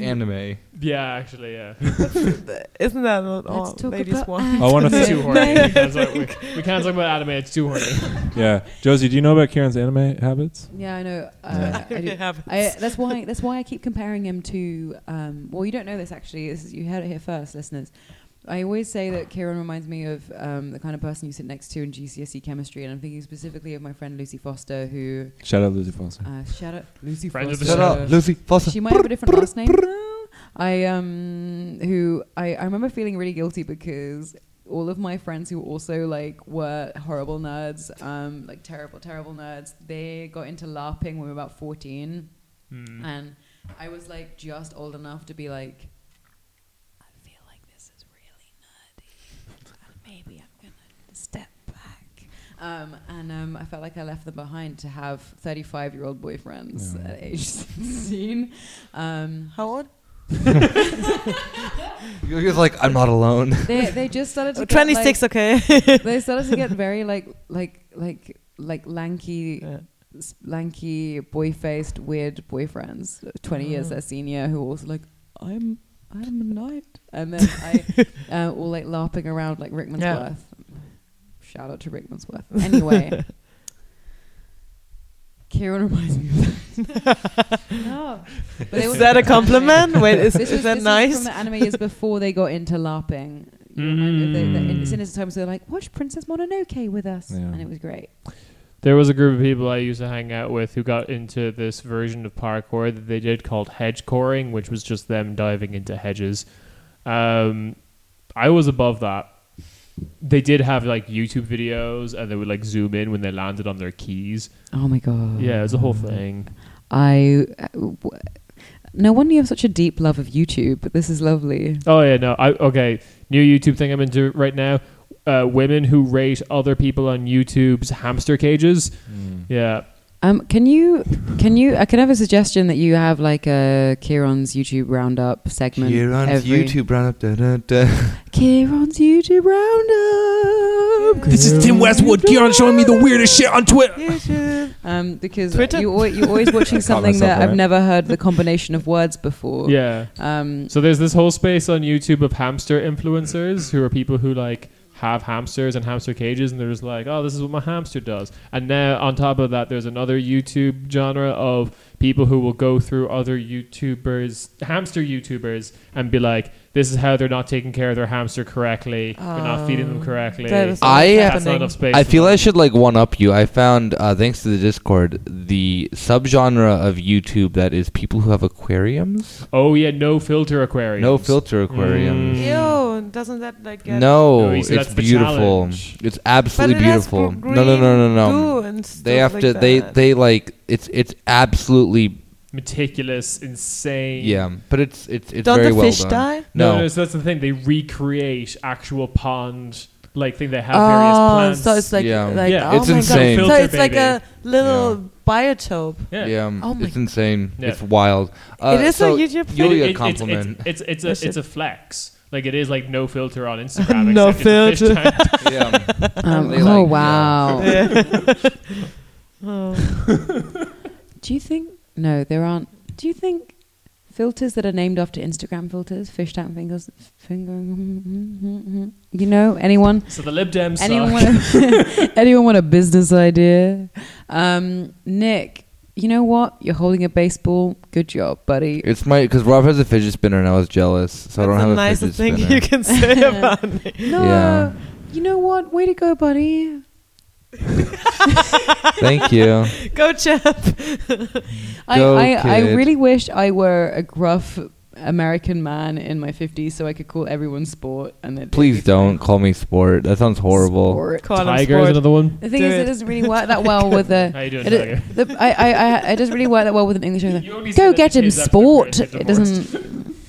S8: Anime.
S4: Yeah, actually, yeah.
S7: isn't that what all
S3: Let's talk
S7: ladies *laughs*
S3: about
S7: want?
S6: I want
S4: It's
S6: to.
S4: too horny.
S3: *laughs*
S4: We can't, talk, we, we can't talk about anime. It's too horny.
S6: Yeah, Josie, do you know about Kieran's anime habits?
S3: Yeah, I know. Uh, I do. I, that's why. That's why I keep comparing him to. Um, well, you don't know this actually. This is, you heard it here first, listeners. I always say that Kieran reminds me of um, the kind of person you sit next to in GCSE E chemistry, and I'm thinking specifically of my friend Lucy Foster, who
S6: Shout out Lucy Foster.
S3: uh, shout out Lucy
S4: Friend of
S3: Foster.
S4: the Shut show. up,
S8: Lucy Foster.
S3: She might have a different last name. now. I um who I, I remember feeling really guilty because all of my friends who also like were horrible nerds, um, like terrible, terrible nerds, they got into LARPing when we were about fourteen. And I was like just old enough to be like I feel like this is really nerdy. *laughs* and Maybe I'm gonna step back. Um, and um, I felt like I left them behind to have 35 year old boyfriends
S6: Yeah.
S3: at age 16. Um,
S7: How old?
S8: You're just like, I'm not *laughs* alone.
S3: they, they just
S7: *laughs*
S3: started to get, like-
S7: 26, okay.
S3: *laughs* they started to get very like like like like lanky s- lanky boy faced weird boyfriends 20 years their senior who also like i'm i'm
S7: *laughs*
S3: a knight and then i uh, all like larping around like rickmansworth shout out to rickmansworth anyway Kieran reminds me of that. no. But it
S7: Is
S3: was-
S7: that a
S3: *laughs*
S7: compliment? Wait, is,
S3: this
S7: is
S3: was,
S7: that
S3: this Was
S7: nice?
S3: from the anime years before they got into LARPing. Mm. They, they, in Sinister Times, they're like, watch Princess Mononoke with us.
S6: Yeah.
S3: And it was great.
S4: There was a group of people I used to hang out with who got into this version of parkour that they did called hedge coring, which was just them diving into hedges. Um, I was above that. They did have like YouTube videos, and they would like zoom in when they landed on their keys.
S3: Oh my God.
S4: Yeah, it was a whole thing.
S3: I. uh, w- No wonder you have such a deep love of YouTube, but this is lovely.
S4: Oh yeah, no, I okay. New YouTube thing I'm into right now. Uh, women who rate other people on YouTube's hamster cages. Yeah,
S3: Um, can you, can you? I can have a suggestion that you have like a Kieran's YouTube roundup segment.
S8: Kieran's
S3: every-
S8: YouTube roundup. Da, da, da.
S3: Kieran's YouTube roundup.
S1: This is Tim Westwood. Kieran showing me the weirdest shit on Twitter.
S3: Um, because
S7: Twitter.
S3: You, al- you're
S1: *laughs*
S3: always watching
S6: caught
S3: something
S6: myself
S3: that
S6: on
S3: I've
S6: it.
S3: never heard the combination of words before.
S4: yeah.
S1: *laughs*
S3: Um,
S4: So there's this whole space on YouTube of hamster influencers who are people who like have hamsters and hamster cages and they're just like, oh, this is what my hamster does. And now on top of that, there's another YouTube genre of people who will go through other YouTubers, hamster YouTubers, and be like, this is how they're not taking care of their hamster correctly. they're not feeding them correctly.
S7: Oh. That is
S4: That's
S8: I-
S4: not
S7: happening.
S4: enough space.
S8: I
S4: for
S8: feel
S4: them.
S8: I should like one up you. I found, uh, thanks to the Discord, the subgenre of YouTube that is people who have aquariums.
S4: Oh yeah, no filter aquarium.
S8: No filter aquariums.
S7: Ew, doesn't that like Mm. get
S8: No,
S4: No, you see,
S8: it's
S4: that's the
S8: beautiful.
S4: challenge.
S8: It's
S7: but
S8: absolutely
S7: it has
S8: beautiful.
S7: gr-
S8: No, no, no, no,
S7: green
S8: no.
S7: goo and stuff
S8: They have
S7: like
S8: to. They
S7: that.
S8: they like. It's it's absolutely
S4: Meticulous, insane.
S8: yeah. But it's it's it's
S7: Don't
S8: very
S7: the
S8: well
S7: fish
S8: done.
S7: die?
S4: No,
S8: No.
S4: no, so that's the thing. They recreate actual pond like thing. They have various
S7: Oh,
S4: plants.
S7: so it's like,
S8: Yeah.
S7: like
S4: Yeah.
S7: oh
S8: It's
S7: my
S8: insane.
S7: god!
S4: Filter
S7: so it's like
S4: baby.
S7: a little biotope.
S4: yeah.
S8: Yeah,
S7: Oh my
S8: it's insane.
S4: Yeah.
S8: It's wild. Uh,
S7: it is
S8: so
S7: a YouTube
S8: You'll
S4: It-
S8: be
S4: it- it's-
S8: a
S4: it's-
S8: compliment.
S4: It's it's,
S7: That's
S4: a it's
S7: it.
S4: a flex. Like it is like no filter on Instagram.
S7: No
S4: except it's a fish
S7: filter.
S4: tank. *laughs*
S8: yeah.
S3: um,
S8: They
S3: oh
S8: like-
S3: wow.
S1: *laughs*
S7: *laughs* Oh.
S3: Do you think? No, there aren't. Do you think filters that are named after Instagram filters, fish tank fingers, finger. *laughs* You know, anyone?
S4: So the Lib Dems
S3: Anyone
S4: suck.
S3: want a, *laughs* anyone want a business idea? Um, Nick, you know what? You're holding a baseball. Good job, buddy.
S8: *laughs* It's my because Rob has a fidget spinner and I was jealous, so I don't
S7: That's
S8: have
S7: the
S8: a
S7: nicest
S8: fidget
S7: thing
S8: spinner.
S7: you can say *laughs* about me.
S3: No,
S8: Yeah.
S3: you know what? Way to go, buddy.
S8: *laughs*
S3: *laughs*
S7: *laughs*
S8: Thank you.
S7: Go,
S8: *laughs*
S7: Jeff.
S3: I,
S8: Go,
S3: I, I
S8: kid.
S3: really wish I were a gruff American man in my 50s so I could call everyone sport. and it'd be
S8: Please don't call me sport. That sounds horrible.
S3: Sport.
S7: Call him
S4: Tiger is
S7: sport.
S4: another
S3: *laughs*
S4: one.
S3: The thing
S7: Do
S3: is, it.
S7: it.
S3: doesn't really work that well with the.
S4: How you doing,
S3: it,
S4: Tiger?
S3: the- I, I, I, it doesn't really work that well with an English. accent.
S4: You only say
S3: Go
S4: that
S3: get
S4: to
S3: him,
S4: kids after
S3: sport.
S4: they've
S3: It doesn't. *laughs*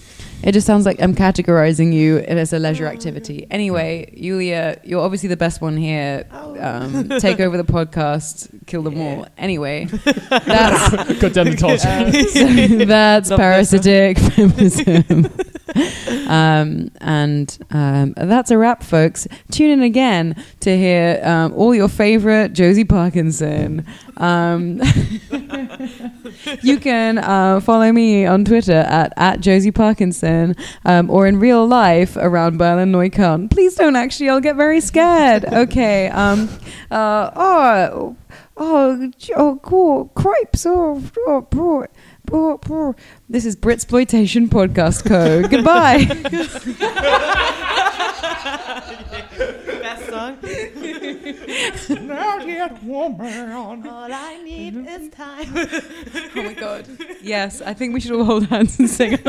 S3: It just sounds like I'm categorizing you and as a leisure activity. Anyway, Yulia, you're obviously the best one here. Um, take over the podcast, kill them all. Anyway, that's
S4: *laughs* Cut down the torture.
S3: uh, so *laughs* that's
S7: Not
S3: parasitic feminism. *laughs* um, and um, that's a wrap, folks. Tune in again to hear um, all your favorite Josie Parkinson. Um, *laughs* you can uh, follow me on Twitter at, at Josie Parkinson um, or in real life around Berlin Neukölln. Please don't actually, I'll get very scared. Okay. Um, uh, oh, oh, j- oh, cool. Cripes. Oh, oh, bro. bro, bro. This is Britsploitation Podcast Co. Goodbye.
S7: Best song. All I need is time.
S3: oh my God. Yes, I think we should all hold hands and sing.